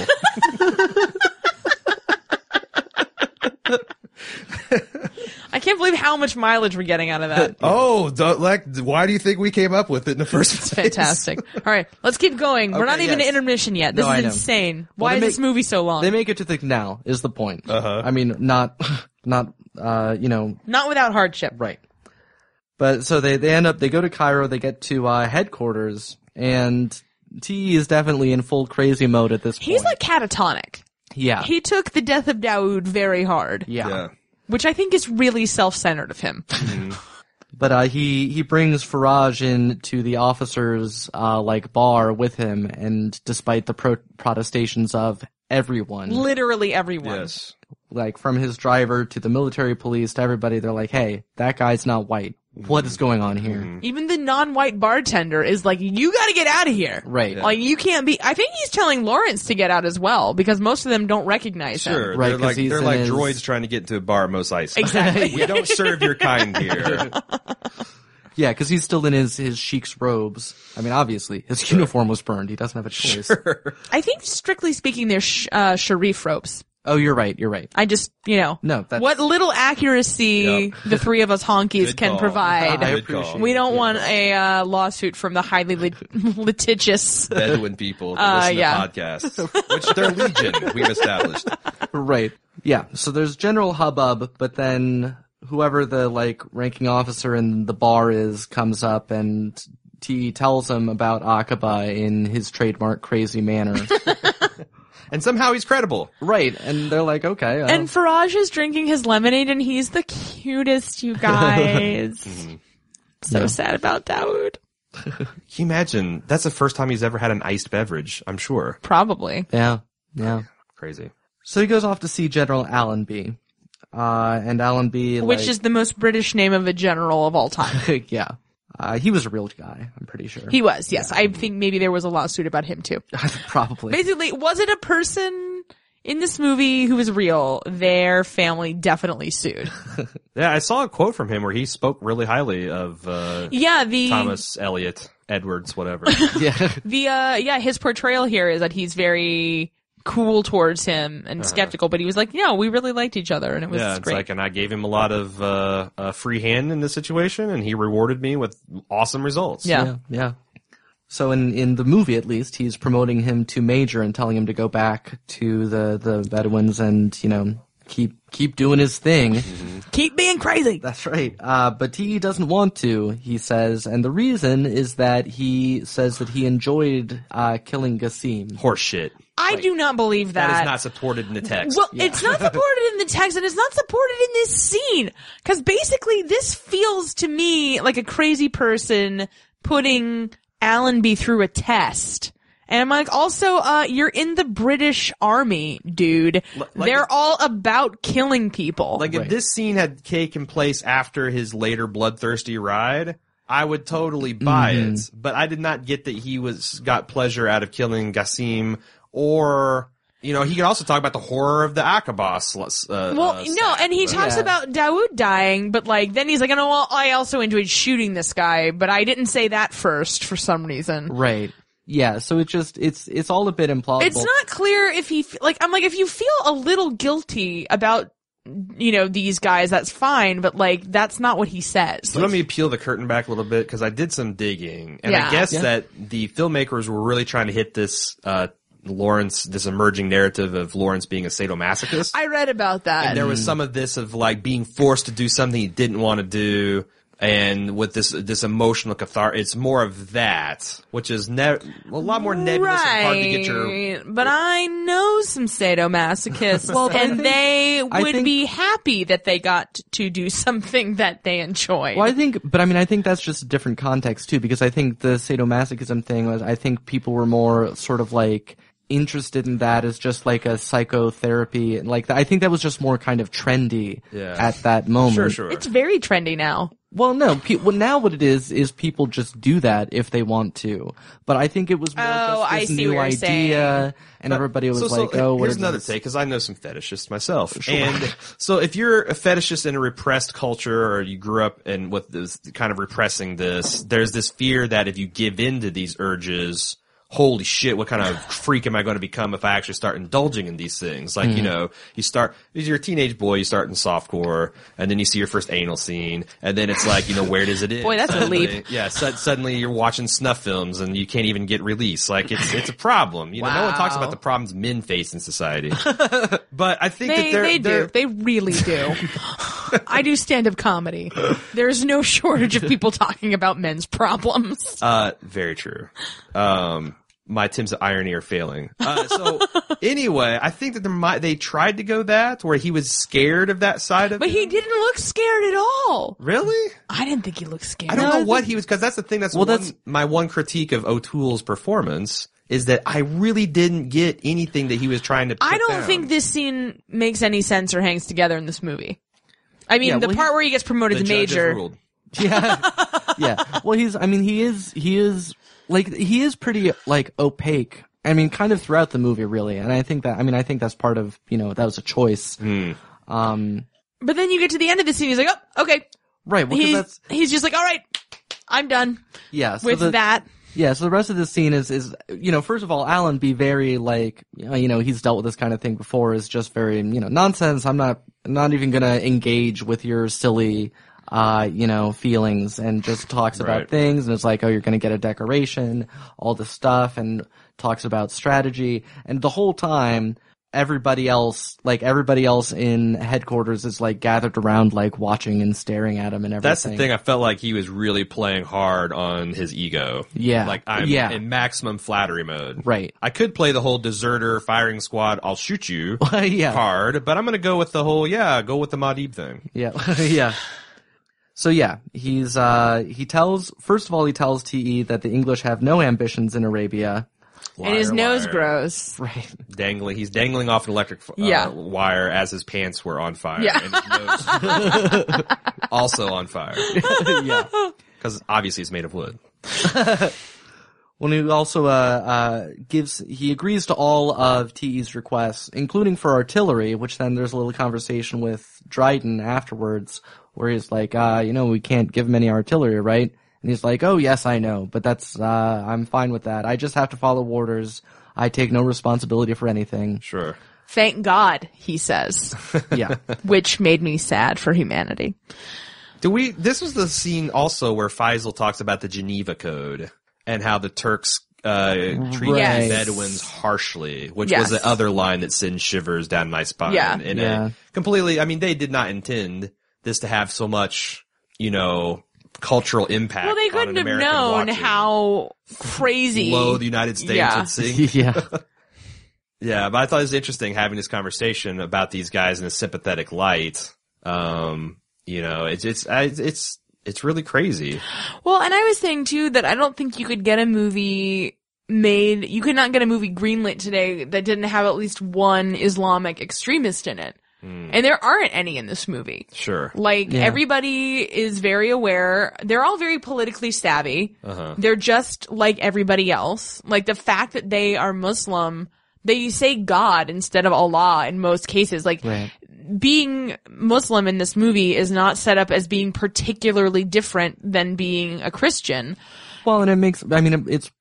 Speaker 1: I can't believe how much mileage we're getting out of that.
Speaker 3: oh, don't, like, why do you think we came up with it in the first place?
Speaker 1: It's fantastic. All right, let's keep going. We're
Speaker 3: Okay,
Speaker 1: not even
Speaker 3: yes.
Speaker 1: in intermission yet. This
Speaker 2: No, I
Speaker 1: is
Speaker 2: know.
Speaker 1: insane.
Speaker 2: Well,
Speaker 1: Why
Speaker 2: they
Speaker 1: is
Speaker 2: make-
Speaker 1: this movie so long?
Speaker 2: they make it to the now is the point. I mean, not, not, uh, you know,
Speaker 1: not without hardship.
Speaker 2: right. But so they, they end up, they go to Cairo, they get to, uh, headquarters and T is definitely in full crazy mode at this
Speaker 1: He's
Speaker 2: point.
Speaker 1: like catatonic.
Speaker 2: yeah.
Speaker 1: He took the death of Daoud very hard,
Speaker 2: yeah.
Speaker 3: Yeah.
Speaker 1: which I think is really self-centered of him.
Speaker 2: But, uh, he, he brings Faraj in to the officers, uh, like bar with him and despite the pro- protestations of everyone,
Speaker 1: Literally everyone.
Speaker 3: Yes.
Speaker 2: like from his driver to the military police to everybody, they're like, hey, that guy's not white. What is going on here?
Speaker 1: Even the non-white bartender is like, you gotta get out of here.
Speaker 2: Right. Yeah.
Speaker 1: Like, you can't be, I think he's telling Lawrence to get out as well, because most of them don't recognize him.
Speaker 3: Sure.
Speaker 2: Right,
Speaker 3: They're
Speaker 2: 'cause
Speaker 3: like,
Speaker 2: he's
Speaker 3: they're
Speaker 2: in
Speaker 3: like
Speaker 2: his-
Speaker 3: droids trying to get into a bar at Mos Eisley.
Speaker 1: Exactly.
Speaker 3: we don't serve your kind here.
Speaker 2: Yeah, because he's still in his his sheik's robes. I mean, obviously, his uniform was burned. He doesn't have a choice.
Speaker 1: I think strictly speaking, they're sh- uh, Sharif ropes.
Speaker 2: Oh, you're right. You're right.
Speaker 1: I just, you know,
Speaker 2: No, that's-
Speaker 1: what little accuracy
Speaker 3: Yep.
Speaker 1: the three of us honkies
Speaker 3: Good
Speaker 1: can
Speaker 3: call.
Speaker 1: provide.
Speaker 2: I
Speaker 3: Good call.
Speaker 2: appreciate
Speaker 1: we don't want a uh, lawsuit from the highly lit- litigious.
Speaker 3: Bedouin people that
Speaker 1: Uh,
Speaker 3: listen
Speaker 1: yeah.
Speaker 3: to podcasts, which they're legion. We've established.
Speaker 2: Right. Yeah. So there's general hubbub, but then whoever the like ranking officer in the bar is comes up and T tells him about Akaba in his trademark crazy manner.
Speaker 3: And somehow he's credible.
Speaker 2: right. And they're like, okay. uh,
Speaker 1: And Faraj is drinking his lemonade, and he's the cutest, you guys.
Speaker 2: Mm-hmm.
Speaker 1: so sad about Dawood.
Speaker 3: Can you imagine? That's the first time he's ever had an iced beverage, I'm sure.
Speaker 1: Probably.
Speaker 2: yeah. Yeah.
Speaker 3: Crazy.
Speaker 2: So he goes off to see General Allenby. Uh, and Allenby,
Speaker 1: Which
Speaker 2: like-
Speaker 1: is the most British name of a general of all time.
Speaker 2: yeah. Uh, he was a real guy, I'm pretty sure.
Speaker 1: He was, yes. I think maybe there was a lawsuit about him too.
Speaker 2: Probably.
Speaker 1: Basically, was it a person in this movie who was real? Their family definitely sued.
Speaker 3: Yeah, I saw a quote from him where he spoke really highly of uh,
Speaker 1: Yeah, the
Speaker 3: Thomas Elliot Edwards, whatever.
Speaker 2: Yeah.
Speaker 1: the uh yeah, his portrayal here is that he's very cool towards him and skeptical, but he was like, "No, we really liked each other and it was
Speaker 3: Uh-huh. yeah, it's
Speaker 1: great."
Speaker 3: like, and I gave him a lot of uh, uh, free hand in this situation, and he rewarded me with awesome results.
Speaker 1: yeah.
Speaker 2: yeah, yeah. So in, in the movie, at least, he's promoting him to major and telling him to go back to the, the Bedouins and, you know, keep keep doing his thing.
Speaker 4: Keep being crazy.
Speaker 2: That's right. Uh, but T doesn't want to, he says, and the reason is that he says that he enjoyed uh, killing Gassim.
Speaker 3: Horse shit.
Speaker 1: I do not believe that.
Speaker 3: That is not supported in the text.
Speaker 1: Well, it's not supported in the text and it's not supported in this scene. Cause basically this feels to me like a crazy person putting Allenby through a test. And I'm like, also, uh, you're in the British army, dude.
Speaker 3: like
Speaker 1: They're
Speaker 3: it's-
Speaker 1: all about killing people.
Speaker 3: like if this scene had taken place after his later bloodthirsty ride, I would totally buy
Speaker 1: Mm-hmm.
Speaker 3: it. But I did not get that he was got pleasure out of killing Gassim or you know he can also talk about the horror of the Akaba. sl- Uh,
Speaker 1: well,
Speaker 3: uh,
Speaker 1: no, and he talks
Speaker 2: Yeah.
Speaker 1: about Dawood dying, but like, then he's like, oh, well, I also enjoyed shooting this guy, but I didn't say that first for some reason.
Speaker 2: Right. Yeah, so it just it's it's all a bit implausible.
Speaker 1: It's not clear if he f- like I'm like if you feel a little guilty about you know these guys that's fine but like that's not what he says.
Speaker 3: So let me peel the curtain back a little bit because I did some digging, and
Speaker 1: Yeah.
Speaker 3: I guess
Speaker 2: Yeah.
Speaker 3: that the filmmakers were really trying to hit this uh, Lawrence, this emerging narrative of Lawrence being a sadomasochist.
Speaker 1: I read about that.
Speaker 3: and there was some of this of like being forced to do something he didn't want to do and with this this emotional catharsis it's more of that which is ne- a lot more nebulous and hard to get your
Speaker 1: Right, but I know some sadomasochists, and they
Speaker 2: I
Speaker 1: would
Speaker 2: think-
Speaker 1: be happy that they got to do something that they enjoy.
Speaker 2: Well, I think, but I mean, I think that's just a different context too, because I think the sadomasochism thing was, I think people were more sort of like interested in that as just like a psychotherapy. and Like, I think that was just more kind of trendy
Speaker 3: Yeah.
Speaker 2: at that moment.
Speaker 3: sure sure
Speaker 1: It's very trendy now.
Speaker 2: Well, no, pe- well, now what it is, is people just do that if they want to. But I think it was more
Speaker 1: Oh,
Speaker 2: just
Speaker 1: I
Speaker 2: this
Speaker 1: see
Speaker 2: new
Speaker 1: what you're
Speaker 2: idea,
Speaker 1: saying.
Speaker 2: and everybody was
Speaker 3: so, so
Speaker 2: like, oh, what
Speaker 3: here's
Speaker 2: is
Speaker 3: another
Speaker 2: this?
Speaker 3: take because I know some fetishists myself. And so if you're a fetishist in a repressed culture or you grew up in with this kind of repressing this, there's this fear that if you give in to these urges, holy shit, what kind of freak am I going to become if I actually start indulging in these things? Like,
Speaker 2: Hmm.
Speaker 3: you know, you start, you're a teenage boy, you start in softcore and then you see your first anal scene and then it's like, you know, where does it end?
Speaker 1: Boy, that's a leap.
Speaker 3: Suddenly- Yeah. Sud suddenly you're watching snuff films and you can't even get released. Like it's, it's a problem. You know, no one talks
Speaker 1: Wow.
Speaker 3: about the problems men face in society. but I think
Speaker 1: They
Speaker 3: that they're,
Speaker 1: they
Speaker 3: they're-
Speaker 1: do. They really do. I do stand up comedy. There's no shortage of people talking about men's problems.
Speaker 3: Uh, very true. Um, my attempts at irony are failing. Uh, so anyway, I think that there might, they tried to go that where he was scared of that side of
Speaker 1: But
Speaker 3: it.
Speaker 1: he didn't look scared at all.
Speaker 3: Really?
Speaker 1: I didn't think he looked scared.
Speaker 3: I don't know what he was, cause that's the thing that's,
Speaker 2: Well,
Speaker 3: one-
Speaker 2: that's-
Speaker 3: my one critique of O'Toole's performance is that I really didn't get anything that he was trying to
Speaker 1: I
Speaker 3: put
Speaker 1: don't
Speaker 3: down.
Speaker 1: think this scene makes any sense or hangs together in this movie. I mean,
Speaker 2: Yeah,
Speaker 1: the
Speaker 2: well,
Speaker 1: part where he gets promoted
Speaker 3: the
Speaker 1: to
Speaker 3: judge has
Speaker 1: major.
Speaker 3: ruled.
Speaker 2: yeah yeah well he's i mean he is he is like he is pretty like opaque i mean kind of throughout the movie really and i think that i mean i think that's part of you know that was a choice um
Speaker 1: But then you get to the end of the scene, he's like, oh, okay.
Speaker 2: right well 'cause
Speaker 1: He's,
Speaker 2: that's
Speaker 1: he's just like, all right, I'm done
Speaker 2: yeah so
Speaker 1: with
Speaker 2: the-
Speaker 1: that.
Speaker 2: yeah so the rest of this scene is is you know first of all alan be very like uh, you know he's dealt with this kind of thing before is just very you know nonsense i'm not not even gonna engage with your silly uh, you know, feelings and just talks about
Speaker 3: Right.
Speaker 2: things and it's like, oh, you're gonna get a decoration, all this stuff and talks about strategy and the whole time everybody else, like everybody else in headquarters is like gathered around like watching and staring at him and everything.
Speaker 3: That's the thing. I felt like he was really playing hard on his ego.
Speaker 2: Yeah.
Speaker 3: Like I'm
Speaker 2: Yeah.
Speaker 3: in maximum flattery mode.
Speaker 2: Right.
Speaker 3: I could play the whole deserter firing squad. I'll shoot you
Speaker 2: yeah.
Speaker 3: card, but I'm gonna go with the whole yeah, go with the Madib thing.
Speaker 2: Yeah, yeah. So yeah, he's uh he tells first of all he tells TE that the English have no ambitions in Arabia.
Speaker 1: and his
Speaker 3: Liar,
Speaker 1: nose
Speaker 3: liar.
Speaker 1: grows.
Speaker 2: Right.
Speaker 3: Dangling. He's dangling off an electric uh,
Speaker 1: Yeah.
Speaker 3: wire as his pants were on fire.
Speaker 1: Yeah.
Speaker 3: And his nose also on fire
Speaker 2: yeah.
Speaker 3: because obviously it's made of wood.
Speaker 2: When he also uh uh gives he agrees to all of TE's requests, including for artillery, which then there's a little conversation with Dryden afterwards where he's like, uh, you know, we can't give him any artillery, right? And he's like, Oh yes, I know, but that's uh I'm fine with that. I just have to follow orders. I take no responsibility for anything.
Speaker 3: Sure.
Speaker 1: Thank God, he says,
Speaker 2: Yeah.
Speaker 1: which made me sad for humanity.
Speaker 3: Do we? This was the scene also where Faisal talks about the Geneva Code and how the Turks uh, treated
Speaker 1: Yes.
Speaker 3: Bedouins harshly, which
Speaker 1: Yes.
Speaker 3: was the other line that sends shivers down my spine.
Speaker 1: Yeah.
Speaker 3: And
Speaker 2: Yeah.
Speaker 3: completely, I mean, they did not intend this to have so much, you know, cultural impact.
Speaker 1: Well, they
Speaker 3: on an
Speaker 1: couldn't have
Speaker 3: American
Speaker 1: known
Speaker 3: watching.
Speaker 1: how crazy.
Speaker 3: low the United States
Speaker 1: Yeah.
Speaker 3: would see.
Speaker 2: yeah.
Speaker 3: Yeah, but I thought it was interesting having this conversation about these guys in a sympathetic light. Um, you know, it's it's I- it's it's really crazy.
Speaker 1: Well, and I was saying too that I don't think you could get a movie made, you could not get a movie greenlit today that didn't have at least one Islamic extremist in it.
Speaker 3: Hmm.
Speaker 1: And there aren't any in this movie.
Speaker 3: Sure.
Speaker 1: Like
Speaker 2: Yeah.
Speaker 1: everybody is very aware. They're all very politically savvy.
Speaker 3: Uh-huh.
Speaker 1: They're just like everybody else. Like the fact that they are Muslim, they say God instead of Allah in most cases. Like
Speaker 2: Right.
Speaker 1: being Muslim in this movie is not set up as being particularly different than being a Christian.
Speaker 2: Well, and it makes. I mean, it's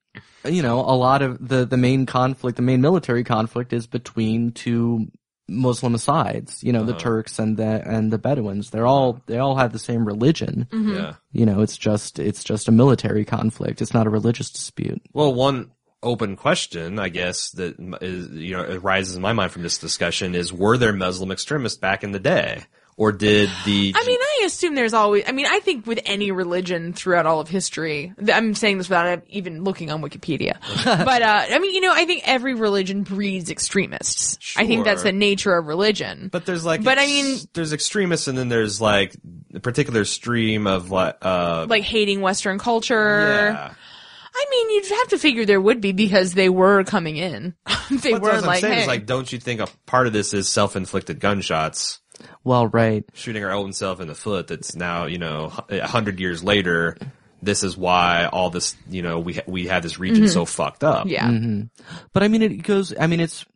Speaker 2: you know a lot of the the main conflict, the main military conflict, is between two Muslim sides. You know, the Turks and the and the Bedouins. They're all they all have the same religion.
Speaker 1: Mm-hmm.
Speaker 3: Yeah.
Speaker 2: You know, it's just it's just a military conflict. It's not a religious dispute.
Speaker 3: Well, one open question, I guess, that m- is, you know, arises in my mind from this discussion is, were there Muslim extremists back in the day? Or did the,
Speaker 1: I mean, I assume there's always, I mean, I think with any religion throughout all of history, th- I'm saying this without even looking on Wikipedia, but, uh, I mean, you know, I think every religion breeds extremists. I think that's
Speaker 3: Sure.
Speaker 1: the nature of religion.
Speaker 3: but there's like,
Speaker 1: But I
Speaker 3: ex-
Speaker 1: mean-
Speaker 3: there's extremists and then there's like a particular stream of like, uh,
Speaker 1: like hating Western culture.
Speaker 3: yeah.
Speaker 1: I mean, you'd have to figure there would be because they were coming in. they were
Speaker 3: But that's what I'm
Speaker 1: like,
Speaker 3: saying
Speaker 1: hey.
Speaker 3: is like, don't you think a part of this is self-inflicted gunshots?
Speaker 2: Well, right.
Speaker 3: shooting our own self in the foot that's now you know a hundred years later this is why all this you know we ha- we have this
Speaker 1: Mm-hmm.
Speaker 3: region so fucked up
Speaker 1: yeah.
Speaker 2: But I mean, it goes. I mean, it's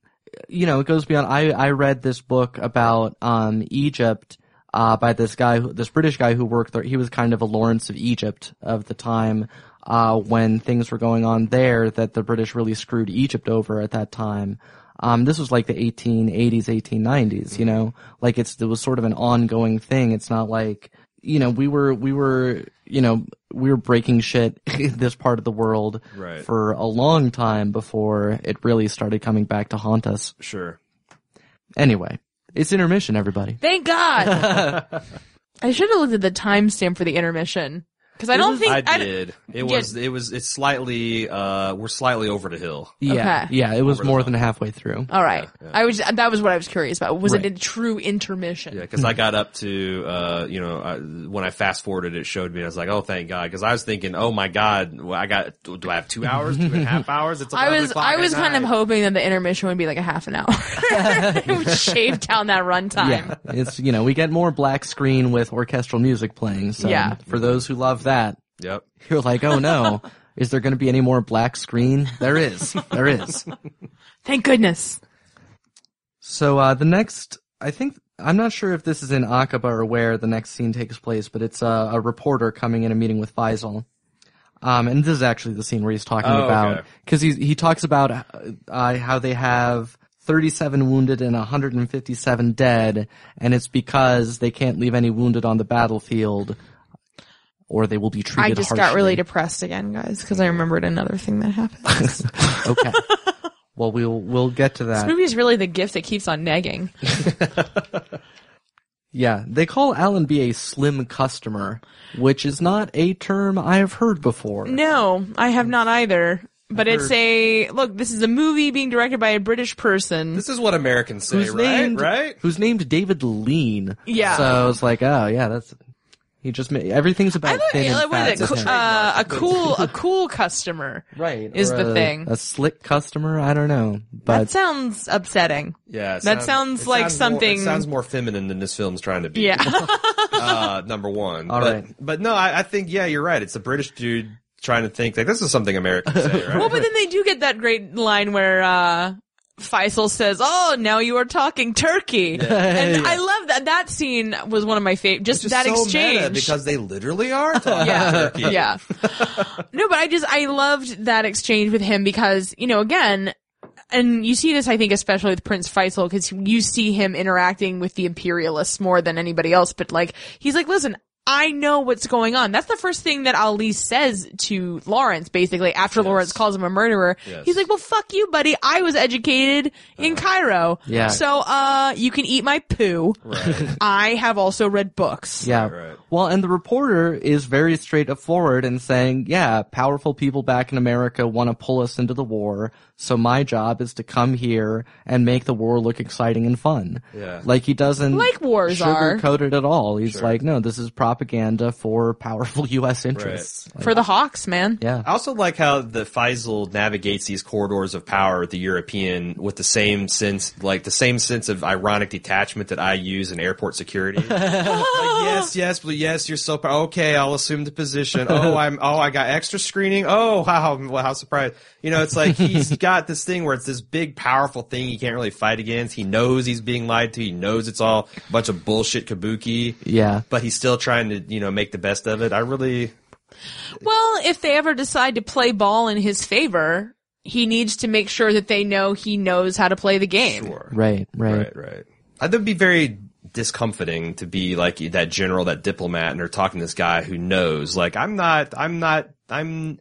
Speaker 2: you know, it goes beyond. I I read this book about um Egypt uh by this guy, who, this British guy who worked there. He was kind of a Lawrence of Egypt of the time uh when things were going on there. That the British really screwed Egypt over at that time. Um, this was like the 1880s, 1890s. You know, like it's it was sort of an ongoing thing. It's not like you know we were we were you know we were breaking shit in this part of the world
Speaker 3: Right.
Speaker 2: for a long time before it really started coming back to haunt us.
Speaker 3: sure
Speaker 2: Anyway, it's intermission, everybody.
Speaker 1: Thank God. I should have looked at the timestamp for the intermission because I don't think
Speaker 3: i
Speaker 1: I d-
Speaker 3: did it was it was it's slightly uh we're slightly over the hill
Speaker 2: Yeah,
Speaker 1: Okay. Oh
Speaker 2: yeah, it was
Speaker 3: Over the
Speaker 2: more
Speaker 3: top.
Speaker 2: than halfway through.
Speaker 1: All right, I was that was what I was curious about. Was
Speaker 2: Right.
Speaker 1: it a true intermission?
Speaker 3: yeah because i got up to uh you know I, when i fast forwarded it showed me i was like oh thank god because i was thinking oh my god well, i got do i have two hours two and a half hours it's
Speaker 1: I
Speaker 3: 11
Speaker 1: was
Speaker 3: o'clock
Speaker 1: I
Speaker 3: at
Speaker 1: was kind of
Speaker 3: night.
Speaker 1: hoping that the intermission would be like a half an hour. it would shave down that runtime.
Speaker 2: Yeah, it's you know we get more black screen with orchestral music playing. So
Speaker 1: Yeah.
Speaker 2: for those who love that,
Speaker 3: yep
Speaker 2: you're like, oh no, is there going to be any more black screen? There is, there is.
Speaker 1: Thank goodness.
Speaker 2: So uh the next, I think I'm not sure if this is in Aqaba or where the next scene takes place, but it's uh, a reporter coming in a meeting with Faisal. Um, and this is actually the scene where he's talking
Speaker 3: Oh,
Speaker 2: about
Speaker 3: okay.
Speaker 2: because he he talks about uh, uh, how they have 37 wounded and 157 dead, and it's because they can't leave any wounded on the battlefield, or they will be treated.
Speaker 1: I just
Speaker 2: harshly.
Speaker 1: got really depressed again, guys, because I remembered another thing that happened. this
Speaker 2: okay. Well, we'll we'll get to that.
Speaker 1: movie is really the gift that keeps on nagging.
Speaker 2: Yeah, they call Allenby a slim customer, which is not a term I have heard before.
Speaker 1: No, I have not either. But it's a look. This is a movie being directed by a British person.
Speaker 3: this is what americans say
Speaker 2: who's
Speaker 3: right
Speaker 2: named
Speaker 3: right
Speaker 2: Who's named David Lean?
Speaker 1: Yeah.
Speaker 2: So I was like, oh yeah, that's he just made everything's
Speaker 1: I
Speaker 2: about
Speaker 1: thought
Speaker 2: thin
Speaker 1: uh,
Speaker 2: and
Speaker 1: what
Speaker 2: fat
Speaker 1: is
Speaker 2: with
Speaker 1: it?
Speaker 2: him.
Speaker 1: Co- uh, a cool, a cool customer.
Speaker 2: right
Speaker 1: is
Speaker 2: or
Speaker 1: the
Speaker 2: a-
Speaker 1: thing.
Speaker 2: a slick customer? I don't know, but
Speaker 1: That sounds upsetting.
Speaker 3: Yeah, it
Speaker 1: That sounds
Speaker 3: it
Speaker 1: like
Speaker 3: more-
Speaker 1: something-
Speaker 3: it sounds more feminine than this film's trying to be.
Speaker 1: Yeah,
Speaker 3: uh, number one.
Speaker 2: All
Speaker 3: but,
Speaker 2: right.
Speaker 3: but no, I, I think yeah, you're right. It's a British dude trying to think like this is something Americans say, right?
Speaker 1: well, but then they do get that great line where uh, Faisal says, "Oh, now you are talking Turkey," and I love that. That scene was one of my favorite. Just,
Speaker 3: It's
Speaker 1: that
Speaker 3: so
Speaker 1: exchange
Speaker 3: meta because they literally are talking
Speaker 1: Yeah.
Speaker 3: turkey.
Speaker 1: yeah. No, but I just I loved that exchange with him because you know again, and you see this I think especially with Prince Faisal because you see him interacting with the imperialists more than anybody else. But like he's like, listen. I know what's going on. That's the first thing that Ali says to Lawrence, basically, after Lawrence calls him a murderer.
Speaker 3: Yes. Uh,
Speaker 1: He's like, well, fuck you, buddy. I was educated in Cairo.
Speaker 2: Yeah.
Speaker 1: So, uh, you can eat my poo.
Speaker 3: Right.
Speaker 1: I have also read books.
Speaker 2: Yeah.
Speaker 3: Right.
Speaker 2: Well, and the reporter is very straightforward in saying, yeah, powerful people back in America want to pull us into the war. So my job is to come here and make the war look exciting and fun.
Speaker 3: Yeah.
Speaker 2: Like he doesn't
Speaker 1: Like wars are.
Speaker 2: sugarcoat it at all. He's like, no, this is propaganda for powerful U.S. interests. Like,
Speaker 1: For the Hawks, man.
Speaker 2: yeah.
Speaker 3: I also like how the Faisal navigates these corridors of power with the European with the same sense, like the same sense of ironic detachment that I use in airport security. Like, yes, yes, but yes, you're so pow- okay. I'll assume the position. Oh, I'm. Oh, I got extra screening. Oh, how well, how surprised. You know, it's like he's got this thing where it's this big, powerful thing he can't really fight against. He knows he's being lied to. He knows it's all a bunch of bullshit kabuki.
Speaker 2: Yeah.
Speaker 3: But he's still trying to, you know, make the best of it. I really,
Speaker 1: Well, if they ever decide to play ball in his favor, he needs to make sure that they know he knows how to play the game.
Speaker 3: sure.
Speaker 2: Right, right.
Speaker 3: Right, right. I think it'd be very discomforting to be like that general, that diplomat, and they're talking to this guy who knows. Like, I'm not, I'm not, I'm,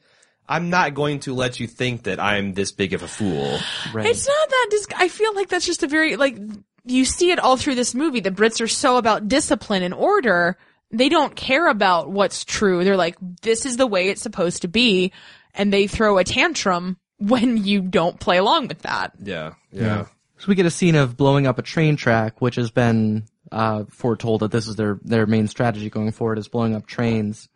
Speaker 3: I'm not going to let you think that I'm this big of a fool.
Speaker 2: right.
Speaker 1: It's not that dis- I feel like that's just a very like you see it all through this movie. The Brits are so about discipline and order. They don't care about what's true. They're like this is the way it's supposed to be and they throw a tantrum when you don't play along with that.
Speaker 3: Yeah, yeah.
Speaker 2: So we get a scene of blowing up a train track, which has been uh, foretold that this is their their main strategy going forward is blowing up trains.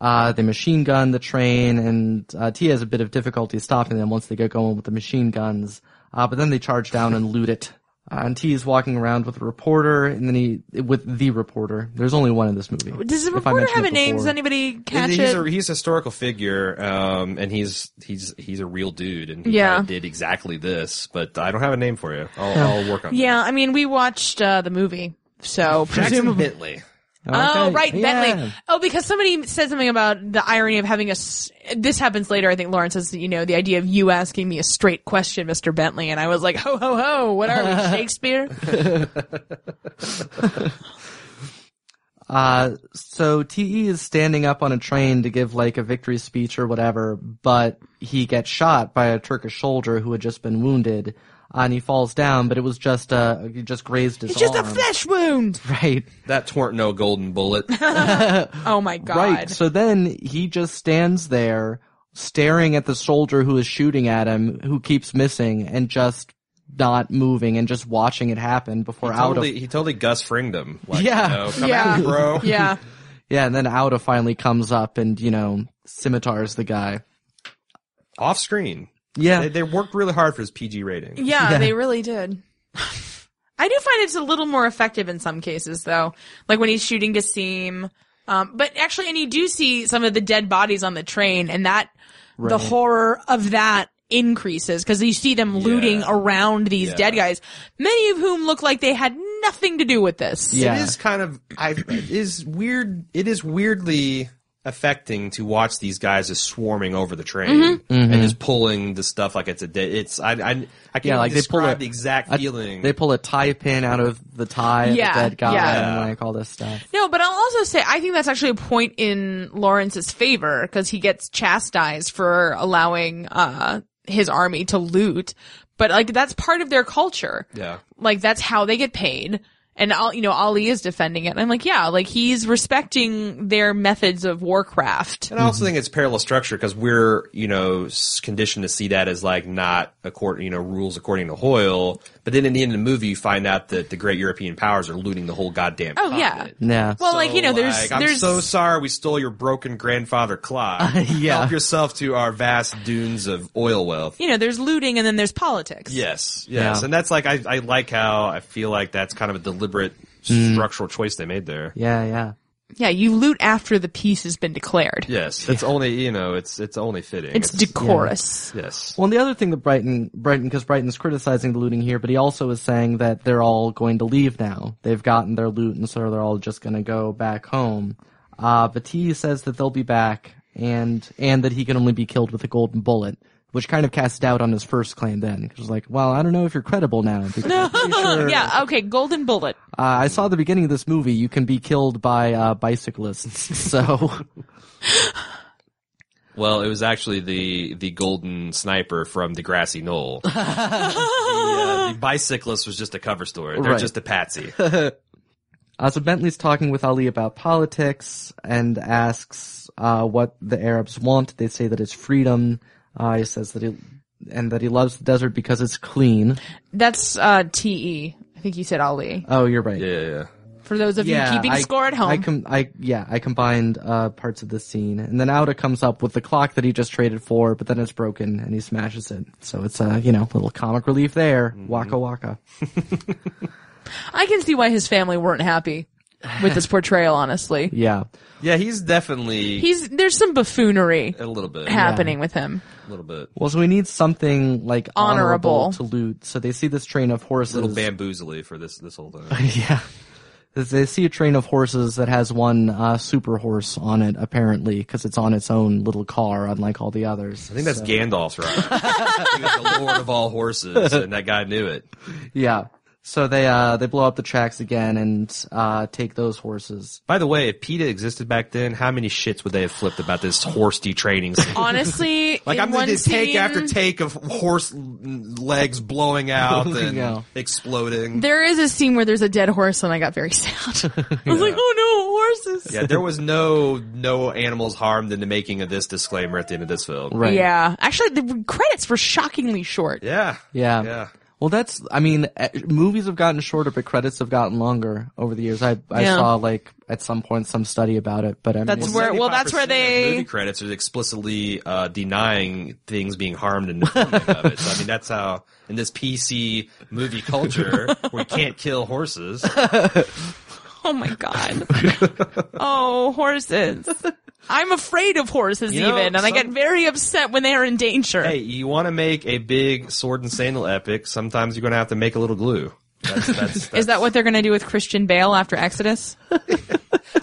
Speaker 2: Uh, they machine gun the train, and uh, Tia has a bit of difficulty stopping them once they get going with the machine guns. Uh, but then they charge down and loot it. Uh, and T is walking around with a reporter, and then he with the reporter. There's only one in this movie.
Speaker 1: Does the
Speaker 2: If I
Speaker 1: reporter
Speaker 2: mentioned
Speaker 1: have
Speaker 2: it
Speaker 1: a name? Does
Speaker 2: before.
Speaker 1: anybody
Speaker 3: And
Speaker 1: catch
Speaker 3: he's
Speaker 1: it?
Speaker 3: a he's a historical figure, um, and he's he's he's a real dude, and he
Speaker 1: Yeah.
Speaker 3: kinda did exactly this. But I don't have a name for you. I'll, I'll work on.
Speaker 1: yeah, I mean we watched uh, the movie. So
Speaker 3: that. Jackson
Speaker 1: presumably
Speaker 3: Bentley.
Speaker 1: Oh,
Speaker 2: Okay,
Speaker 1: right,
Speaker 2: yeah.
Speaker 1: Bentley. Oh, because somebody said something about the irony of having a. s- This happens later. I think Lauren says, you know, the idea of you asking me a straight question, Mr. Bentley. And I was like, ho, ho, ho, what are we, Shakespeare?
Speaker 2: Uh, so TE is standing up on a train to give like a victory speech or whatever, but he gets shot by a Turkish soldier who had just been wounded, uh, and he falls down, but it was just, uh, he just grazed his
Speaker 1: It's just a
Speaker 2: arm.
Speaker 1: flesh wound.
Speaker 2: Right,
Speaker 3: That torn't no golden bullet.
Speaker 1: Oh my God.
Speaker 2: right. So then he just stands there, staring at the soldier who is shooting at him, who keeps missing, and just not moving, and just watching it happen before out of
Speaker 3: totally, he totally Gus Fringed him. Like,
Speaker 2: Yeah.
Speaker 3: you know, come
Speaker 1: Yeah.
Speaker 3: at me, bro.
Speaker 1: Yeah.
Speaker 2: yeah, and then Auda finally comes up and you know scimitars the guy.
Speaker 3: Off screen.
Speaker 2: Yeah,
Speaker 3: They, they worked really hard for his PG rating.
Speaker 1: Yeah, they really did. I do find it's a little more effective in some cases, though. Like when he's shooting Gassim. Um, but actually, and you do see some of the dead bodies on the train, and that the horror of that increases because you see them looting around these dead guys, many of whom look like they had nothing to do with this.
Speaker 2: Yeah.
Speaker 3: It is kind of I it is weird it is weirdly affecting to watch these guys just swarming over the train
Speaker 2: Mm-hmm.
Speaker 3: and just pulling the stuff like it's a dead it's I I, I can't
Speaker 2: Yeah, like
Speaker 3: like
Speaker 2: they pull
Speaker 3: describe
Speaker 2: a-
Speaker 3: the exact
Speaker 2: a-
Speaker 3: feeling.
Speaker 2: They pull a tie pin out of the tie of
Speaker 1: Yeah,
Speaker 2: the dead guy
Speaker 1: yeah.
Speaker 2: and like all this stuff.
Speaker 1: No, but I'll also say I think that's actually a point in Lawrence's favor because he gets chastised for allowing uh his army to loot. But like that's part of their culture.
Speaker 3: yeah.
Speaker 1: Like that's how they get paid. And all you know, Ali is defending it. And I'm like, yeah, like he's respecting their methods of warcraft.
Speaker 3: And I also think it's parallel structure because we're, you know, s- conditioned to see that as like not according, you know, rules according to Hoyle. But then in the end of the movie, you find out that the great European powers are looting the whole goddamn.
Speaker 1: Oh yeah.
Speaker 3: continent.
Speaker 2: Yeah.
Speaker 1: Well, like you know, there's
Speaker 3: like, I'm
Speaker 1: there's
Speaker 3: so sorry we stole your broken grandfather clock.
Speaker 2: yeah.
Speaker 3: Help yourself to our vast dunes of oil wealth.
Speaker 1: you know there's looting and then there's politics.
Speaker 3: Yes, yes,
Speaker 2: Yeah.
Speaker 3: and that's like I, I like how I feel like that's kind of a deliberate structural choice they made there.
Speaker 2: yeah, yeah.
Speaker 1: Yeah, you loot after the peace has been declared.
Speaker 3: Yes, it's only you know it's it's only fitting.
Speaker 1: It's decorous.
Speaker 3: yes,
Speaker 2: Well, and the other thing that Brighton, Brighton, because Brighton's criticizing the looting here, but he also is saying that they're all going to leave now. They've gotten their loot, and so they're all just going to go back home. Uh, but T says that they'll be back, and and that he can only be killed with a golden bullet, which kind of cast doubt on his first claim then. It was like, well, I don't know if you're credible now. because I'm pretty sure-
Speaker 5: Yeah. Okay. Golden bullet.
Speaker 2: Uh, I saw the beginning of this movie. You can be killed by uh, bicyclists. So
Speaker 3: Well, it was actually the the golden sniper from Degrassi Knoll. the, uh, the bicyclist was just a cover story. They're
Speaker 2: Right.
Speaker 3: just a patsy.
Speaker 2: Uh, so Bentley's talking with Ali about politics and asks uh, what the Arabs want. They say that it's freedom. Uh, he says that he and that he loves the desert because it's clean.
Speaker 1: That's uh, T E. I think you said Ali.
Speaker 2: Oh, you're right.
Speaker 3: Yeah, yeah.
Speaker 1: For those of you keeping
Speaker 2: I-
Speaker 1: score at home,
Speaker 2: I com- I yeah, I combined uh, parts of the scene, and then Auda comes up with the clock that he just traded for, but then it's broken, and he smashes it. So it's a you know little comic relief there.
Speaker 3: Mm-hmm.
Speaker 2: Waka waka.
Speaker 1: I can see why his family weren't happy with this portrayal. Honestly,
Speaker 2: Yeah.
Speaker 3: Yeah, he's definitely
Speaker 1: he's there's some buffoonery
Speaker 3: a little bit, a
Speaker 1: happening with him.
Speaker 3: little bit,
Speaker 2: Well, so we need something like honorable,
Speaker 1: Honorable.
Speaker 2: to loot. So they see this train of horses.
Speaker 3: a little bamboozly for this this whole thing.
Speaker 2: Yeah. They see a train of horses that has one uh, super horse on it, apparently, because it's on its own little car, unlike all the others.
Speaker 3: I think that's Gandalf's ride. he was the lord of all horses, and that guy knew it.
Speaker 2: Yeah. So they uh, they blow up the tracks again and uh, take those horses.
Speaker 3: By the way, if PETA existed back then, how many shits would they have flipped about this horse detraining scene?
Speaker 1: Honestly,
Speaker 3: Like
Speaker 1: in
Speaker 3: I'm
Speaker 1: one
Speaker 3: going to take
Speaker 1: scene,
Speaker 3: after take of horse l- legs blowing out and
Speaker 2: Yeah.
Speaker 3: exploding.
Speaker 1: There is a scene where there's a dead horse, and I got very sad. I was like, oh no, horses.
Speaker 3: yeah, there was no no animals harmed in the making of this disclaimer at the end of this film.
Speaker 2: Right.
Speaker 1: Yeah. Actually, the credits were shockingly short.
Speaker 3: Yeah.
Speaker 2: Yeah.
Speaker 3: Yeah.
Speaker 2: Well, that's, I mean, eh, movies have gotten shorter, but credits have gotten longer over the years. I, I
Speaker 1: Yeah.
Speaker 2: saw, like, at some point some study about it, but I mean,
Speaker 1: That's
Speaker 2: it's-
Speaker 1: where- well, that's where
Speaker 3: 75% of
Speaker 1: they-
Speaker 3: movie credits are explicitly uh, denying things being harmed in the filming of it. So, I mean, that's how in this PC movie culture where you can't kill horses.
Speaker 5: Oh my god. oh, horses.
Speaker 1: I'm afraid of horses
Speaker 3: You know,
Speaker 1: even, and I
Speaker 3: some-
Speaker 1: get very upset when they are in danger.
Speaker 3: Hey, you want to make a big sword and sandal epic? Sometimes you're going to have to make a little glue. That's, that's,
Speaker 1: Is that what they're going to do with Christian Bale after Exodus?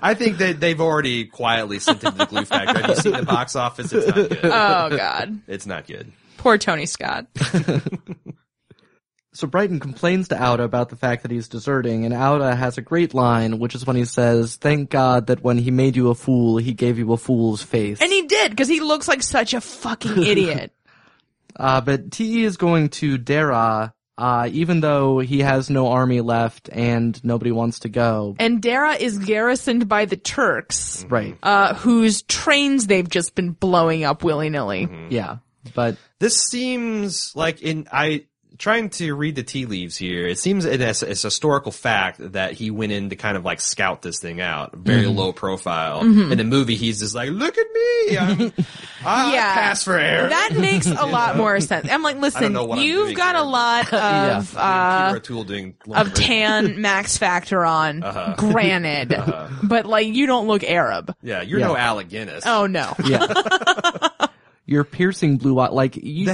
Speaker 3: I think that they've already quietly sent him to the glue factory. Have you seen the box office? It's not good.
Speaker 1: Oh God,
Speaker 3: it's not good.
Speaker 1: poor Tony Scott.
Speaker 2: So Brighton complains to Auda about the fact that he's deserting, and Auda has a great line, which is when he says, "Thank God that when he made you a fool, he gave you a fool's face."
Speaker 1: And he did because he looks like such a fucking idiot.
Speaker 2: uh, but Te is going to Dara, uh, even though he has no army left and nobody wants to go.
Speaker 1: and Dara is garrisoned by the Turks,
Speaker 2: Right?
Speaker 1: uh, whose trains they've just been blowing up willy nilly.
Speaker 3: Mm-hmm.
Speaker 2: Yeah, but
Speaker 3: This seems like in I trying to read the tea leaves here. It seems it is it's a historical fact that he went in to kind of like scout this thing out, very
Speaker 1: Mm-hmm.
Speaker 3: low profile. In the movie, he's just like, "Look at me, I'm, I
Speaker 1: Yeah.
Speaker 3: pass for air."
Speaker 1: That makes a lot more sense. I'm like, listen,
Speaker 3: know what I'm
Speaker 1: you've
Speaker 3: doing
Speaker 1: got a
Speaker 3: here.
Speaker 1: lot of uh,
Speaker 3: Tool doing
Speaker 1: of tan Max Factor on,
Speaker 3: Uh-huh.
Speaker 1: granted, but like you don't look Arab.
Speaker 3: Yeah, you're
Speaker 2: Yeah.
Speaker 3: no Alec Guinness.
Speaker 1: Oh no.
Speaker 2: yeah. Your piercing blue eye, like you,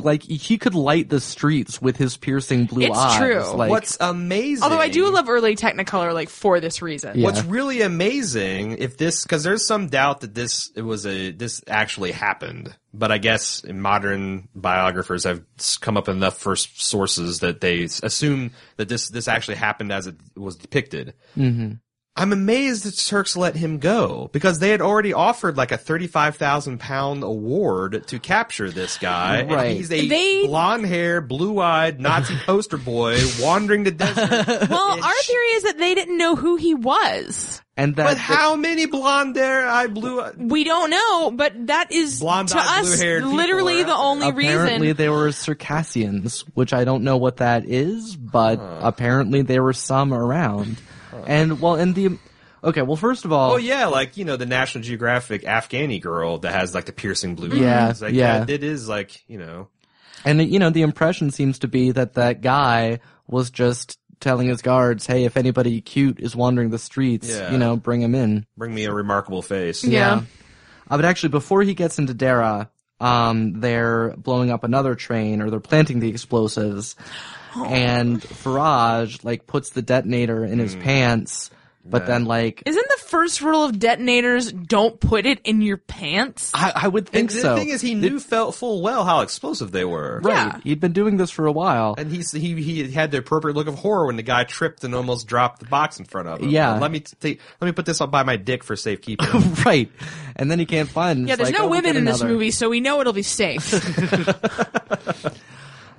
Speaker 2: like he could light the streets with his piercing blue
Speaker 1: It's
Speaker 2: eyes.
Speaker 1: true.
Speaker 2: Like,
Speaker 3: What's amazing?
Speaker 1: Although I do love early Technicolor, like for this reason.
Speaker 2: Yeah.
Speaker 3: What's really amazing, if this, because there's some doubt that this it was a this actually happened, but I guess modern biographers have s- come up enough first sources that they s- assume that this this actually happened as it was depicted. Mm-hmm. I'm amazed that Turks let him go because they had already offered like a thirty five thousand pound award to capture this guy. and
Speaker 2: Right.
Speaker 3: he's a
Speaker 1: They-
Speaker 3: blonde hair, blue eyed Nazi poster boy wandering the desert.
Speaker 1: Well,
Speaker 3: Bitch.
Speaker 1: our theory is that they didn't know who he was.
Speaker 2: and that
Speaker 3: But how many blonde hair, eye blue?
Speaker 1: We don't know, but that is
Speaker 3: Blonde
Speaker 1: to
Speaker 3: eyed,
Speaker 1: us
Speaker 3: blue-haired people
Speaker 1: literally
Speaker 3: are
Speaker 1: the
Speaker 3: out
Speaker 1: only
Speaker 2: apparently
Speaker 1: reason.
Speaker 2: they were circassians which i don't know what that is but apparently there were some around and well and the okay well first of all
Speaker 3: Oh yeah, like you know the National Geographic Afghani girl that has like the piercing blue
Speaker 2: Yeah,
Speaker 3: eyes. Like,
Speaker 2: yeah.
Speaker 3: that- it is like you know.
Speaker 2: and you know the impression seems to be that that guy was just telling his guards hey if anybody cute is wandering the streets
Speaker 3: Yeah.
Speaker 2: you know bring him in
Speaker 3: Bring me a remarkable face.
Speaker 1: yeah.
Speaker 2: Uh, but actually, before he gets into Dara, um, they're blowing up another train or they're planting the explosives. And Faraj, like, puts the detonator in his pants But then like
Speaker 1: Isn't the first rule of detonators don't put it in your pants?
Speaker 2: I, I would
Speaker 3: And
Speaker 2: think so.
Speaker 3: the thing is, he knew felt full well how explosive they were.
Speaker 2: right.
Speaker 1: Yeah.
Speaker 2: He'd been doing this for a while.
Speaker 3: And he's, he he had the appropriate look of horror when the guy tripped and almost dropped the box in front of him.
Speaker 2: Yeah.
Speaker 3: Let me t- take- let me put this up by my dick for safekeeping.
Speaker 2: right. And then he can't find. him.
Speaker 1: Yeah,
Speaker 2: It's
Speaker 1: there's
Speaker 2: like,
Speaker 1: no
Speaker 2: oh, we'll
Speaker 1: women
Speaker 2: get
Speaker 1: in this
Speaker 2: another.
Speaker 1: movie, so we know it'll be safe.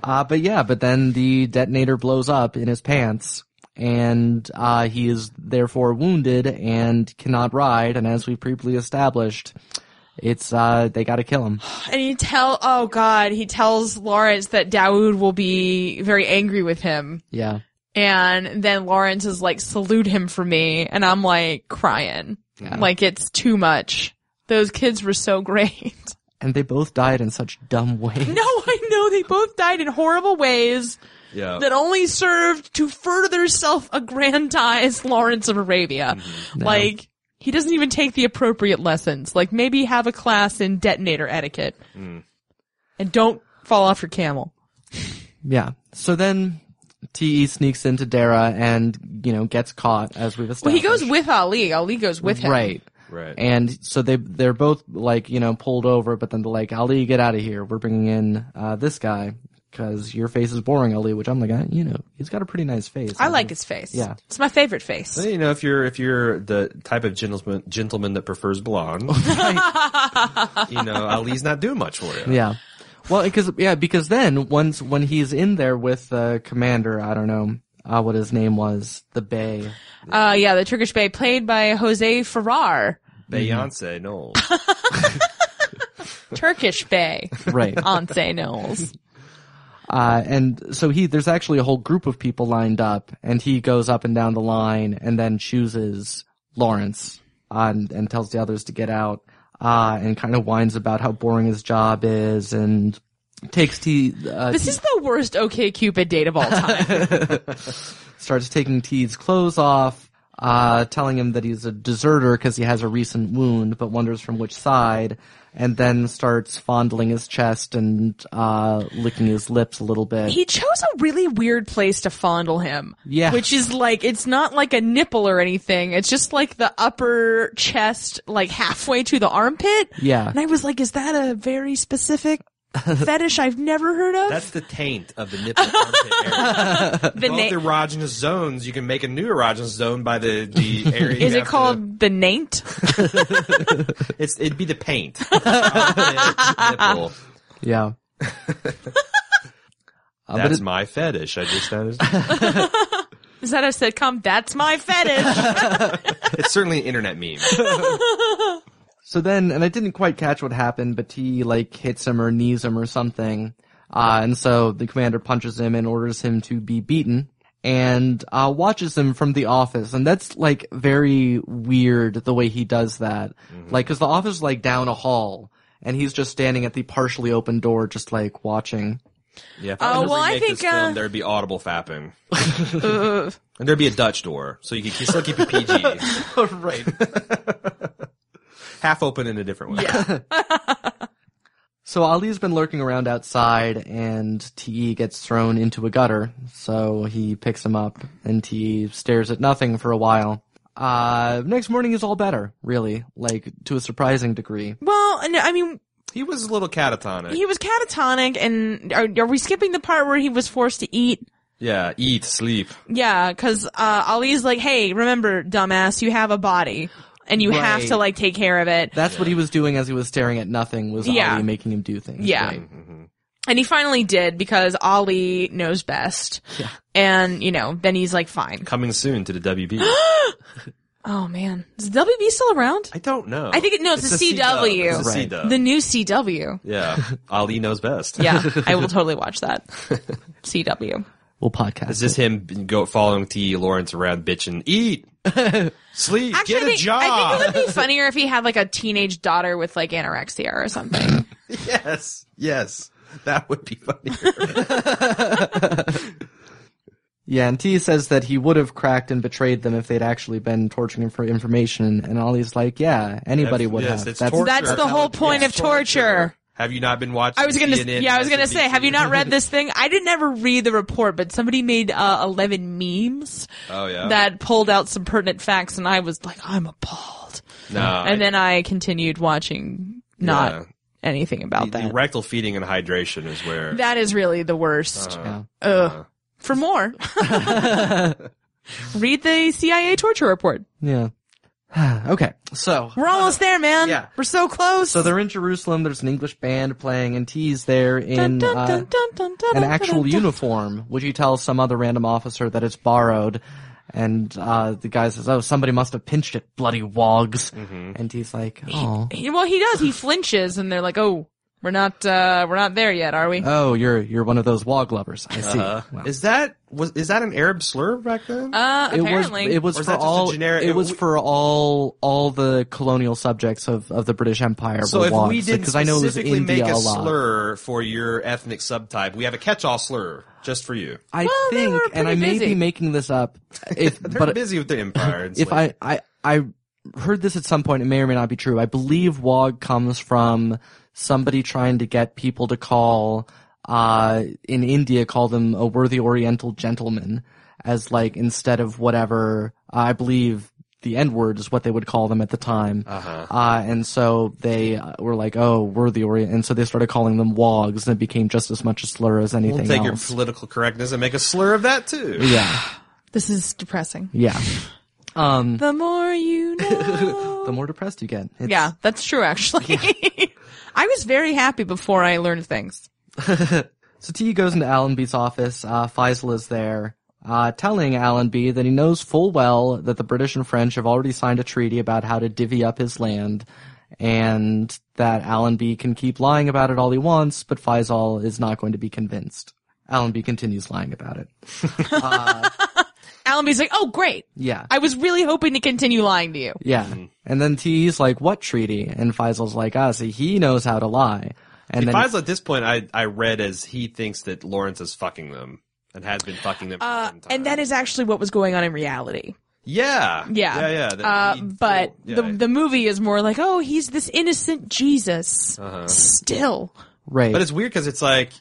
Speaker 2: Uh, but yeah, but then the detonator blows up in his pants and uh, he is therefore wounded and cannot ride. And as we previously established, it's uh, they got to kill him.
Speaker 1: and he tell oh god, he tells Lawrence that Dawood will be very angry with him.
Speaker 2: Yeah.
Speaker 1: And then Lawrence is like, salute him for me. And I'm like crying. Like it's too much. Those kids were so great.
Speaker 2: And they both died in such dumb ways.
Speaker 1: no, I know they both died in horrible ways
Speaker 3: yeah.
Speaker 1: that only served to further self-aggrandize Lawrence of Arabia.
Speaker 2: Mm-hmm.
Speaker 1: Like, he doesn't even take the appropriate lessons. Like maybe have a class in detonator etiquette.
Speaker 2: Mm.
Speaker 1: And don't fall off your camel.
Speaker 2: Yeah. So then Te sneaks into Dara and you know gets caught as we've
Speaker 1: Well,
Speaker 2: established.
Speaker 1: he goes with Ali. Ali goes with him.
Speaker 2: right.
Speaker 3: Right.
Speaker 2: And so they they're both like you know pulled over, but then they're like, Ali, get out of here. We're bringing in uh, this guy because your face is boring, Ali. Which I'm like, I, you know, he's got a pretty nice face.
Speaker 1: I like his face.
Speaker 2: Yeah.
Speaker 1: It's my favorite face.
Speaker 3: Well, you know, if you're if you're the type of gentleman gentleman that prefers blonde, you know, Ali's not doing much for you.
Speaker 2: Yeah. Well, because yeah, because then once when he's in there with uh, Commander, I don't know uh, what his name was, the Bay.
Speaker 1: Uh, yeah, the Turkish Bay, played by Jose Ferrar.
Speaker 3: Beyonce, no.
Speaker 1: Turkish Bay,
Speaker 2: Right.
Speaker 1: Anse Knowles.
Speaker 2: Uh, and so he, there's actually a whole group of people lined up and he goes up and down the line and then chooses Lawrence on, and tells the others to get out, uh, and kind of whines about how boring his job is and takes T, uh,
Speaker 1: This is the worst OK Cupid date of all time.
Speaker 2: starts taking T's clothes off, uh, telling him that he's a deserter because he has a recent wound, but wonders from which side, and then starts fondling his chest and uh, licking his lips a little bit.
Speaker 1: he chose a really weird place to fondle him.
Speaker 2: Yeah.
Speaker 1: Which is like, it's not like a nipple or anything. It's just like the upper chest, like halfway to the armpit.
Speaker 2: Yeah.
Speaker 1: And I was like, is that a very specific fetish I've never heard of?
Speaker 3: That's the taint of the nipple armpit area.
Speaker 1: the
Speaker 3: Both
Speaker 1: na-
Speaker 3: erogenous zones, you can make a new erogenous zone by the the area. you
Speaker 1: is it
Speaker 3: have to-
Speaker 1: called the naint?
Speaker 3: It's it'd be the paint. Armpit, nipple.
Speaker 2: yeah. Uh, but
Speaker 3: That's
Speaker 2: it-
Speaker 3: my fetish. I just noticed.
Speaker 1: Is that a sitcom? That's my fetish.
Speaker 3: It's certainly an internet meme.
Speaker 2: So then, and I didn't quite catch what happened, but he like hits him or knees him or something. Uh, and so the commander punches him and orders him to be beaten and, uh, watches him from the office. And that's like very weird the way he does that. Like, cause the office is like down a hall and he's just standing at the partially open door, just like watching.
Speaker 3: Yeah. If I
Speaker 1: Oh,
Speaker 3: were to
Speaker 1: well, I
Speaker 3: remake this
Speaker 1: think,
Speaker 3: film,
Speaker 1: uh,
Speaker 3: there'd be audible fapping. and there'd be a Dutch door, so you could you still keep your PG
Speaker 2: right.
Speaker 3: half open in a different way.
Speaker 2: So Ali's been lurking around outside and TE gets thrown into a gutter. So he picks him up and TE stares at nothing for a while. Uh, next morning is all better, really, like to a surprising degree.
Speaker 1: well, no, I mean,
Speaker 3: He was a little catatonic.
Speaker 1: he was catatonic and are, are we skipping the part where he was forced to eat?
Speaker 3: yeah, eat, sleep.
Speaker 1: Yeah, cause, uh, Ali's like, hey, remember, dumbass, you have a body and you have
Speaker 2: Right.
Speaker 1: to like take care of it.
Speaker 2: That's what he was doing as he was staring at nothing was
Speaker 1: Yeah.
Speaker 2: Ali making him do things.
Speaker 1: Yeah.
Speaker 2: right?
Speaker 1: and he finally did because Ali knows best. Yeah. And, you know, then he's like, fine.
Speaker 3: Coming soon to the WB.
Speaker 1: Oh man. Is WB still around?
Speaker 3: I don't know.
Speaker 1: I think it- no, it's a CW.
Speaker 3: It's a
Speaker 2: Right.
Speaker 3: CW.
Speaker 1: The new CW.
Speaker 3: yeah, Ali knows best.
Speaker 1: Yeah. I will totally watch that. CW.
Speaker 2: We'll podcast.
Speaker 3: Is this him go following T. E. Lawrence around, bitching, eat,
Speaker 1: Actually,
Speaker 3: sleep, get
Speaker 1: I
Speaker 3: a
Speaker 1: think,
Speaker 3: job?
Speaker 1: I think it would be funnier if he had like a teenage daughter with like anorexia or something.
Speaker 3: yes, yes, that would be funny.
Speaker 2: Yeah, and T E says that he would have cracked and betrayed them if they'd actually been torturing him for information. And Ali's like, yeah, anybody would
Speaker 3: yes,
Speaker 2: have.
Speaker 3: it's
Speaker 2: That's
Speaker 3: torture.
Speaker 1: That's the whole point of torture.
Speaker 3: Have you not been watching?
Speaker 5: I was gonna,
Speaker 3: CNN
Speaker 5: yeah, I was gonna say, have you not
Speaker 3: MSNBC?
Speaker 5: read this thing? I didn't ever read the report, but somebody made uh, eleven memes
Speaker 3: Oh yeah.
Speaker 5: that pulled out some pertinent facts, and I was like, I'm appalled.
Speaker 3: no.
Speaker 5: and then I continued watching not
Speaker 3: Yeah.
Speaker 5: anything about
Speaker 3: the,
Speaker 5: that.
Speaker 3: rectal feeding and hydration is where.
Speaker 1: That is really the worst.
Speaker 2: Yeah.
Speaker 1: Ugh.
Speaker 5: For more, read the CIA torture report.
Speaker 2: Yeah. okay. So
Speaker 1: We're almost there, man.
Speaker 2: yeah.
Speaker 1: We're so close.
Speaker 2: so they're in Jerusalem. There's an English band playing, and T's there in
Speaker 5: Dun,
Speaker 2: uh,
Speaker 5: dun, dun, dun, dun,
Speaker 2: an
Speaker 5: dun,
Speaker 2: actual
Speaker 5: dun, dun.
Speaker 2: uniform, which he tells some other random officer that it's borrowed. And uh, the guy says, "Oh, somebody must have pinched it, bloody wogs."
Speaker 3: Mm-hmm.
Speaker 2: And he's like, "Oh,
Speaker 5: He- Well, he does. He flinches, and they're like, "Oh,
Speaker 1: we're not uh we're not there yet, are we?
Speaker 2: oh, you're you're one of those wog lovers." I see.
Speaker 3: Uh,
Speaker 2: Wow.
Speaker 3: Is that was is that an Arab slur back then?
Speaker 1: Uh
Speaker 2: it was
Speaker 1: apparently.
Speaker 2: it was
Speaker 3: Or is
Speaker 2: for
Speaker 3: that just a
Speaker 2: all
Speaker 3: generic-
Speaker 2: it was
Speaker 3: we-
Speaker 2: for all all the colonial subjects of, of the British Empire.
Speaker 3: so
Speaker 2: were
Speaker 3: if we
Speaker 2: wogs,
Speaker 3: didn't
Speaker 2: because I know it was
Speaker 3: specifically make
Speaker 2: India
Speaker 3: a,
Speaker 2: a lot.
Speaker 3: slur for your ethnic subtype, we have a catch-all slur just for you.
Speaker 2: I
Speaker 1: Well, they
Speaker 2: think,
Speaker 1: were
Speaker 2: and I
Speaker 1: pretty
Speaker 2: may be
Speaker 1: busy.
Speaker 2: making this up, if
Speaker 3: They're
Speaker 2: but
Speaker 3: busy with the empire. It's
Speaker 2: if
Speaker 3: like-
Speaker 2: I, I I heard this at some point, it may or may not be true. I believe wog comes from somebody trying to get people to call uh in India call them a worthy oriental gentleman as like instead of whatever I believe the N word is what they would call them at the time.
Speaker 3: Uh-huh.
Speaker 2: Uh, and so they uh, were like, oh, worthy orient. And so they started calling them wogs and it became just as much a slur as anything
Speaker 3: we'll take your
Speaker 2: else.
Speaker 3: political correctness and make a slur of that too.
Speaker 2: yeah.
Speaker 1: this is depressing.
Speaker 2: Yeah. Um,
Speaker 5: the more you know."
Speaker 2: the more depressed you get. It's-
Speaker 1: Yeah, that's true actually. I was very happy before I learned things.
Speaker 2: So T goes into Allenby's office. Uh, Faisal is there, uh, telling Allenby that he knows full well that the British and French have already signed a treaty about how to divvy up his land, and that Allenby can keep lying about it all he wants, but Faisal is not going to be convinced. Allenby continues lying about it.
Speaker 1: Allenby's like, "Oh, great.
Speaker 2: Yeah.
Speaker 1: I was really hoping to continue lying to you."
Speaker 2: yeah.
Speaker 3: Hmm.
Speaker 2: And then T's like, what treaty? And Faisal's like, ah, see, he knows how to lie. And then,
Speaker 3: Faisal, at this point, I, I read as he thinks that Lawrence is fucking them and has been fucking them for some time.
Speaker 1: Uh, And that is actually what was going on in reality.
Speaker 3: yeah,
Speaker 1: Yeah.
Speaker 3: yeah, yeah. that
Speaker 1: Uh,
Speaker 3: he-
Speaker 1: but
Speaker 3: yeah,
Speaker 1: the the movie is more like, "Oh, he's this innocent Jesus."
Speaker 3: Uh-huh.
Speaker 1: Still.
Speaker 2: right.
Speaker 3: But it's weird because it's like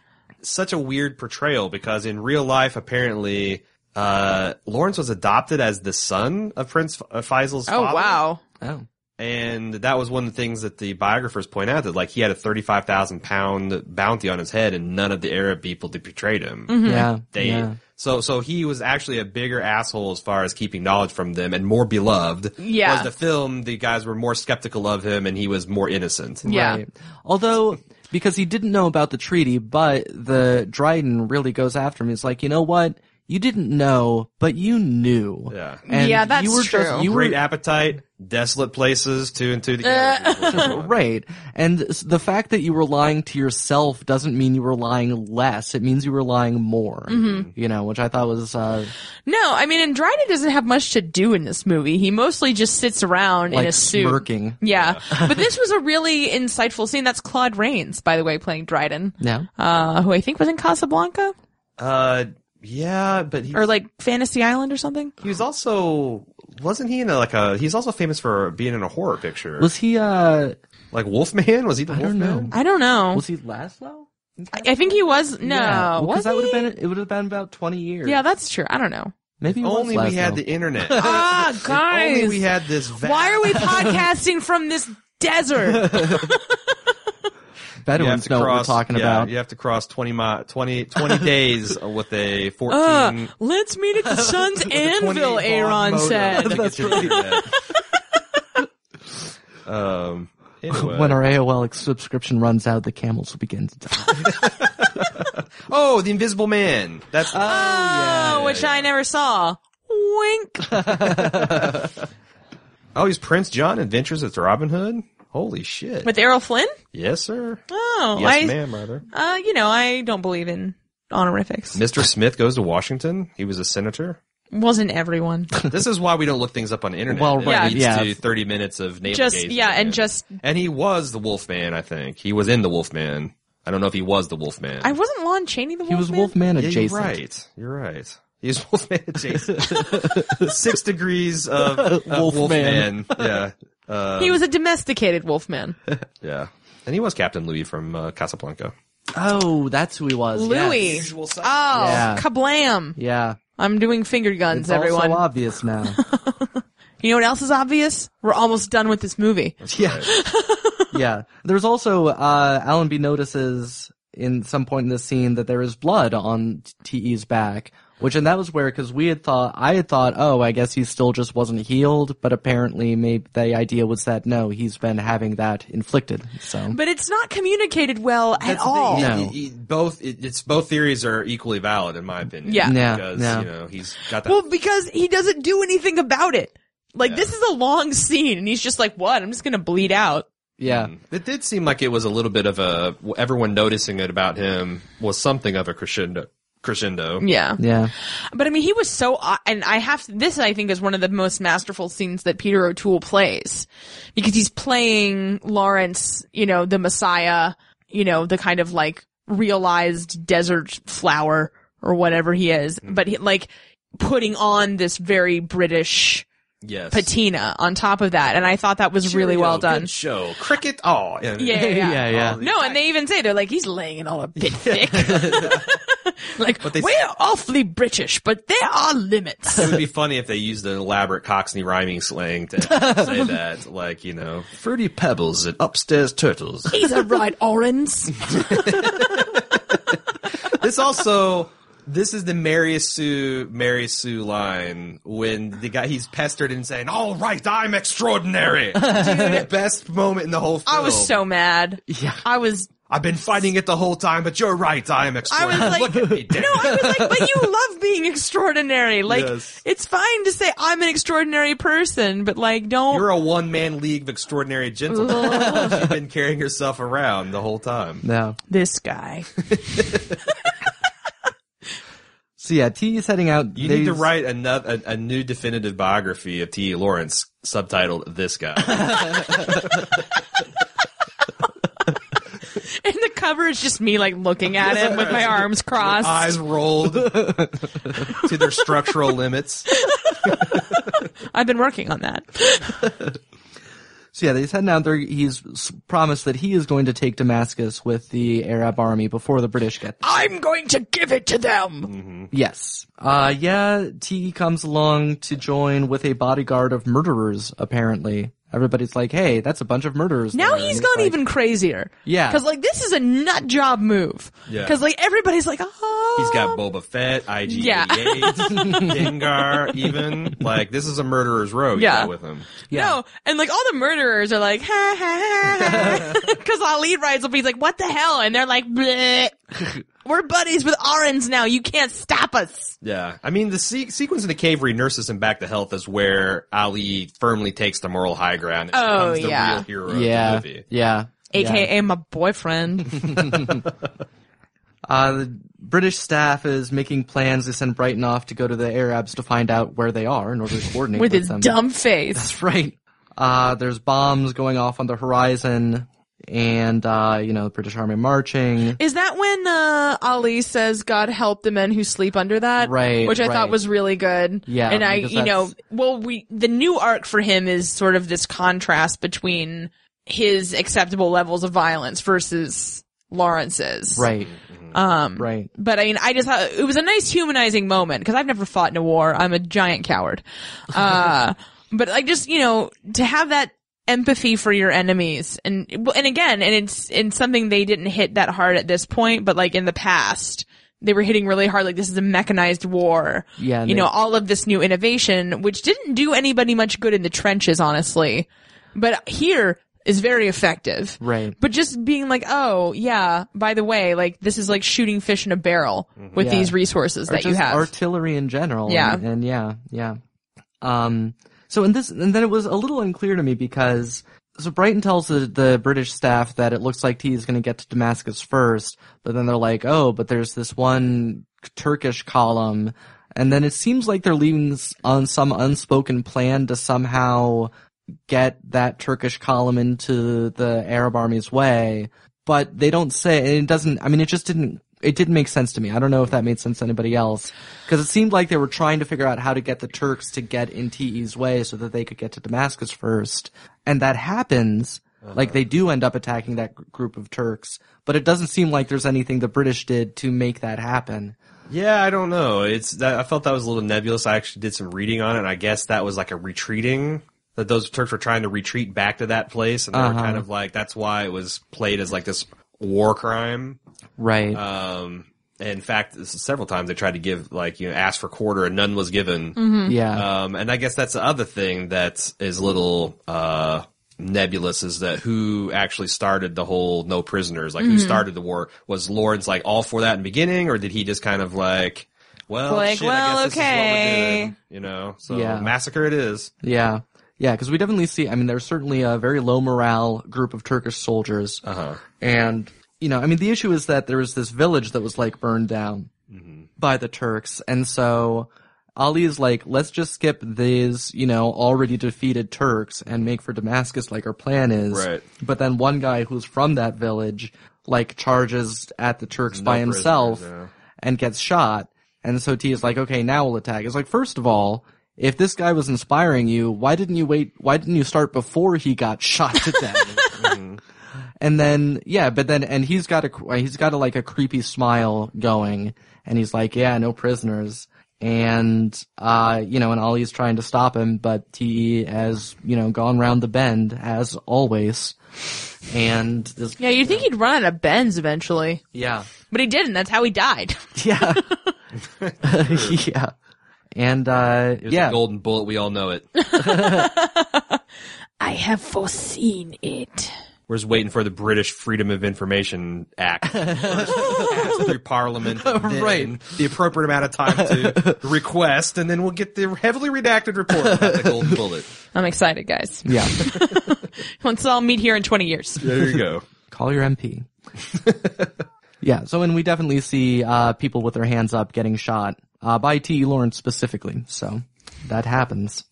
Speaker 3: such a weird portrayal because in real life, apparently, uh, Lawrence was adopted as the son of Prince uh, Faisal's
Speaker 1: Oh,
Speaker 3: father.
Speaker 1: wow.
Speaker 2: oh.
Speaker 3: And that was one of the things that the biographers point out that like he had a 35,000 pound bounty on his head and none of the Arab people that betrayed him.
Speaker 2: Yeah.
Speaker 3: They,
Speaker 2: yeah.
Speaker 3: So, so he was actually a bigger asshole as far as keeping knowledge from them and more beloved.
Speaker 1: Yeah.
Speaker 3: Was the film, the guys were more skeptical of him and he was more innocent.
Speaker 1: Yeah.
Speaker 2: Right. Although, because he didn't know about the treaty, but the Dryden really goes after him. He's like, you know what? You didn't know, but you knew.
Speaker 3: Yeah.
Speaker 2: And
Speaker 1: Yeah, that's
Speaker 2: you were Just,
Speaker 1: true.
Speaker 2: you
Speaker 3: Great
Speaker 2: were,
Speaker 3: appetite, desolate places, two
Speaker 1: Uh.
Speaker 3: and two together.
Speaker 2: Right. And s- the fact that you were lying to yourself doesn't mean you were lying less. It means you were lying more.
Speaker 1: Mm-hmm.
Speaker 2: You know, which I thought was, uh,
Speaker 1: No, I mean, and Dryden doesn't have much to do in this movie. He mostly just sits around in
Speaker 2: like
Speaker 1: a suit.
Speaker 2: smirking.
Speaker 1: Yeah. but this was a really insightful scene. That's Claude Rains, by the way, playing Dryden,
Speaker 2: No.
Speaker 1: uh, who I think was in Casablanca
Speaker 3: Uh, yeah, but he,
Speaker 1: or like Fantasy Island or something.
Speaker 3: he was also, wasn't he in a, like a, he's also famous for being in a horror picture.
Speaker 2: Was he, uh,
Speaker 3: like Wolfman? Was he the
Speaker 2: I don't
Speaker 3: Wolfman?
Speaker 2: know.
Speaker 1: I don't know.
Speaker 2: Was he Laszlo?
Speaker 1: I I think he was. No,
Speaker 2: yeah. Well, 'cause
Speaker 1: was
Speaker 2: that would
Speaker 1: he?
Speaker 2: have been, it would have been about 20 years.
Speaker 1: yeah, that's true. I don't know.
Speaker 2: Maybe it was
Speaker 3: Only we had
Speaker 2: Laszlo.
Speaker 3: the internet.
Speaker 1: Ah,
Speaker 3: Only
Speaker 1: guys.
Speaker 3: we had this. Vast-
Speaker 1: Why are we podcasting from this desert?
Speaker 3: You have
Speaker 2: Bedouins
Speaker 3: to
Speaker 2: know what we're
Speaker 3: cross-
Speaker 2: talking
Speaker 3: yeah,
Speaker 2: about.
Speaker 3: You have to cross 20 mi- 20, 20 days with a 14.
Speaker 1: Uh, let's meet at the sun's anvil, Aaron said.
Speaker 3: um, anyway.
Speaker 2: When our AOL subscription runs out, the camels will begin to die.
Speaker 3: oh, the Invisible Man. That's
Speaker 2: Uh,
Speaker 1: Oh, which I never saw. Wink.
Speaker 3: oh, he's Prince John Adventures with Robin Hood. Holy shit!
Speaker 1: With Errol Flynn?
Speaker 3: yes, sir.
Speaker 1: Oh,
Speaker 3: yes,
Speaker 1: I,
Speaker 3: ma'am. Rather,
Speaker 1: Uh, you know, I don't believe in honorifics.
Speaker 3: Mr. Smith goes to Washington. He was a senator.
Speaker 1: Wasn't everyone
Speaker 3: this is why we don't look things up on the internet.
Speaker 2: Well,
Speaker 3: It
Speaker 2: right,
Speaker 3: leads
Speaker 2: yeah.
Speaker 3: to 30 minutes of navel
Speaker 1: just
Speaker 3: gazing.
Speaker 1: yeah, and just
Speaker 3: And he was the Wolfman, I think. He was in the Wolfman. I don't know if he was the Wolfman.
Speaker 1: I wasn't Lon Chaney the
Speaker 2: he was Wolfman
Speaker 3: yeah,
Speaker 2: adjacent.
Speaker 3: you're right. You're right. He was Wolfman adjacent. Six degrees of, of Wolfman.
Speaker 2: Wolfman.
Speaker 3: Yeah. Uh,
Speaker 1: He was a domesticated Wolfman.
Speaker 3: yeah. And he was Captain Louis from uh, Casablanca.
Speaker 2: Oh, that's who he was.
Speaker 1: Louis.
Speaker 2: Yes.
Speaker 1: Oh,
Speaker 2: Yeah.
Speaker 1: kablam.
Speaker 2: Yeah.
Speaker 1: I'm doing finger guns,
Speaker 2: It's all
Speaker 1: everyone.
Speaker 2: so obvious now.
Speaker 1: you know what else is obvious? We're almost done with this movie.
Speaker 2: yeah. yeah. There's also uh Allenby notices in some point in this scene that there is blood on TE's back, which and that was where cuz we had thought I had thought, "Oh, I guess he still just wasn't healed," but apparently maybe the idea was that no, he's been having that inflicted. So
Speaker 1: But it's not communicated well at
Speaker 3: That's the thing.
Speaker 1: all.
Speaker 2: No.
Speaker 3: It- it- it- both it- it's both theories are equally valid in my opinion.
Speaker 1: Yeah.
Speaker 2: Yeah,
Speaker 3: because
Speaker 2: yeah.
Speaker 3: you know he's got that.
Speaker 1: Well, because he doesn't do anything about it. Like this is a long scene and he's just like, what? I'm just gonna bleed out.
Speaker 2: yeah.
Speaker 3: it did seem like it was a little bit of a everyone noticing it about him was something of a crescendo. Crescendo.
Speaker 1: Yeah.
Speaker 2: Yeah.
Speaker 1: But I mean, he was so, and I have to, this I think is one of the most masterful scenes that Peter O'Toole plays because he's playing Lawrence, you know, the Messiah, you know, the kind of like realized desert flower or whatever he is,
Speaker 3: Mm-hmm.
Speaker 1: but he, like putting on this very British
Speaker 3: Yes.
Speaker 1: patina on top of that. And I thought that was really well
Speaker 3: Cheerio,
Speaker 1: done.
Speaker 3: good show cricket. Oh, yeah.
Speaker 1: Yeah, yeah.
Speaker 2: yeah, yeah.
Speaker 1: No, and they even say they're like he's laying it all a bit thick. like
Speaker 3: they-
Speaker 1: we're awfully British, but there are limits.
Speaker 3: It would be funny if they used an elaborate Cockney rhyming slang to say that, like you know, fruity pebbles and upstairs turtles.
Speaker 1: He's a right orange.
Speaker 3: this also this is the Mary Sue Mary Sue line when the guy he's pestered and saying, "All right, I'm extraordinary." the best moment in the whole film.
Speaker 1: I was so mad.
Speaker 2: Yeah.
Speaker 1: I was.
Speaker 3: I've been fighting it the whole time, but you're right. I am extraordinary.
Speaker 1: like-
Speaker 3: Look at me, Dick.
Speaker 1: No, I was like, but you love being extraordinary. Like,
Speaker 3: Yes.
Speaker 1: it's fine to say I'm an extraordinary person, but like, don't.
Speaker 3: You're a one man league of extraordinary gentlemen. She's been carrying herself around the whole time.
Speaker 2: No.
Speaker 1: this guy.
Speaker 2: So yeah, TE's heading out.
Speaker 3: You need to write another a, a new definitive biography of T. E. Lawrence, subtitled "This Guy."
Speaker 1: and the cover is just me like looking at him with my arms crossed.
Speaker 3: Eyes rolled to their structural limits.
Speaker 1: I've been working on that.
Speaker 2: So yeah, he's heading out there. He's s- promised that he is going to take Damascus with the Arab army before the British get there.
Speaker 1: I'm going to give it to them.
Speaker 2: Yes. Uh, yeah, T comes along to join with a bodyguard of murderers, apparently. Everybody's like, hey, that's a bunch of murderers.
Speaker 1: Now
Speaker 2: there. And
Speaker 1: he's gone
Speaker 2: like,
Speaker 1: even crazier.
Speaker 2: Yeah.
Speaker 1: Because like this is a nut job move.
Speaker 3: Yeah.
Speaker 1: Because like everybody's like, oh.
Speaker 3: He's got Boba Fett, IG88,
Speaker 1: Yeah.
Speaker 3: Dengar, even. Like, this is a murderer's row he's
Speaker 1: Yeah.
Speaker 3: got with him.
Speaker 1: No, and like all the murderers are like, ha ha ha, because Ali rides up, he's like, what the hell? And they're like, Bleh. we're buddies with Orange now. You can't stop us.
Speaker 3: Yeah. I mean, the se- sequence in the cave where he nurses him back to health is where Ali firmly takes the moral high ground and
Speaker 1: Oh,
Speaker 3: becomes the
Speaker 1: yeah.
Speaker 3: real hero
Speaker 2: Yeah.
Speaker 3: of the movie.
Speaker 2: Yeah.
Speaker 1: AKA my boyfriend.
Speaker 2: Uh, the British staff is making plans to send Brighton off to go to the Arabs to find out where they are in order to coordinate with,
Speaker 1: with his
Speaker 2: them.
Speaker 1: dumb face.
Speaker 2: That's right. Uh, there's bombs going off on the horizon and, uh, you know, the British army marching.
Speaker 1: Is that when uh, Ali says, "God help the men who sleep under that"?
Speaker 2: Right,
Speaker 1: which I
Speaker 2: right.
Speaker 1: thought was really good.
Speaker 2: Yeah,
Speaker 1: and I,
Speaker 2: because
Speaker 1: you know,
Speaker 2: that's-
Speaker 1: well, we the new arc for him is sort of this contrast between his acceptable levels of violence versus Lawrence's.
Speaker 2: Right.
Speaker 1: Um.
Speaker 2: Right.
Speaker 1: But I mean, I just thought it was a nice humanizing moment because I've never fought in a war. I'm a giant coward. Uh, but like just, you know, to have that empathy for your enemies and, well, and again, and it's, it's something they didn't hit that hard at this point, but like in the past, they were hitting really hard. Like this is a mechanized war.
Speaker 2: Yeah, and
Speaker 1: You
Speaker 2: they-
Speaker 1: know, all of this new innovation, which didn't do anybody much good in the trenches, honestly, but here is very effective.
Speaker 2: Right.
Speaker 1: But just being like, oh yeah, by the way, like this is like shooting fish in a barrel
Speaker 5: Mm-hmm.
Speaker 1: with
Speaker 2: Yeah.
Speaker 1: these resources
Speaker 2: Or
Speaker 1: that you
Speaker 2: just
Speaker 1: have.
Speaker 2: artillery in general.
Speaker 1: Yeah.
Speaker 2: and, and yeah, yeah. Um. So in this, and then it was a little unclear to me because so Brighton tells the, the British staff that it looks like T is going to get to Damascus first, but then they're like, oh, but there's this one Turkish column, and then it seems like they're leaving s- on some unspoken plan to somehow get that Turkish column into the Arab army's way, but they don't say, and it doesn't, I mean, it just didn't, it didn't make sense to me. I don't know if that made sense to anybody else, because it seemed like they were trying to figure out how to get the Turks to get in TE's way so that they could get to Damascus first, and that happens, Like they do end up attacking that gr- group of Turks, but it doesn't seem like there's anything the British did to make that happen.
Speaker 3: Yeah, I don't know. It's that I felt that was a little nebulous. I actually did some reading on it, and I guess that was like a retreating that those Turks were trying to retreat back to that place, and they were kind of like that's why it was played as like this war crime.
Speaker 2: Right.
Speaker 3: Um, and in fact, this is several times they tried to give like you know ask for quarter, and none was given.
Speaker 2: yeah.
Speaker 3: Um, and I guess that's the other thing that is a little uh, nebulous is that who actually started the whole no prisoners? Like who
Speaker 1: Mm-hmm.
Speaker 3: started the war? Was Lawrence like all for that in the beginning, or did he just kind of like, well,
Speaker 1: Like,
Speaker 3: shit,
Speaker 1: well,
Speaker 3: I guess this is what
Speaker 1: okay.
Speaker 3: we're doing, you know? So
Speaker 2: Yeah.
Speaker 3: massacre it is.
Speaker 2: yeah. Yeah. Cause we definitely see, I mean, there's certainly a very low morale group of Turkish soldiers.
Speaker 3: Uh huh.
Speaker 2: And, you know, I mean, the issue is that there was this village that was like burned down by the Turks. And so Ali is like, let's just skip these, you know, already defeated Turks and make for Damascus like our plan is.
Speaker 3: Right.
Speaker 2: But then one guy who's from that village, like, charges at the Turks by
Speaker 3: prisoners,
Speaker 2: himself
Speaker 3: yeah.
Speaker 2: and gets shot. And so T is like, okay, now we'll attack. It's like, first of all, if this guy was inspiring you, why didn't you wait? Why didn't you start before he got shot to death? And then, yeah, but then, and he's got a, he's got a, like a creepy smile going, and he's like, yeah, no prisoners. And, uh, you know, and Ollie's trying to stop him, but TE has, you know, gone round the bend, as always. And this,
Speaker 1: Yeah, you'd think he'd run out of bends eventually,
Speaker 2: yeah.
Speaker 1: but he didn't. That's how he died.
Speaker 2: Yeah. yeah. And, uh,
Speaker 3: It was
Speaker 2: yeah.
Speaker 3: a golden bullet. We all know it.
Speaker 5: I have foreseen it.
Speaker 3: We're just waiting for the British Freedom of Information Act Passed through Parliament, then
Speaker 2: Right.
Speaker 3: The appropriate amount of time to request, and then we'll get the heavily redacted report about the golden bullet.
Speaker 1: I'm excited, guys.
Speaker 2: Yeah.
Speaker 1: Let's all meet here in 20 years.
Speaker 3: There you go.
Speaker 2: Call your MP. yeah. So, and we definitely see, uh, people with their hands up getting shot, uh, by T.E. Lawrence specifically. So that happens.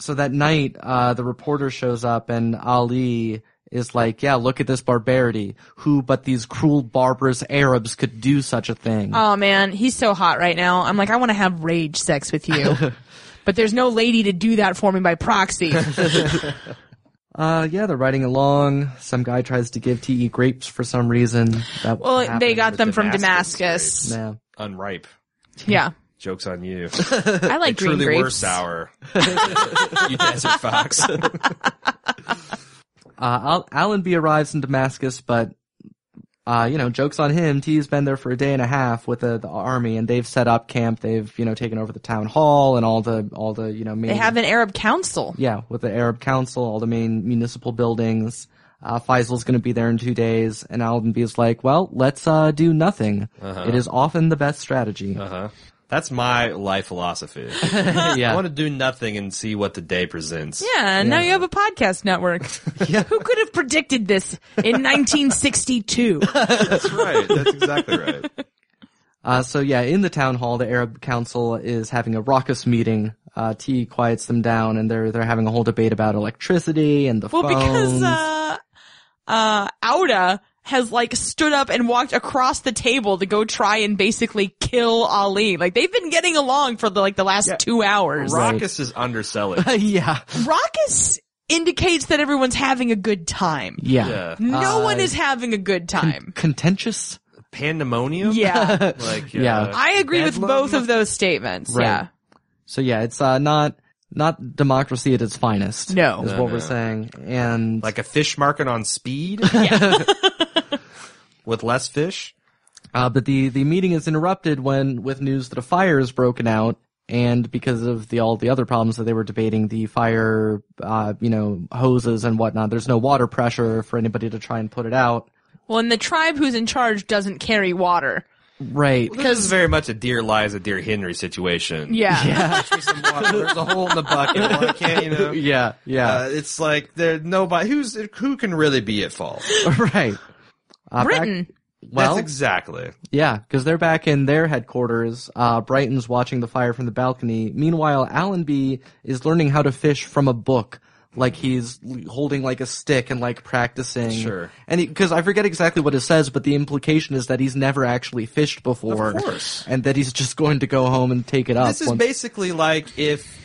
Speaker 2: So that night, uh, the reporter shows up and Ali is like, yeah, look at this barbarity. Who but these cruel, barbarous Arabs could do such a thing?
Speaker 1: Oh man, he's so hot right now. I'm like, I want to have rage sex with you. But there's no lady to do that for me by proxy.
Speaker 2: Uh, yeah, they're riding along. Some guy tries to give T.E. grapes for some reason. That
Speaker 1: Well,
Speaker 2: happened.
Speaker 1: they got
Speaker 3: with
Speaker 1: them from
Speaker 3: Damascus,
Speaker 1: Damascus.
Speaker 2: Yeah.
Speaker 3: Unripe.
Speaker 1: Yeah.
Speaker 3: Jokes on you.
Speaker 1: I like green
Speaker 3: Truly
Speaker 1: grapes.
Speaker 3: were sour. you desert fox.
Speaker 2: Uh, Al- Allenby arrives in Damascus, but, uh, you know, jokes on him. T.E.'s been there for a day and a half with the, the army and they've set up camp. They've, you know, taken over the town hall and all the, all the, you know, main,
Speaker 1: They have an Arab council.
Speaker 2: yeah, with the Arab council, all the main municipal buildings. Uh, Faisal's gonna be there in two days and Allenby is like, well, let's, uh, do nothing. It is often the best strategy.
Speaker 3: Uh-huh. That's my life philosophy. I
Speaker 2: yeah.
Speaker 3: want to do nothing and see what the day presents.
Speaker 1: Yeah, and now you have a podcast network.
Speaker 2: Yeah.
Speaker 1: Who could have predicted this in 1962?
Speaker 3: That's right. That's exactly right.
Speaker 2: Uh, so yeah, in the town hall, the Arab Council is having a raucous meeting. Uh, T quiets them down, and they're they're having a whole debate about electricity and the
Speaker 1: Well,
Speaker 2: phones.
Speaker 1: because uh, uh, Auda has like stood up and walked across the table to go try and basically kill Ali. Like they've been getting along for the, like the last two hours.
Speaker 3: Raucous is underselling.
Speaker 2: yeah,
Speaker 1: Raucous indicates that everyone's having a good time.
Speaker 2: yeah,
Speaker 3: Yeah.
Speaker 1: No one is having a good time.
Speaker 2: contentious.
Speaker 3: Pandemonium?
Speaker 1: Yeah.
Speaker 3: Like,
Speaker 2: Yeah.
Speaker 3: uh,
Speaker 1: I agree with
Speaker 3: bedlam?
Speaker 1: both of those statements.
Speaker 2: Right.
Speaker 1: Yeah.
Speaker 2: So yeah, it's uh, not not democracy at its finest.
Speaker 1: No.
Speaker 2: is
Speaker 1: No,
Speaker 2: what we're saying. And
Speaker 3: Like a fish market on speed? With less fish?
Speaker 2: uh, but the the meeting is interrupted when with news that a fire has broken out. And because of the all the other problems that they were debating, the fire, uh, you know, hoses and whatnot, there's no water pressure for anybody to try and put it out.
Speaker 1: Well, and the tribe who's in charge doesn't carry water.
Speaker 2: Right.
Speaker 3: This is very much a deer lies a deer Henry situation.
Speaker 1: Yeah.
Speaker 3: Catch me some water. There's a hole in the bucket. Well, I can't, you know.
Speaker 2: Yeah, yeah,
Speaker 3: Uh, it's like there nobody who's who can really be at fault.
Speaker 2: right. Uh, back-
Speaker 1: Britain.
Speaker 2: well,
Speaker 3: That's exactly.
Speaker 2: yeah, because they're back in their headquarters. Uh, Brighton's watching the fire from the balcony. Meanwhile, Allenby is learning how to fish from a book. Like he's l- holding like a stick and like practicing.
Speaker 3: Sure.
Speaker 2: And because I forget exactly what it says, but the implication is that he's never actually fished before.
Speaker 3: Of course.
Speaker 2: And that he's just going to go home and take it up.
Speaker 3: This is
Speaker 2: once-
Speaker 3: basically like if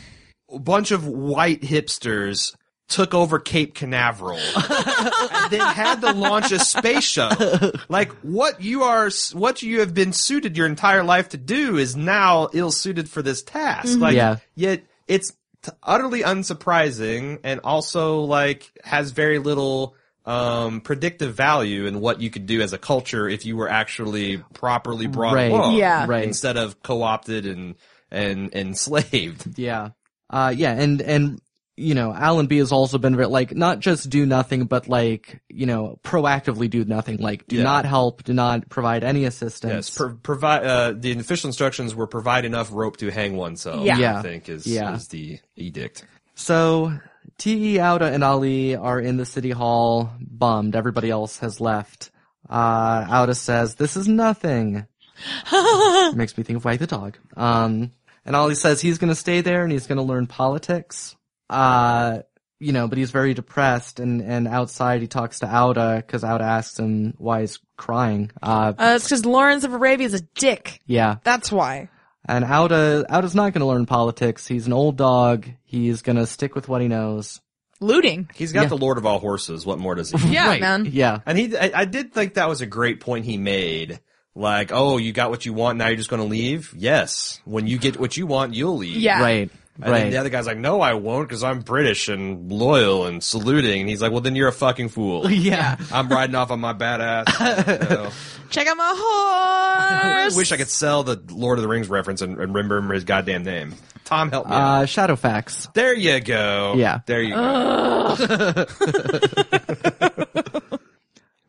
Speaker 3: a bunch of white hipsters took over Cape Canaveral, and then had to launch a space shuttle. Like what you are, what you have been suited your entire life to do is now ill suited for this task.
Speaker 2: Mm-hmm.
Speaker 3: Like,
Speaker 2: Yeah.
Speaker 3: yet it's t- utterly unsurprising, and also like has very little um predictive value in what you could do as a culture if you were actually properly brought
Speaker 2: Right.
Speaker 3: along
Speaker 1: Yeah.
Speaker 2: Right.
Speaker 3: instead of co-opted and and enslaved
Speaker 2: Yeah. Uh, yeah, and, and, you know, Alan B has also been, re- like, not just do nothing, but like, you know, proactively do nothing. Like, do
Speaker 3: Yeah.
Speaker 2: not help, do not provide any
Speaker 3: Yes,
Speaker 2: assistance.
Speaker 3: pro- provide uh, the official instructions were provide enough rope to hang oneself.
Speaker 1: Yeah.
Speaker 2: Yeah.
Speaker 3: I think is
Speaker 2: Yeah.
Speaker 3: is the edict.
Speaker 2: so, T.E. Ouda and Ali are in the city hall, bummed. Everybody else has left. Uh, Ouda says, this is nothing. Makes me think of Wag the Dog. Um, and Ali says he's gonna stay there and he's gonna learn politics. Uh, you know, but he's very depressed and, and outside he talks to Auda cause Auda asks him why he's crying. Uh,
Speaker 1: Uh, it's because Lawrence of Arabia is a dick.
Speaker 2: yeah.
Speaker 1: That's why.
Speaker 2: And Auda, Auda's not gonna learn politics. He's an old dog. He's gonna stick with what he knows.
Speaker 1: Looting.
Speaker 3: He's got
Speaker 2: Yeah.
Speaker 3: the Lord of all horses. What more does he? need?
Speaker 1: Yeah, man.
Speaker 2: Yeah.
Speaker 3: and he, I, I did think that was a great point he made. Like, oh, you got what you want. Now you're just going to leave. Yes, when you get what you want, you'll leave.
Speaker 1: Yeah.
Speaker 2: Right.
Speaker 3: And then
Speaker 2: Right.
Speaker 3: the other guy's like, no, I won't, because I'm British and loyal and saluting. And he's like, well, then you're a fucking fool.
Speaker 2: yeah.
Speaker 3: I'm riding off on my badass. you know.
Speaker 1: Check out my
Speaker 3: I
Speaker 1: horse.
Speaker 3: wish I could sell the Lord of the Rings reference and, and remember his goddamn name. Tom, help me. out.
Speaker 2: Uh, Shadowfax.
Speaker 3: There you go.
Speaker 2: Yeah.
Speaker 3: There you go.
Speaker 2: Uh,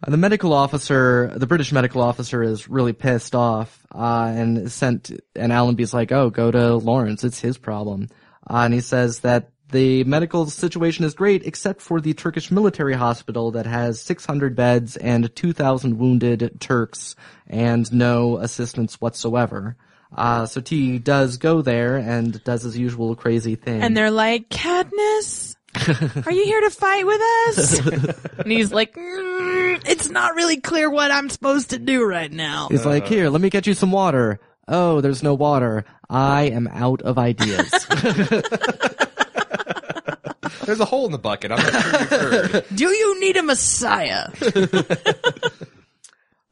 Speaker 2: The medical officer, the British medical officer is really pissed off, uh, and is sent, and Allenby's like, oh, go to Lawrence. It's his problem. Uh, and he says that the medical situation is great except for the Turkish military hospital that has 600 beds and 2,000 wounded Turks and no assistance whatsoever. Uh, so T does go there and does his usual crazy thing.
Speaker 1: and they're like, Katniss, are you here to fight with us? and he's like, "Mm, it's not really clear what I'm supposed to do right now.
Speaker 2: He's like, here, let me get you some water. Oh, there's no water. I am out of ideas.
Speaker 3: There's a hole in the bucket. I'm not sure you've heard.
Speaker 1: Do you need a messiah?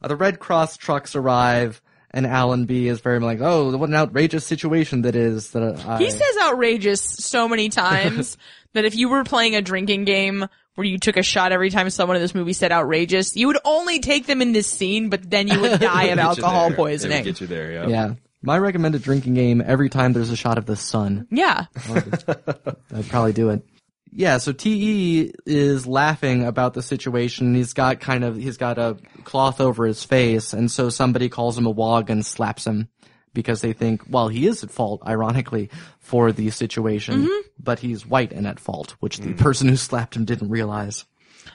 Speaker 2: Uh, the Red Cross trucks arrive, and Alan B is very like, "Oh, what an outrageous situation that is!" That I,
Speaker 1: He says outrageous so many times that if you were playing a drinking game where you took a shot every time someone in this movie said outrageous, you would only take them in this scene, but then you would die of
Speaker 3: Get you
Speaker 1: alcohol
Speaker 3: there. It would
Speaker 1: poisoning.
Speaker 3: Get you there. Yeah.
Speaker 2: "Yeah." My recommended drinking game every time there's a shot of the sun.
Speaker 1: Yeah.
Speaker 2: I'd probably do it. Yeah, so TE is laughing about the situation. He's got kind of, he's got a cloth over his face, and so somebody calls him a wog and slaps him because they think, well, he is at fault, ironically, for the situation,
Speaker 1: Mm-hmm.
Speaker 2: but he's white and at fault, which the person who slapped him didn't realize.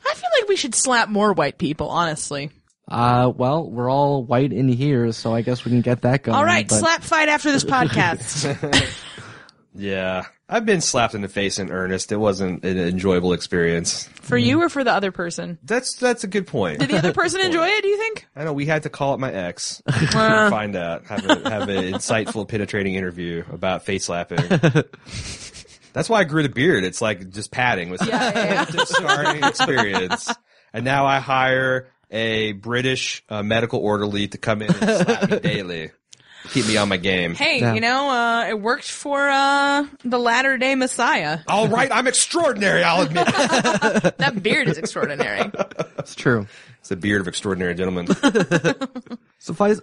Speaker 1: I feel like we should slap more white people, honestly.
Speaker 2: Uh, well, we're all white in here, so I guess we can get that going.
Speaker 1: All right,
Speaker 2: but-
Speaker 1: slap fight after this podcast.
Speaker 3: Yeah. I've been slapped in the face in earnest. It wasn't an enjoyable experience.
Speaker 1: for you or for the other person?
Speaker 3: That's that's a good point.
Speaker 1: Did the other person enjoy it, do you think?
Speaker 3: I know we had to call up my ex to find out, have a, have an insightful, penetrating interview about face slapping. That's why I grew the beard. It's like just padding was yeah, starting experience. And now I hire a British uh, medical orderly to come in and slap me daily, keep me on my game.
Speaker 1: Hey, you know, uh, it worked for uh, the latter day messiah.
Speaker 3: All right, I'm extraordinary. I'll admit it.
Speaker 1: That beard is extraordinary.
Speaker 2: It's true.
Speaker 3: it's the beard of extraordinary gentlemen.
Speaker 2: So Fais-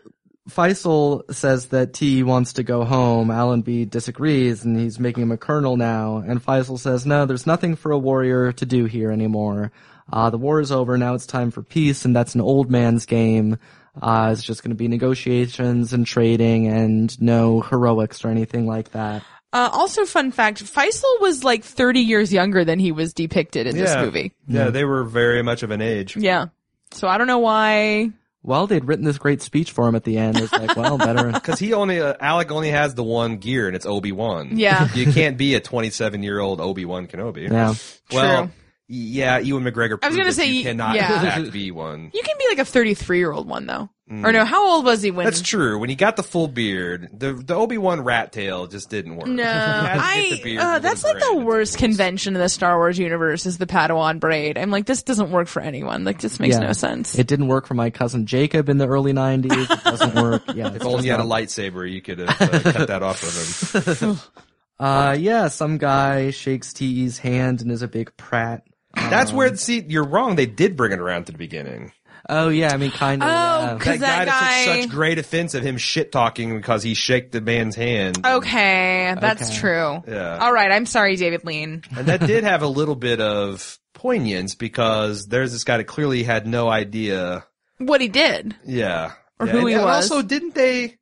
Speaker 2: Faisal says that T wants to go home. Alan B disagrees, and he's making him a colonel now. And Faisal says, "No, there's nothing for a warrior to do here anymore. Uh, the war is over. Now it's time for peace, and that's an old man's game. Uh, it's just going to be negotiations and trading, and no heroics or anything like that."
Speaker 1: Uh, also, fun fact: Faisal was like 30 years younger than he was depicted in this movie.
Speaker 3: Yeah, they were very much of an age.
Speaker 1: Yeah. So I don't know why.
Speaker 2: Well, they'd written this great speech for him at the end. It's like, well, better.
Speaker 3: Because he only uh, Alec only has the one gear, and it's Obi Wan.
Speaker 1: Yeah.
Speaker 3: you can't be a 27 year old Obi Wan Kenobi.
Speaker 2: Yeah.
Speaker 3: Well,
Speaker 1: True.
Speaker 3: Yeah, Ewan McGregor.
Speaker 1: I was gonna
Speaker 3: proved that
Speaker 1: say,
Speaker 3: you cannot
Speaker 1: yeah.
Speaker 3: in fact be one.
Speaker 1: You can be like a 33 year old one though. Or no, how old was he when?
Speaker 3: Mm. That's true. When he got the full beard, the the Obi Wan rat tail just didn't work.
Speaker 1: No,
Speaker 3: Had to get
Speaker 1: I.
Speaker 3: the beard
Speaker 1: Uh,
Speaker 3: with
Speaker 1: that's like the
Speaker 3: braid.
Speaker 1: worst convention in the Star Wars universe is the Padawan braid. I'm like, this doesn't work for anyone. Like, this makes
Speaker 2: Yeah.
Speaker 1: no sense.
Speaker 2: It didn't work for my cousin Jacob in the early '90s. It doesn't work. Yeah, it's
Speaker 3: If only
Speaker 2: just
Speaker 3: you had a
Speaker 2: not-
Speaker 3: lightsaber, you could have uh, cut that off of him.
Speaker 2: Uh, yeah, some guy shakes Te's hand and is a big prat.
Speaker 3: That's where. See, you're wrong. They did bring it around to the beginning.
Speaker 2: Oh yeah, I mean, kind of.
Speaker 1: Oh,
Speaker 2: yeah.
Speaker 1: c-
Speaker 3: That
Speaker 1: 'Cause
Speaker 3: guy,
Speaker 1: that
Speaker 3: that
Speaker 1: guy-
Speaker 3: took such great offense of him shit talking because he shook the man's hand.
Speaker 1: okay, that's
Speaker 2: Okay.
Speaker 1: true.
Speaker 3: Yeah.
Speaker 1: All right, I'm sorry, David Lean.
Speaker 3: And that did have a little bit of poignance because there's this guy that clearly had no idea.
Speaker 1: What he did?
Speaker 3: Yeah. Or
Speaker 1: who
Speaker 3: and,
Speaker 1: he
Speaker 3: and
Speaker 1: was.
Speaker 3: also, didn't they?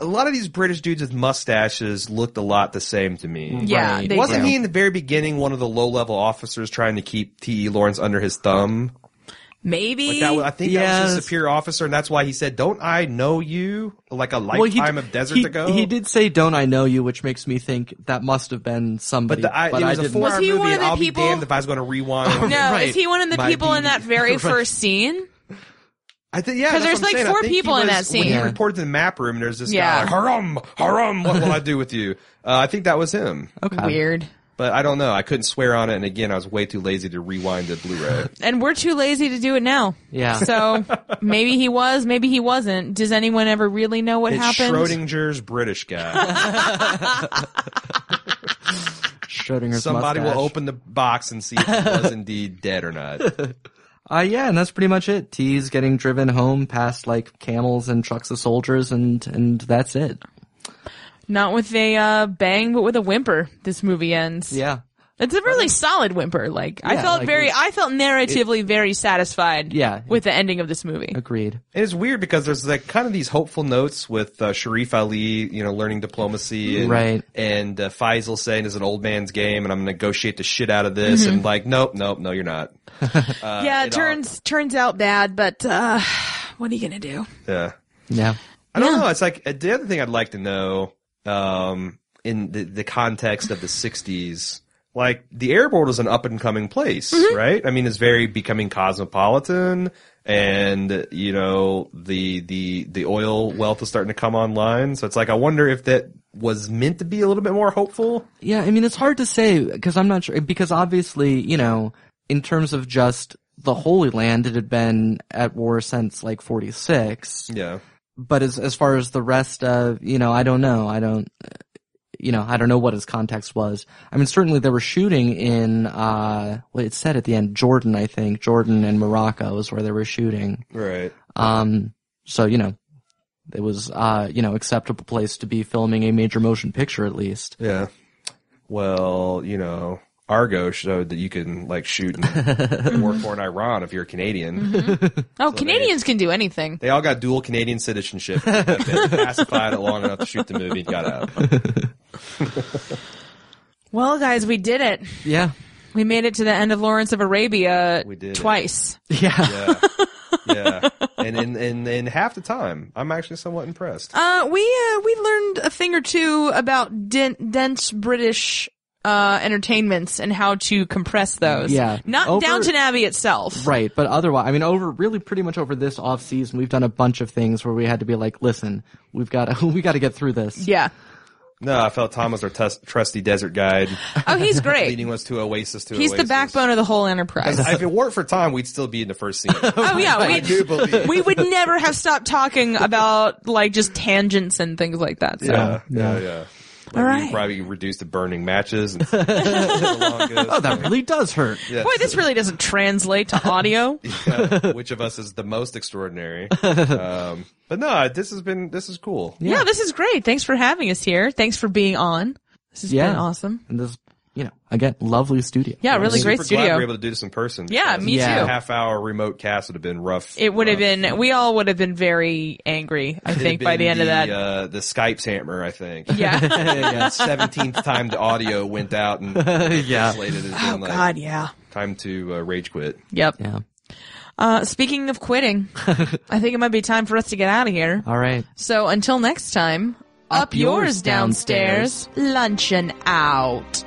Speaker 3: A lot of these British dudes with mustaches looked a lot the same to
Speaker 2: Mm.
Speaker 3: me.
Speaker 1: Yeah,
Speaker 2: Right.
Speaker 1: they
Speaker 3: Wasn't
Speaker 1: do.
Speaker 3: he in the very beginning one of the low level officers trying to keep T.E. Lawrence under his thumb?
Speaker 1: Maybe.
Speaker 3: Like that, was- I think that was
Speaker 2: Yes.
Speaker 3: his superior officer, and that's why he said, "Don't I know you?" Like a lifetime
Speaker 2: d-
Speaker 3: of desert
Speaker 2: he,
Speaker 3: to go.
Speaker 2: He did say, "Don't I know you?" Which makes me think that must have been
Speaker 3: but,
Speaker 2: somebody.
Speaker 3: the, I, it was a
Speaker 2: didn't-
Speaker 3: four-hour
Speaker 1: Was he
Speaker 3: movie.
Speaker 1: one of
Speaker 3: and
Speaker 1: the
Speaker 3: I'll
Speaker 1: people-
Speaker 3: be damned if I was going to rewind.
Speaker 1: no,
Speaker 2: Right.
Speaker 1: is he one of the
Speaker 3: Might
Speaker 1: people in
Speaker 3: be.
Speaker 1: that very
Speaker 2: Right.
Speaker 1: first scene?
Speaker 3: I think yeah,
Speaker 1: 'Cause
Speaker 3: that's
Speaker 1: there's,
Speaker 3: what I'm
Speaker 1: like,
Speaker 3: saying. I
Speaker 1: four
Speaker 3: think he
Speaker 1: people in
Speaker 3: was-
Speaker 1: that
Speaker 3: When he
Speaker 1: scene.
Speaker 3: reported to the map room, there's this
Speaker 1: Yeah.
Speaker 3: guy like haram, haram. What will I do with you? Uh, I think that was him,
Speaker 1: Weird.
Speaker 3: but I don't know. I couldn't swear on it, and again, I was way too lazy to rewind the Blu-ray.
Speaker 1: And we're too lazy to do it now.
Speaker 2: Yeah.
Speaker 1: So maybe he was, maybe he wasn't. Does anyone ever really know what
Speaker 3: it's
Speaker 1: happened?
Speaker 3: Schrodinger's British guy.
Speaker 2: Schrodinger's
Speaker 3: Somebody
Speaker 2: mustache.
Speaker 3: will open the box and see if he was indeed dead or not.
Speaker 2: Uh, yeah, and that's pretty much it. T's getting driven home past like camels and trucks of soldiers, and and that's it.
Speaker 1: Not with a uh, bang, but with a whimper. This movie ends.
Speaker 2: Yeah,
Speaker 1: It's a really solid whimper. Like I
Speaker 2: Yeah,
Speaker 1: felt
Speaker 2: like,
Speaker 1: very,
Speaker 2: it's-
Speaker 1: I felt narratively very satisfied.
Speaker 2: Yeah.
Speaker 1: with the ending of this movie.
Speaker 2: agreed.
Speaker 3: And it's weird because there's like kind of these hopeful notes with uh, Sharif Ali, you know, learning diplomacy, and,
Speaker 2: Right.
Speaker 3: And uh, Faisal saying it's an old man's game, and I'm gonna negotiate the shit out of this, and like, nope, nope, no, you're not.
Speaker 1: yeah,
Speaker 3: Uh, it
Speaker 1: it turns turns out bad, but uh, what are you gonna do? Oh,
Speaker 3: Yeah,
Speaker 2: Yeah,
Speaker 3: I don't know. It's like uh, the other thing I'd like to know, um, in the the context of the '60s, like the airport was an up and coming place, right? I mean, it's very becoming cosmopolitan, and you know the the the oil wealth is starting to come online. So it's like I wonder if that was meant to be a little bit more hopeful.
Speaker 2: yeah. I mean, it's hard to say because I'm not sure because obviously you know in terms of just the Holy Land, it had been at war since like 46.
Speaker 3: Yeah.
Speaker 2: But as as far as the rest of you know, I don't know. I don't. uh, You know, I don't know what his context was. I mean, certainly they were shooting in, uh, what it said at the end, Jordan, I think. Jordan and Morocco is where they were shooting.
Speaker 3: Right.
Speaker 2: Um, so you know, it was uh, you know acceptable place to be filming a major motion picture at least.
Speaker 3: Yeah. Well, you know, Argo showed that you can like shoot and work for in Iran if you're a Canadian.
Speaker 1: Oh, Canadians can do anything.
Speaker 3: They all got dual Canadian citizenship. They pacified it long enough to shoot the movie and got out.
Speaker 1: Well, guys, we did it.
Speaker 2: Yeah,
Speaker 1: We made it to the end of Lawrence of Arabia
Speaker 3: We did it.
Speaker 1: twice.
Speaker 2: yeah.
Speaker 3: Yeah. Yeah. And in, in, in half the time, I'm actually somewhat impressed.
Speaker 1: Uh, we uh, we learned a thing or two about den- dense British uh, entertainments and how to compress those.
Speaker 2: Yeah.
Speaker 1: not
Speaker 2: Over-
Speaker 1: Downton Abbey itself.
Speaker 2: Right, but otherwise, I mean, over really pretty much over this off season, we've done a bunch of things where we had to be like, listen, we've got to, we got to get through this.
Speaker 1: Yeah.
Speaker 3: No, I felt Tom was our tus- trusty desert guide,
Speaker 1: Oh, he's great.
Speaker 3: leading us to Oasis to
Speaker 1: He's the
Speaker 3: Oasis.
Speaker 1: backbone of the whole enterprise.
Speaker 3: If it weren't for Tom, we'd still be in the first scene.
Speaker 1: Oh yeah,
Speaker 3: I do
Speaker 1: we
Speaker 3: believe.
Speaker 1: we would never have stopped talking about like just tangents and things like that. So.
Speaker 2: Oh,
Speaker 3: yeah, yeah, yeah. Like,
Speaker 1: All
Speaker 3: We
Speaker 1: right.
Speaker 3: probably reduced to burning matches. And oh,
Speaker 2: That really does hurt.
Speaker 3: yeah.
Speaker 1: Boy, this really doesn't translate to audio.
Speaker 3: Yeah, which of us is the most extraordinary. Um, but no, this has been this is cool.
Speaker 1: yeah. this is great. Thanks for having us here. Thanks for being on. This has
Speaker 2: Yeah.
Speaker 1: been awesome.
Speaker 2: And this, you know, again, lovely studio.
Speaker 1: Yeah, really
Speaker 3: Super
Speaker 1: great
Speaker 3: Glad we were
Speaker 1: studio.
Speaker 3: able to do this in person.
Speaker 1: Yeah,
Speaker 3: because
Speaker 1: me
Speaker 2: Yeah.
Speaker 3: A
Speaker 1: too.
Speaker 3: half hour remote cast would have been rough. Uh,
Speaker 1: It would have been. We all would have been very angry. I
Speaker 3: It'd
Speaker 1: think
Speaker 3: have
Speaker 1: by
Speaker 3: been
Speaker 1: the end of that.
Speaker 3: uh, the Skype's hammer. I think.
Speaker 1: yeah.
Speaker 3: Seventeenth time the audio went out and yeah. translated it. Oh like,
Speaker 1: God, yeah.
Speaker 3: Time to uh, rage quit.
Speaker 1: Yep.
Speaker 2: Yeah.
Speaker 1: Uh, speaking of quitting, I think it might be time for us to get out of here.
Speaker 2: All right.
Speaker 1: So until next time, up,
Speaker 2: yours
Speaker 1: yours downstairs, luncheon out.